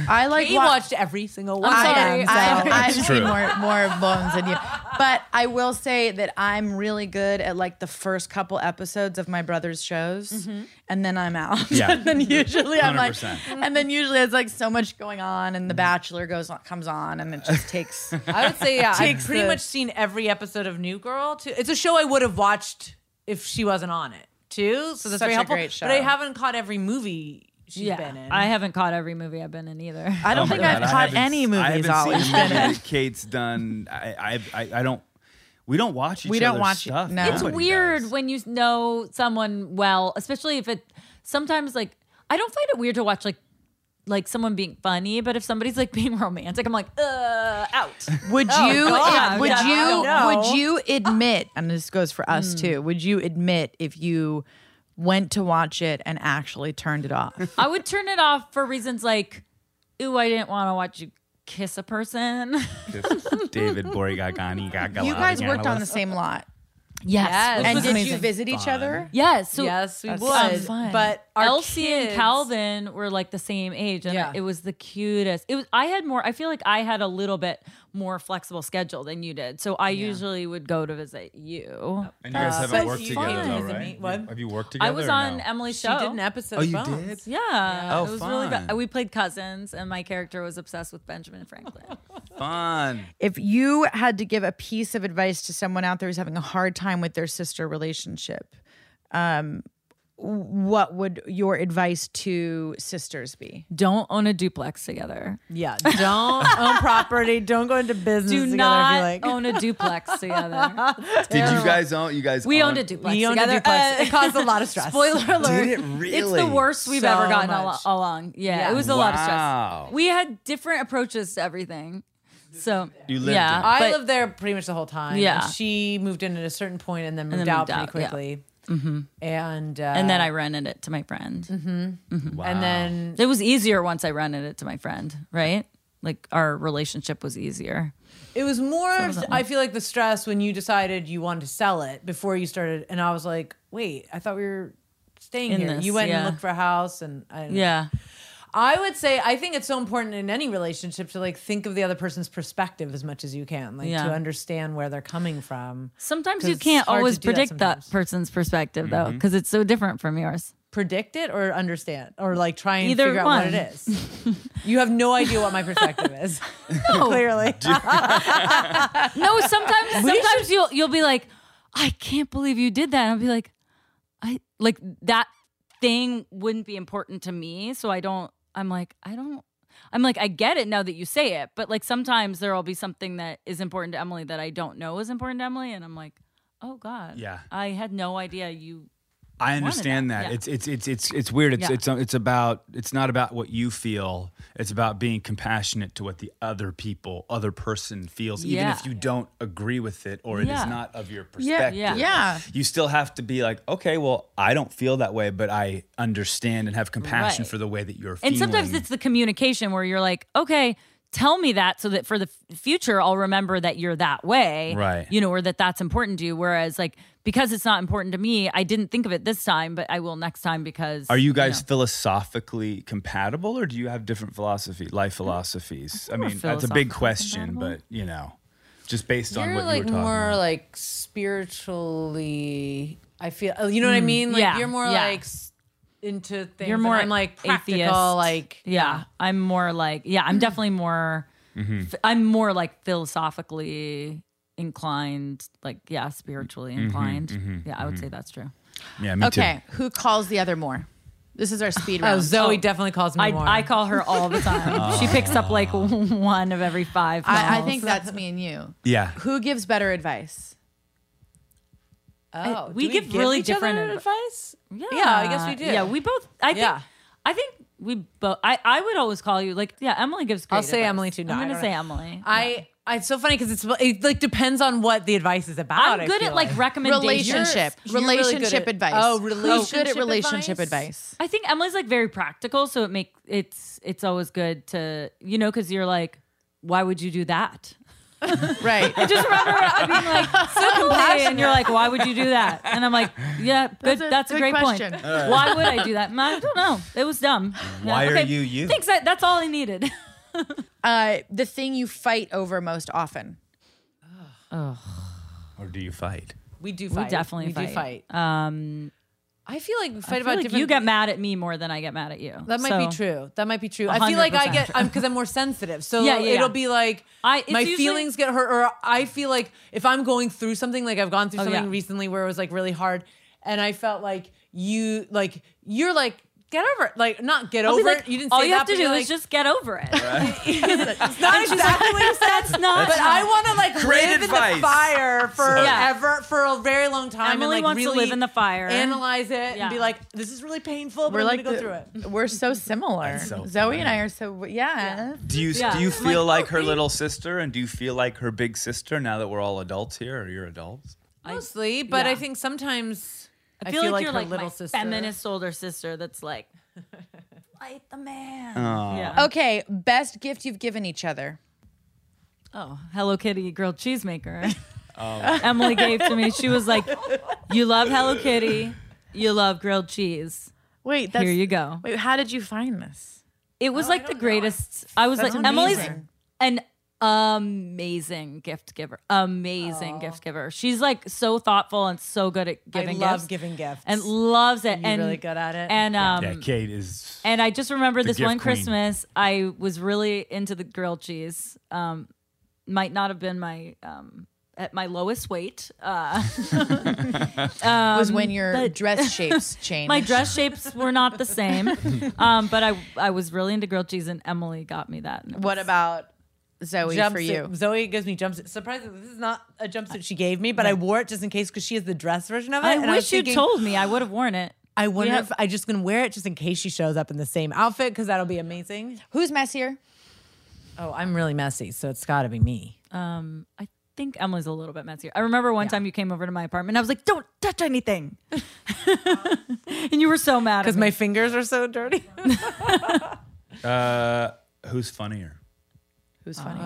[SPEAKER 6] I like
[SPEAKER 2] He
[SPEAKER 6] wa-
[SPEAKER 2] watched every single one.
[SPEAKER 6] I,
[SPEAKER 2] of them, so-
[SPEAKER 6] I, I've
[SPEAKER 2] It's
[SPEAKER 6] seen
[SPEAKER 2] true.
[SPEAKER 6] more more bones than you, but I will say that I'm really good at like the first couple episodes of my brother's shows,
[SPEAKER 3] Mm-hmm.
[SPEAKER 6] and then I'm out. [laughs]
[SPEAKER 16] Yeah.
[SPEAKER 6] and then usually I'm like,
[SPEAKER 16] 100%.
[SPEAKER 6] and then usually it's like so much going on, and The Bachelor goes on, comes on, and it just takes.
[SPEAKER 3] I would say yeah. I've
[SPEAKER 6] takes
[SPEAKER 3] pretty
[SPEAKER 6] the-
[SPEAKER 3] much seen every episode of New Girl too. It's a show I would have watched if she wasn't on it too. So that's
[SPEAKER 6] Such
[SPEAKER 3] very
[SPEAKER 6] a
[SPEAKER 3] helpful.
[SPEAKER 6] great show.
[SPEAKER 3] But I haven't caught every movie she's
[SPEAKER 2] Yeah.
[SPEAKER 3] been in.
[SPEAKER 2] I haven't caught every movie I've been in either.
[SPEAKER 6] I
[SPEAKER 1] Oh my God, I haven't- I haven't seen a
[SPEAKER 2] [laughs]
[SPEAKER 1] movie that Kate's done. I, I, I, I don't. We don't watch each
[SPEAKER 2] We don't
[SPEAKER 1] other's
[SPEAKER 2] watch it,
[SPEAKER 1] stuff.
[SPEAKER 2] no. It's weird when you know someone well, especially if it sometimes like I don't find it weird to watch like like someone being funny, but if somebody's like [laughs] being romantic, I'm like, uh, out.
[SPEAKER 6] Would you?
[SPEAKER 2] Oh, God.
[SPEAKER 6] would
[SPEAKER 2] Yeah, I
[SPEAKER 6] you?
[SPEAKER 2] know.
[SPEAKER 6] Would you admit? And this goes for us
[SPEAKER 3] Mm.
[SPEAKER 6] too. Would you admit if you went to watch it and actually turned it off?
[SPEAKER 2] I would turn it off for reasons like, ooh, I didn't want to watch you kiss a person.
[SPEAKER 1] David
[SPEAKER 2] [laughs]
[SPEAKER 1] Borigagani Gagala.
[SPEAKER 6] you guys worked on the same lot.
[SPEAKER 2] Yes.
[SPEAKER 6] And did you visit each other?
[SPEAKER 2] Yes. So
[SPEAKER 6] Yes, we
[SPEAKER 2] That's
[SPEAKER 6] would, but our
[SPEAKER 2] Elsie
[SPEAKER 6] kids-
[SPEAKER 2] and Calvin were like the same age, and
[SPEAKER 6] Yeah.
[SPEAKER 2] it was the cutest. It was. I had more. I feel like I had a little bit more flexible schedule than you did, so I usually would go to visit you.
[SPEAKER 1] And you guys
[SPEAKER 2] Uh,
[SPEAKER 1] haven't
[SPEAKER 2] but
[SPEAKER 1] worked
[SPEAKER 2] you
[SPEAKER 1] together,
[SPEAKER 2] came
[SPEAKER 1] though,
[SPEAKER 2] to visit
[SPEAKER 1] right?
[SPEAKER 2] me-
[SPEAKER 1] You-
[SPEAKER 2] what?
[SPEAKER 1] Have you worked
[SPEAKER 2] I
[SPEAKER 1] together?
[SPEAKER 2] was
[SPEAKER 1] or
[SPEAKER 2] on
[SPEAKER 1] no?
[SPEAKER 2] Emily's
[SPEAKER 3] She
[SPEAKER 2] show.
[SPEAKER 3] did an episode
[SPEAKER 1] Oh,
[SPEAKER 3] of
[SPEAKER 1] you
[SPEAKER 3] Bones.
[SPEAKER 1] did?
[SPEAKER 2] Yeah.
[SPEAKER 1] Oh,
[SPEAKER 2] it was really
[SPEAKER 1] fun.
[SPEAKER 2] good. We played cousins, and my character was obsessed with Benjamin Franklin.
[SPEAKER 1] Fun.
[SPEAKER 6] If you had to give a piece of advice to someone out there who's having a hard time with their sister relationship, um, what would your advice to sisters be?
[SPEAKER 2] Don't own a duplex together.
[SPEAKER 3] [laughs] Yeah, don't own property. Don't go into business.
[SPEAKER 2] Do
[SPEAKER 3] together,
[SPEAKER 2] not
[SPEAKER 3] I feel like.
[SPEAKER 2] own a duplex together. [laughs]
[SPEAKER 1] Did you guys own? You guys
[SPEAKER 2] Oh, We
[SPEAKER 1] own-
[SPEAKER 2] owned a duplex.
[SPEAKER 3] We owned a
[SPEAKER 2] together.
[SPEAKER 3] duplex. It caused a
[SPEAKER 2] [laughs]
[SPEAKER 3] lot of stress.
[SPEAKER 2] Spoiler
[SPEAKER 3] Did
[SPEAKER 2] alert.
[SPEAKER 3] it
[SPEAKER 2] It's
[SPEAKER 3] really?
[SPEAKER 2] the worst we've
[SPEAKER 3] So
[SPEAKER 2] ever gotten al-
[SPEAKER 3] much.
[SPEAKER 2] along. Yeah,
[SPEAKER 3] Yeah.
[SPEAKER 2] it was a lot of
[SPEAKER 3] Wow.
[SPEAKER 2] stress. We had different approaches to everything. So yeah,
[SPEAKER 3] I
[SPEAKER 2] but-
[SPEAKER 3] lived there pretty much the whole time. and
[SPEAKER 2] Yeah.
[SPEAKER 3] she moved in at a certain point and then
[SPEAKER 2] And then
[SPEAKER 3] moved out
[SPEAKER 2] moved
[SPEAKER 3] pretty
[SPEAKER 2] out, yeah.
[SPEAKER 3] quickly.
[SPEAKER 2] Mhm.
[SPEAKER 3] And uh,
[SPEAKER 2] and then I rented it to my friend. Mm-hmm.
[SPEAKER 3] Wow. then-
[SPEAKER 2] it was easier once I rented it to my friend, right? Like our relationship was easier.
[SPEAKER 3] It was more.
[SPEAKER 2] So was that
[SPEAKER 3] I
[SPEAKER 2] one.
[SPEAKER 3] feel like the stress when you decided you wanted to sell it before you started, and I was like, "Wait, I thought we were staying
[SPEAKER 2] In
[SPEAKER 3] here."
[SPEAKER 2] this,
[SPEAKER 3] you went
[SPEAKER 2] yeah.
[SPEAKER 3] and looked for a house, and I don't know.
[SPEAKER 2] Yeah.
[SPEAKER 3] I would say I think it's so important in any relationship to like think of the other person's perspective as much as you can, like
[SPEAKER 2] Yeah.
[SPEAKER 3] to understand where they're coming from.
[SPEAKER 2] Sometimes
[SPEAKER 3] 'Cause
[SPEAKER 2] you
[SPEAKER 3] it's
[SPEAKER 2] can't
[SPEAKER 3] hard to
[SPEAKER 2] always
[SPEAKER 3] do that
[SPEAKER 2] predict that, person's perspective though,
[SPEAKER 3] Mhm.
[SPEAKER 2] because it's so different from yours.
[SPEAKER 3] predict it or understand or like try and
[SPEAKER 2] Either
[SPEAKER 3] figure out what
[SPEAKER 2] one.
[SPEAKER 3] it is. you have no idea what my perspective
[SPEAKER 2] [laughs]
[SPEAKER 3] is.
[SPEAKER 2] Oh.
[SPEAKER 3] Clearly. [laughs]
[SPEAKER 2] no, sometimes
[SPEAKER 3] We
[SPEAKER 2] sometimes you'll you'll be like, I can't believe you did that. And I'll be like, I like that thing wouldn't be important to me. So I don't, I'm like, I don't, I'm like, I get it now that you say it, but like sometimes there'll be something that is important to Emily that I don't know is important to Emily. And I'm like, oh God.
[SPEAKER 1] Yeah.
[SPEAKER 2] I had no idea you.
[SPEAKER 1] I
[SPEAKER 2] wanted
[SPEAKER 1] understand that.
[SPEAKER 2] Yeah.
[SPEAKER 1] It's it's it's it's it's weird. It's
[SPEAKER 2] Yeah.
[SPEAKER 1] it's it's about it's not about what you feel. It's about being compassionate to what the other people, other person feels, even
[SPEAKER 2] Yeah.
[SPEAKER 1] if you don't agree with it or it is
[SPEAKER 2] Yeah.
[SPEAKER 1] not of your
[SPEAKER 2] Yeah,
[SPEAKER 1] perspective.
[SPEAKER 2] yeah. Yeah.
[SPEAKER 1] You still have to be like, okay, well, I don't feel that way, but I understand and have compassion
[SPEAKER 2] Right.
[SPEAKER 1] for the way that you're
[SPEAKER 2] And
[SPEAKER 1] feeling.
[SPEAKER 2] sometimes it's the communication where you're like, okay, tell me that so that for the f- future, I'll remember that you're that way.
[SPEAKER 1] Right.
[SPEAKER 2] You know, or that that's important to you. Whereas, like, because it's not important to me, I didn't think of it this time, but I will next time because.
[SPEAKER 1] Are you
[SPEAKER 2] know.
[SPEAKER 1] guys philosophically compatible, or do you have different philosophy, life philosophies? I,
[SPEAKER 2] we're
[SPEAKER 1] mean, that's a big
[SPEAKER 2] philosophically
[SPEAKER 1] question, but you know, just based on
[SPEAKER 3] You're
[SPEAKER 1] what
[SPEAKER 3] like
[SPEAKER 1] you were talking
[SPEAKER 3] more
[SPEAKER 1] about.
[SPEAKER 3] like spiritually. I feel oh, you know what I
[SPEAKER 2] Mm,
[SPEAKER 3] mean. Like
[SPEAKER 2] yeah,
[SPEAKER 3] you're more
[SPEAKER 2] yeah.
[SPEAKER 3] like s- into things.
[SPEAKER 2] You're
[SPEAKER 3] and
[SPEAKER 2] more
[SPEAKER 3] I'm like practical.
[SPEAKER 2] atheist.
[SPEAKER 3] Like
[SPEAKER 2] yeah, I'm more like yeah,
[SPEAKER 1] Mm-hmm.
[SPEAKER 2] I'm definitely more.
[SPEAKER 3] Mhm.
[SPEAKER 2] I'm more like philosophically inclined, like yeah, spiritually
[SPEAKER 1] Mhm,
[SPEAKER 2] inclined.
[SPEAKER 1] mhm,
[SPEAKER 2] yeah, I would
[SPEAKER 1] mhm.
[SPEAKER 2] say that's true.
[SPEAKER 1] yeah, me too.
[SPEAKER 13] okay, who calls the other more? This is our speed
[SPEAKER 2] Oh,
[SPEAKER 13] round.
[SPEAKER 2] Zoe
[SPEAKER 3] definitely calls
[SPEAKER 2] I, I call her all the time. she picks up
[SPEAKER 1] [laughs]
[SPEAKER 2] like
[SPEAKER 1] Ah.
[SPEAKER 2] one of every five.
[SPEAKER 13] I, I
[SPEAKER 2] calls.
[SPEAKER 13] think that's me and you.
[SPEAKER 1] Yeah.
[SPEAKER 13] Oh, Who gives better advice?
[SPEAKER 3] Oh,
[SPEAKER 2] we
[SPEAKER 3] do
[SPEAKER 2] give really
[SPEAKER 3] each other
[SPEAKER 2] different adv-
[SPEAKER 3] advice.
[SPEAKER 2] Yeah.
[SPEAKER 3] yeah, I guess we do.
[SPEAKER 2] Yeah, we both. I think.
[SPEAKER 3] Yeah.
[SPEAKER 2] I think we both. I, I would always call you like yeah. Emily gives. Great
[SPEAKER 3] I'll say
[SPEAKER 2] advice.
[SPEAKER 3] Emily too. No,
[SPEAKER 2] I'm
[SPEAKER 3] I
[SPEAKER 2] gonna
[SPEAKER 3] don't
[SPEAKER 2] say
[SPEAKER 3] know.
[SPEAKER 2] Emily.
[SPEAKER 3] I, I it's so funny because it's it like depends on what the advice is about.
[SPEAKER 2] I'm
[SPEAKER 3] I
[SPEAKER 2] good at
[SPEAKER 3] feel
[SPEAKER 2] like recommendations.
[SPEAKER 13] Relationship.
[SPEAKER 3] You're- you're really good
[SPEAKER 13] relationship
[SPEAKER 3] at-
[SPEAKER 13] advice.
[SPEAKER 3] Oh,
[SPEAKER 13] Who's good
[SPEAKER 3] relationship
[SPEAKER 13] at relationship advice?
[SPEAKER 2] [laughs] I think Emily's like very practical, so it make it's it's always good to you know because you're like, why would you do
[SPEAKER 3] [laughs]
[SPEAKER 2] that?
[SPEAKER 13] right.
[SPEAKER 2] [laughs] I just remember I being like so compassionate, and you're like, why would you do that? And I'm like, yeah, good. That's
[SPEAKER 13] That's
[SPEAKER 2] a,
[SPEAKER 13] a good
[SPEAKER 2] great
[SPEAKER 13] question.
[SPEAKER 2] point.
[SPEAKER 13] All right.
[SPEAKER 2] Why would I do that? I don't know. It was
[SPEAKER 1] [laughs]
[SPEAKER 2] dumb.
[SPEAKER 1] Why
[SPEAKER 2] Yeah,
[SPEAKER 1] are you you?
[SPEAKER 2] Thanks. I, that's all I needed.
[SPEAKER 13] Uh, the thing you fight over most often.
[SPEAKER 1] Or do you fight?
[SPEAKER 3] We do.
[SPEAKER 2] We
[SPEAKER 3] [laughs] Fight.
[SPEAKER 2] definitely
[SPEAKER 3] we
[SPEAKER 2] fight.
[SPEAKER 3] do fight.
[SPEAKER 2] Um,
[SPEAKER 3] I feel like we
[SPEAKER 2] I
[SPEAKER 3] fight
[SPEAKER 2] feel
[SPEAKER 3] about
[SPEAKER 2] like
[SPEAKER 3] different.
[SPEAKER 2] You get mad at me more than I get mad at you.
[SPEAKER 3] That might be
[SPEAKER 2] So-
[SPEAKER 3] true. That might be true. I feel like I
[SPEAKER 2] 100%.
[SPEAKER 3] get I'm because I'm more sensitive. So
[SPEAKER 2] Yeah, yeah,
[SPEAKER 3] it'll
[SPEAKER 2] yeah.
[SPEAKER 3] be like
[SPEAKER 2] I- it's
[SPEAKER 3] my
[SPEAKER 2] usually-
[SPEAKER 3] feelings get hurt, or I feel like if I'm going through something, like I've gone through
[SPEAKER 2] Oh,
[SPEAKER 3] something
[SPEAKER 2] yeah.
[SPEAKER 3] recently where it was like really hard, and I felt like you like you're like get over it, like not get
[SPEAKER 2] I'll be
[SPEAKER 3] over
[SPEAKER 2] like,
[SPEAKER 3] it. You didn't.
[SPEAKER 2] all
[SPEAKER 3] say
[SPEAKER 2] you
[SPEAKER 3] that,
[SPEAKER 2] have to
[SPEAKER 3] but
[SPEAKER 2] do
[SPEAKER 3] you're
[SPEAKER 2] is
[SPEAKER 3] like,
[SPEAKER 2] just get over it.
[SPEAKER 3] it's not
[SPEAKER 2] she's
[SPEAKER 3] exactly
[SPEAKER 2] like,
[SPEAKER 3] what you
[SPEAKER 2] [laughs]
[SPEAKER 3] said.
[SPEAKER 2] "That's not-
[SPEAKER 3] But I want to like
[SPEAKER 2] Great
[SPEAKER 3] live in
[SPEAKER 2] advice.
[SPEAKER 3] the fire forever
[SPEAKER 2] Yeah.
[SPEAKER 3] for a very long time. and,
[SPEAKER 2] [laughs] Emily
[SPEAKER 3] like,
[SPEAKER 2] wants to
[SPEAKER 3] really
[SPEAKER 2] live in the fire.
[SPEAKER 3] Analyze it
[SPEAKER 2] Yeah.
[SPEAKER 3] and be like, this is really painful, but
[SPEAKER 13] We're
[SPEAKER 3] I'm
[SPEAKER 13] like
[SPEAKER 3] gonna go
[SPEAKER 13] the-
[SPEAKER 3] through
[SPEAKER 2] [laughs]
[SPEAKER 3] it.
[SPEAKER 13] We're so similar.
[SPEAKER 1] That's so
[SPEAKER 13] Zoe and I are so yeah.
[SPEAKER 1] Do you
[SPEAKER 13] Yeah.
[SPEAKER 1] do you
[SPEAKER 13] I'm
[SPEAKER 1] feel like, her little sister, and do you feel like her big sister now that we're all adults here, or you're adults?
[SPEAKER 3] Mostly, but
[SPEAKER 2] yeah.
[SPEAKER 3] I think sometimes
[SPEAKER 2] I feel, like, you're
[SPEAKER 3] her
[SPEAKER 2] like
[SPEAKER 3] little
[SPEAKER 2] my
[SPEAKER 3] sister.
[SPEAKER 2] feminist older sister that's like, [laughs] fight the man. Yeah.
[SPEAKER 13] Okay, best gift you've given each other.
[SPEAKER 2] Oh, Hello Kitty grilled cheese [laughs] maker. Emily gave to [laughs] me. She was like, "You love Hello Kitty. You love grilled cheese."
[SPEAKER 13] Wait,
[SPEAKER 2] here you go.
[SPEAKER 13] Wait, how did you find this?
[SPEAKER 2] It was like the greatest. I was
[SPEAKER 13] That's
[SPEAKER 2] like, Emily's
[SPEAKER 13] amazing.
[SPEAKER 2] an amazing gift giver. Amazing gift giver. She's like so thoughtful and so good at
[SPEAKER 3] I
[SPEAKER 2] giving
[SPEAKER 3] love
[SPEAKER 2] gifts
[SPEAKER 3] giving gifts.
[SPEAKER 2] and loves it.
[SPEAKER 3] You're
[SPEAKER 2] and
[SPEAKER 3] really good at it.
[SPEAKER 2] And um,
[SPEAKER 1] yeah, Kate is.
[SPEAKER 2] And I just remember
[SPEAKER 1] The
[SPEAKER 2] this
[SPEAKER 1] gift
[SPEAKER 2] one
[SPEAKER 1] queen.
[SPEAKER 2] Christmas, I was really into the grilled cheese. Um, might not have been my um, at my lowest weight. Uh,
[SPEAKER 13] was
[SPEAKER 2] um,
[SPEAKER 13] when your
[SPEAKER 2] but-
[SPEAKER 13] dress shapes changed.
[SPEAKER 2] my dress shapes were not the same,
[SPEAKER 1] [laughs]
[SPEAKER 2] um, but I I was really into grilled cheese, and Emily got me that. and it
[SPEAKER 13] What
[SPEAKER 2] was-
[SPEAKER 13] about Zoe for you?
[SPEAKER 3] Jumpsuit. Zoe gives me jumpsuit. Surprisingly, this is not a jumpsuit she gave me, but I wore it just in case because she has the dress version of it.
[SPEAKER 2] I
[SPEAKER 3] and was
[SPEAKER 2] wish you
[SPEAKER 3] thinking,
[SPEAKER 2] told me. I would have worn it.
[SPEAKER 3] I wonder
[SPEAKER 2] Yeah.
[SPEAKER 3] if I just gonna wear it just in case she shows up in the same outfit because that'll be amazing.
[SPEAKER 13] Who's messier?
[SPEAKER 3] Oh, I'm really messy, so it's got to be me.
[SPEAKER 2] Um, I think Emily's a little bit messier. I remember one time you came over to my apartment. I was like, "Don't touch
[SPEAKER 3] [laughs]
[SPEAKER 2] anything," [laughs] and you were so mad
[SPEAKER 3] Because my fingers are so dirty.
[SPEAKER 1] Uh, who's funnier?
[SPEAKER 13] Who's funny?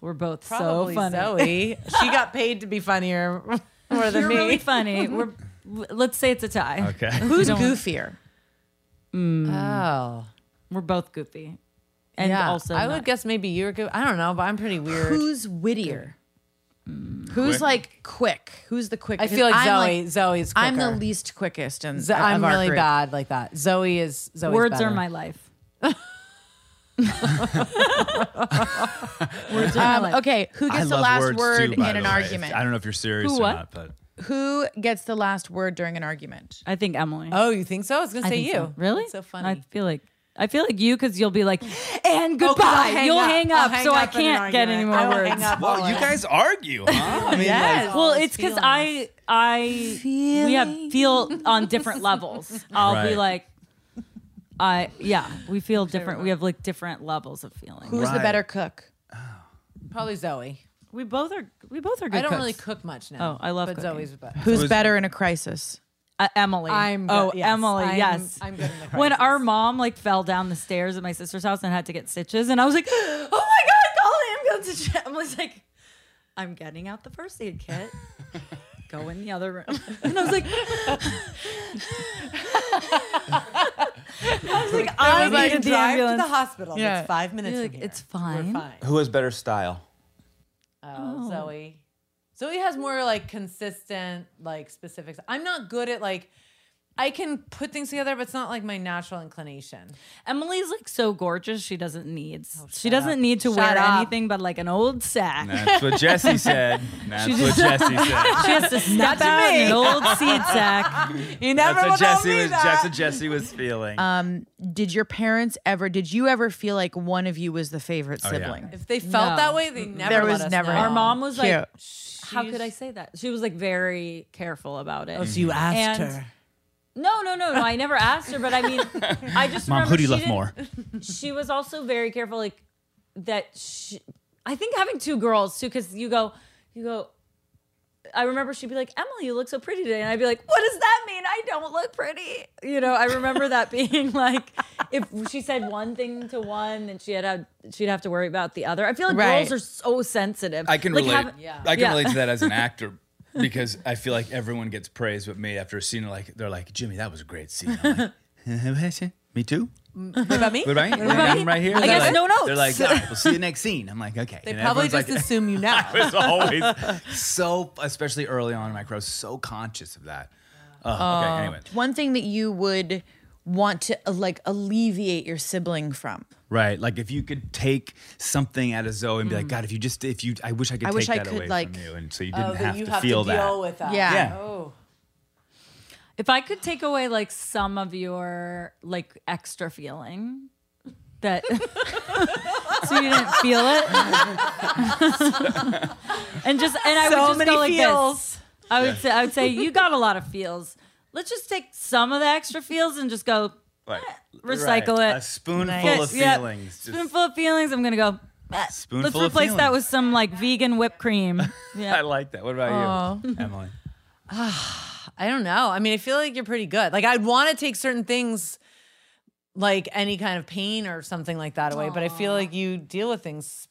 [SPEAKER 2] We're both
[SPEAKER 3] Probably
[SPEAKER 2] so funny.
[SPEAKER 3] Zoe. [laughs] she got paid to be funnier more than
[SPEAKER 2] You're
[SPEAKER 3] me.
[SPEAKER 2] really funny. We're l- let's say it's a tie.
[SPEAKER 1] Okay. [laughs]
[SPEAKER 13] Who's
[SPEAKER 2] Don't-
[SPEAKER 13] goofier?
[SPEAKER 3] Oh.
[SPEAKER 2] We're both goofy, and
[SPEAKER 3] yeah,
[SPEAKER 2] also
[SPEAKER 3] I
[SPEAKER 2] not-
[SPEAKER 3] would guess maybe you were good. I don't know, but I'm pretty weird.
[SPEAKER 13] Who's wittier? Who's
[SPEAKER 3] Quick.
[SPEAKER 13] like quick? Who's the quickest?
[SPEAKER 3] I feel like
[SPEAKER 13] I'm
[SPEAKER 3] Zoe. Zoe's. Quicker.
[SPEAKER 13] I'm the least quickest, and
[SPEAKER 3] Z- I'm really bad like that. Zoe is. Zoe's
[SPEAKER 2] words
[SPEAKER 3] better.
[SPEAKER 2] are my life. words are my
[SPEAKER 13] Um,
[SPEAKER 2] life.
[SPEAKER 13] okay, who
[SPEAKER 1] I
[SPEAKER 13] gets the
[SPEAKER 1] love
[SPEAKER 13] last
[SPEAKER 1] words
[SPEAKER 13] word
[SPEAKER 1] too,
[SPEAKER 13] in
[SPEAKER 6] Um,
[SPEAKER 1] by the
[SPEAKER 13] an
[SPEAKER 1] way.
[SPEAKER 13] argument?
[SPEAKER 1] I don't know if you're serious
[SPEAKER 2] Who
[SPEAKER 1] or
[SPEAKER 2] what?
[SPEAKER 1] not, but
[SPEAKER 6] Who gets the last word during an argument?
[SPEAKER 2] I think Emily.
[SPEAKER 6] Oh, you think so? I was
[SPEAKER 2] I think so. Really?
[SPEAKER 6] so
[SPEAKER 2] funny. I feel like I feel like you because you'll be like, and goodbye.
[SPEAKER 6] hang
[SPEAKER 2] You'll
[SPEAKER 6] up.
[SPEAKER 2] hang
[SPEAKER 6] I'll
[SPEAKER 2] up,
[SPEAKER 6] hang
[SPEAKER 2] so I
[SPEAKER 6] up in an
[SPEAKER 2] can't get any
[SPEAKER 6] argument.
[SPEAKER 2] more
[SPEAKER 6] I will
[SPEAKER 2] words.
[SPEAKER 6] hang up Well, all you
[SPEAKER 1] right. guys argue, huh? I mean,
[SPEAKER 2] yes.
[SPEAKER 1] like-
[SPEAKER 2] well, it's because I I we have feel on different
[SPEAKER 3] [laughs]
[SPEAKER 2] levels. I'll be
[SPEAKER 1] Right.
[SPEAKER 2] like, I yeah, we feel different. We have like different levels of feeling.
[SPEAKER 6] Who's the better cook?
[SPEAKER 3] Oh. Probably Zoe.
[SPEAKER 2] We both are. We both are.
[SPEAKER 3] I
[SPEAKER 2] good
[SPEAKER 3] don't really
[SPEAKER 2] cooks.
[SPEAKER 3] cook much
[SPEAKER 2] Oh,
[SPEAKER 3] now.
[SPEAKER 2] I love
[SPEAKER 3] But
[SPEAKER 2] cooking.
[SPEAKER 3] Zoe's better.
[SPEAKER 6] Who's better in a crisis?
[SPEAKER 2] Uh, Emily.
[SPEAKER 3] [laughs] I'm
[SPEAKER 2] oh
[SPEAKER 3] good- yes,
[SPEAKER 2] Emily.
[SPEAKER 3] I'm-
[SPEAKER 2] yes,
[SPEAKER 3] I'm good in the
[SPEAKER 2] When our mom like fell down the stairs at my sister's house and had to get stitches, and I was like, [gasps] "Oh my god, call the ambulance!"
[SPEAKER 3] [laughs]
[SPEAKER 2] And Emily's like, "I'm getting out the first aid kit. Go in the other
[SPEAKER 3] [laughs]
[SPEAKER 2] room." [laughs] And I was like, "I was like,
[SPEAKER 3] I
[SPEAKER 2] I
[SPEAKER 3] was like,
[SPEAKER 2] needed the
[SPEAKER 3] drive to
[SPEAKER 2] ambulance
[SPEAKER 3] the hospital. That's five minutes
[SPEAKER 2] You're
[SPEAKER 3] from
[SPEAKER 2] Like,
[SPEAKER 3] here.
[SPEAKER 2] it's fine.
[SPEAKER 3] We're fine.
[SPEAKER 1] [laughs] Who has better style?
[SPEAKER 3] Oh, Zoe. Zoe has more like consistent, like specifics. I'm not good at like, I can put things together, but it's not like my natural inclination.
[SPEAKER 2] Emily's like so gorgeous. She doesn't need. she doesn't need to
[SPEAKER 3] Oh, Shut
[SPEAKER 2] wear
[SPEAKER 3] up.
[SPEAKER 2] anything but like an old sack.
[SPEAKER 1] That's what Jesse said. That's what Jesse
[SPEAKER 2] [laughs]
[SPEAKER 1] said.
[SPEAKER 3] [laughs]
[SPEAKER 2] She has to snap out an old seed sack.
[SPEAKER 6] You
[SPEAKER 1] That's what Jesse was. That's what Jesse was feeling.
[SPEAKER 13] Um, did your parents ever? Did you ever feel like one of you was the favorite
[SPEAKER 1] Oh, yeah.
[SPEAKER 13] sibling?
[SPEAKER 3] If they felt
[SPEAKER 2] No.
[SPEAKER 3] that way, they never.
[SPEAKER 13] There
[SPEAKER 3] let
[SPEAKER 13] was
[SPEAKER 3] us
[SPEAKER 13] never-
[SPEAKER 3] know.
[SPEAKER 2] Our mom was
[SPEAKER 13] Cute.
[SPEAKER 2] like, "How could I say that?" She was like very careful about it.
[SPEAKER 3] Oh, so you asked
[SPEAKER 2] And-
[SPEAKER 3] her.
[SPEAKER 2] No, no, no, no. I never asked her, but I mean, I just
[SPEAKER 1] Mom,
[SPEAKER 2] remember
[SPEAKER 1] who do you
[SPEAKER 2] she
[SPEAKER 1] love
[SPEAKER 2] didn't-
[SPEAKER 1] more?
[SPEAKER 2] She was also very careful, like that. She, I think having two girls too, because you go, you go. I remember she'd be like, "Emily, you look so pretty today," and I'd be like, "What does that mean? I don't look pretty." You know, I remember that [laughs] being like, if she said one thing to one, then she had a, she'd have to worry about the other. I feel like
[SPEAKER 13] Right.
[SPEAKER 2] girls are so sensitive.
[SPEAKER 1] I can
[SPEAKER 2] Like,
[SPEAKER 1] relate.
[SPEAKER 2] have-
[SPEAKER 1] I can
[SPEAKER 2] Yeah.
[SPEAKER 1] relate to that
[SPEAKER 3] [laughs]
[SPEAKER 1] as an actor because I feel like everyone gets praised, but me after a scene, like they're like, "Jimmy, that was a great scene."
[SPEAKER 3] [laughs]
[SPEAKER 1] I'm like, me too.
[SPEAKER 3] What about me?
[SPEAKER 1] What about me?
[SPEAKER 3] What about
[SPEAKER 1] I'm
[SPEAKER 3] me?
[SPEAKER 1] right here.
[SPEAKER 3] I
[SPEAKER 1] They're
[SPEAKER 3] guess
[SPEAKER 1] like,
[SPEAKER 3] no notes.
[SPEAKER 1] They're
[SPEAKER 3] [laughs]
[SPEAKER 1] like, all right, we'll see you next scene. I'm like, okay.
[SPEAKER 3] They
[SPEAKER 1] And
[SPEAKER 3] probably
[SPEAKER 1] everyone's
[SPEAKER 3] just assume
[SPEAKER 1] [laughs]
[SPEAKER 3] you know.
[SPEAKER 1] I was always
[SPEAKER 3] [laughs]
[SPEAKER 1] so, especially early on in my career, I was so conscious of that. Uh, okay, anyway.
[SPEAKER 13] One thing that you would want to uh, like alleviate your sibling from.
[SPEAKER 1] Right. Like if you could take something out of Zoe and be like, God, if you just, if you, I wish I could
[SPEAKER 13] I
[SPEAKER 1] take
[SPEAKER 13] wish I
[SPEAKER 1] that
[SPEAKER 13] could,
[SPEAKER 1] away
[SPEAKER 13] like-
[SPEAKER 1] from you. And so you didn't
[SPEAKER 3] Oh,
[SPEAKER 1] have
[SPEAKER 3] that you
[SPEAKER 1] to
[SPEAKER 3] have
[SPEAKER 1] feel
[SPEAKER 3] to
[SPEAKER 1] that.
[SPEAKER 3] deal with that.
[SPEAKER 13] Yeah. Yeah.
[SPEAKER 3] Oh.
[SPEAKER 2] If I could take away like some of your like extra feeling that [laughs] so you didn't feel it. [laughs] and just and I
[SPEAKER 3] So
[SPEAKER 2] would just
[SPEAKER 3] many
[SPEAKER 2] go like
[SPEAKER 3] feels.
[SPEAKER 2] this. I would say I would say you got a lot of feels. Let's just take some of the extra feels and just go
[SPEAKER 1] Right.
[SPEAKER 2] recycle
[SPEAKER 1] Right.
[SPEAKER 2] it.
[SPEAKER 1] A spoonful of
[SPEAKER 2] Yep.
[SPEAKER 1] feelings. Just- [laughs]
[SPEAKER 2] Spoonful of feelings. I'm gonna go. eh,
[SPEAKER 1] Spoonful
[SPEAKER 2] Let's
[SPEAKER 1] of
[SPEAKER 2] replace that
[SPEAKER 1] feelings.
[SPEAKER 2] with some like vegan whipped cream.
[SPEAKER 1] [laughs] I like that. What about you, Emily?
[SPEAKER 3] I don't know. I mean, I feel like you're pretty good. Like I'd want to take certain things like any kind of pain or something like that away, but I feel like you deal with things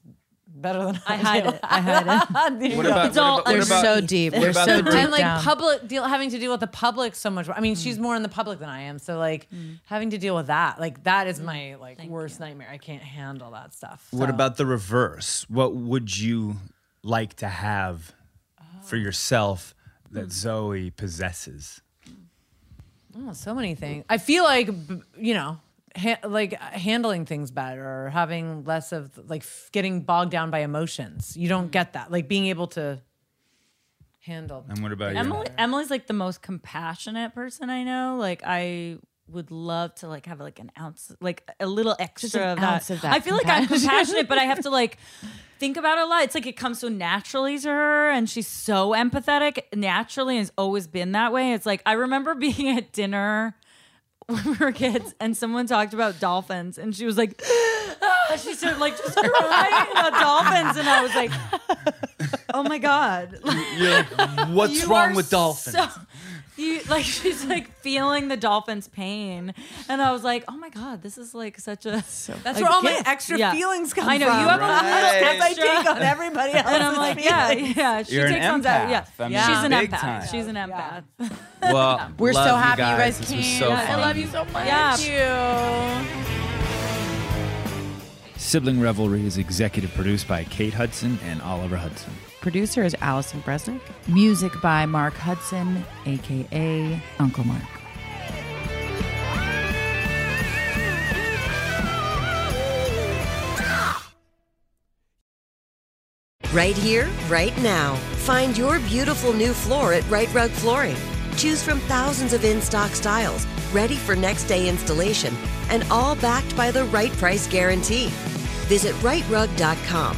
[SPEAKER 3] better than I,
[SPEAKER 2] I hide
[SPEAKER 3] do.
[SPEAKER 2] it. I hide it.
[SPEAKER 1] [laughs] What about-
[SPEAKER 2] it's all
[SPEAKER 1] what about- what
[SPEAKER 2] under-
[SPEAKER 1] about-
[SPEAKER 13] so deep.
[SPEAKER 1] what
[SPEAKER 13] We're
[SPEAKER 1] about
[SPEAKER 13] so
[SPEAKER 1] the-
[SPEAKER 13] deep
[SPEAKER 3] and like
[SPEAKER 13] down.
[SPEAKER 3] public deal having to deal with the public so much. I
[SPEAKER 2] Mm.
[SPEAKER 3] mean, she's more in the public than I am, so like having to deal with that, like that
[SPEAKER 2] Mm.
[SPEAKER 3] is my like worst nightmare. I can't handle that stuff.
[SPEAKER 1] What
[SPEAKER 3] So-
[SPEAKER 1] about the reverse? What would you like to have for yourself that Zoe possesses?
[SPEAKER 3] Oh, so many things. I feel like b- you know, ha- like uh, handling things better, or having less of like f- getting bogged down by emotions. You
[SPEAKER 2] Mm.
[SPEAKER 3] don't get that. Like being able to handle.
[SPEAKER 1] And what about you?
[SPEAKER 2] Emily, Emily's like the most compassionate person I know. Like I would love to like have like an ounce, like a little extra
[SPEAKER 13] an
[SPEAKER 2] of, that.
[SPEAKER 13] ounce of that
[SPEAKER 2] I feel like I'm
[SPEAKER 13] compassion.
[SPEAKER 2] compassionate, but I
[SPEAKER 13] [laughs]
[SPEAKER 2] have to like think about it a lot. It's like it comes so naturally to her, and she's so empathetic naturally, and has always been that way. It's like I remember [laughs] being at dinner when we were kids, and someone talked about dolphins, and she was like. [gasps] "Ah," She started like just crying about dolphins, and I was like, "Oh my god!" [laughs]
[SPEAKER 1] You're like, what's
[SPEAKER 2] You
[SPEAKER 1] wrong
[SPEAKER 2] are
[SPEAKER 1] with dolphins?
[SPEAKER 2] [laughs] so- you like she's like feeling the dolphin's pain, and I was like, oh my god, this is like such a.
[SPEAKER 3] That's
[SPEAKER 2] a
[SPEAKER 3] where all my
[SPEAKER 2] gift.
[SPEAKER 3] extra
[SPEAKER 2] Yeah.
[SPEAKER 3] feelings come.
[SPEAKER 2] I know you have
[SPEAKER 3] from.
[SPEAKER 2] a little
[SPEAKER 3] Because I
[SPEAKER 2] extra.
[SPEAKER 3] [laughs]
[SPEAKER 2] [laughs]
[SPEAKER 3] take on everybody else.
[SPEAKER 2] and I'm like, yeah, yeah. She
[SPEAKER 1] You're an
[SPEAKER 2] takes on that. Yeah,
[SPEAKER 1] empath. I mean,
[SPEAKER 2] she's an
[SPEAKER 1] big
[SPEAKER 2] empath.
[SPEAKER 1] time.
[SPEAKER 2] She's an empath.
[SPEAKER 1] well,
[SPEAKER 13] We're so
[SPEAKER 1] love
[SPEAKER 13] happy you guys
[SPEAKER 1] This was
[SPEAKER 13] came.
[SPEAKER 1] so
[SPEAKER 13] I
[SPEAKER 1] fun.
[SPEAKER 13] love you so much.
[SPEAKER 2] Yeah.
[SPEAKER 15] Sibling Revelry is executive produced by Kate Hudson and Oliver Hudson.
[SPEAKER 13] Producer is Allison Bresnick.
[SPEAKER 16] Music by Mark Hudson, aka Uncle Mark.
[SPEAKER 17] Right here, right now. Find your beautiful new floor at Right Rug Flooring. Choose from thousands of in stock styles, ready for next day installation, and all backed by the right price guarantee. Visit rightrug.com.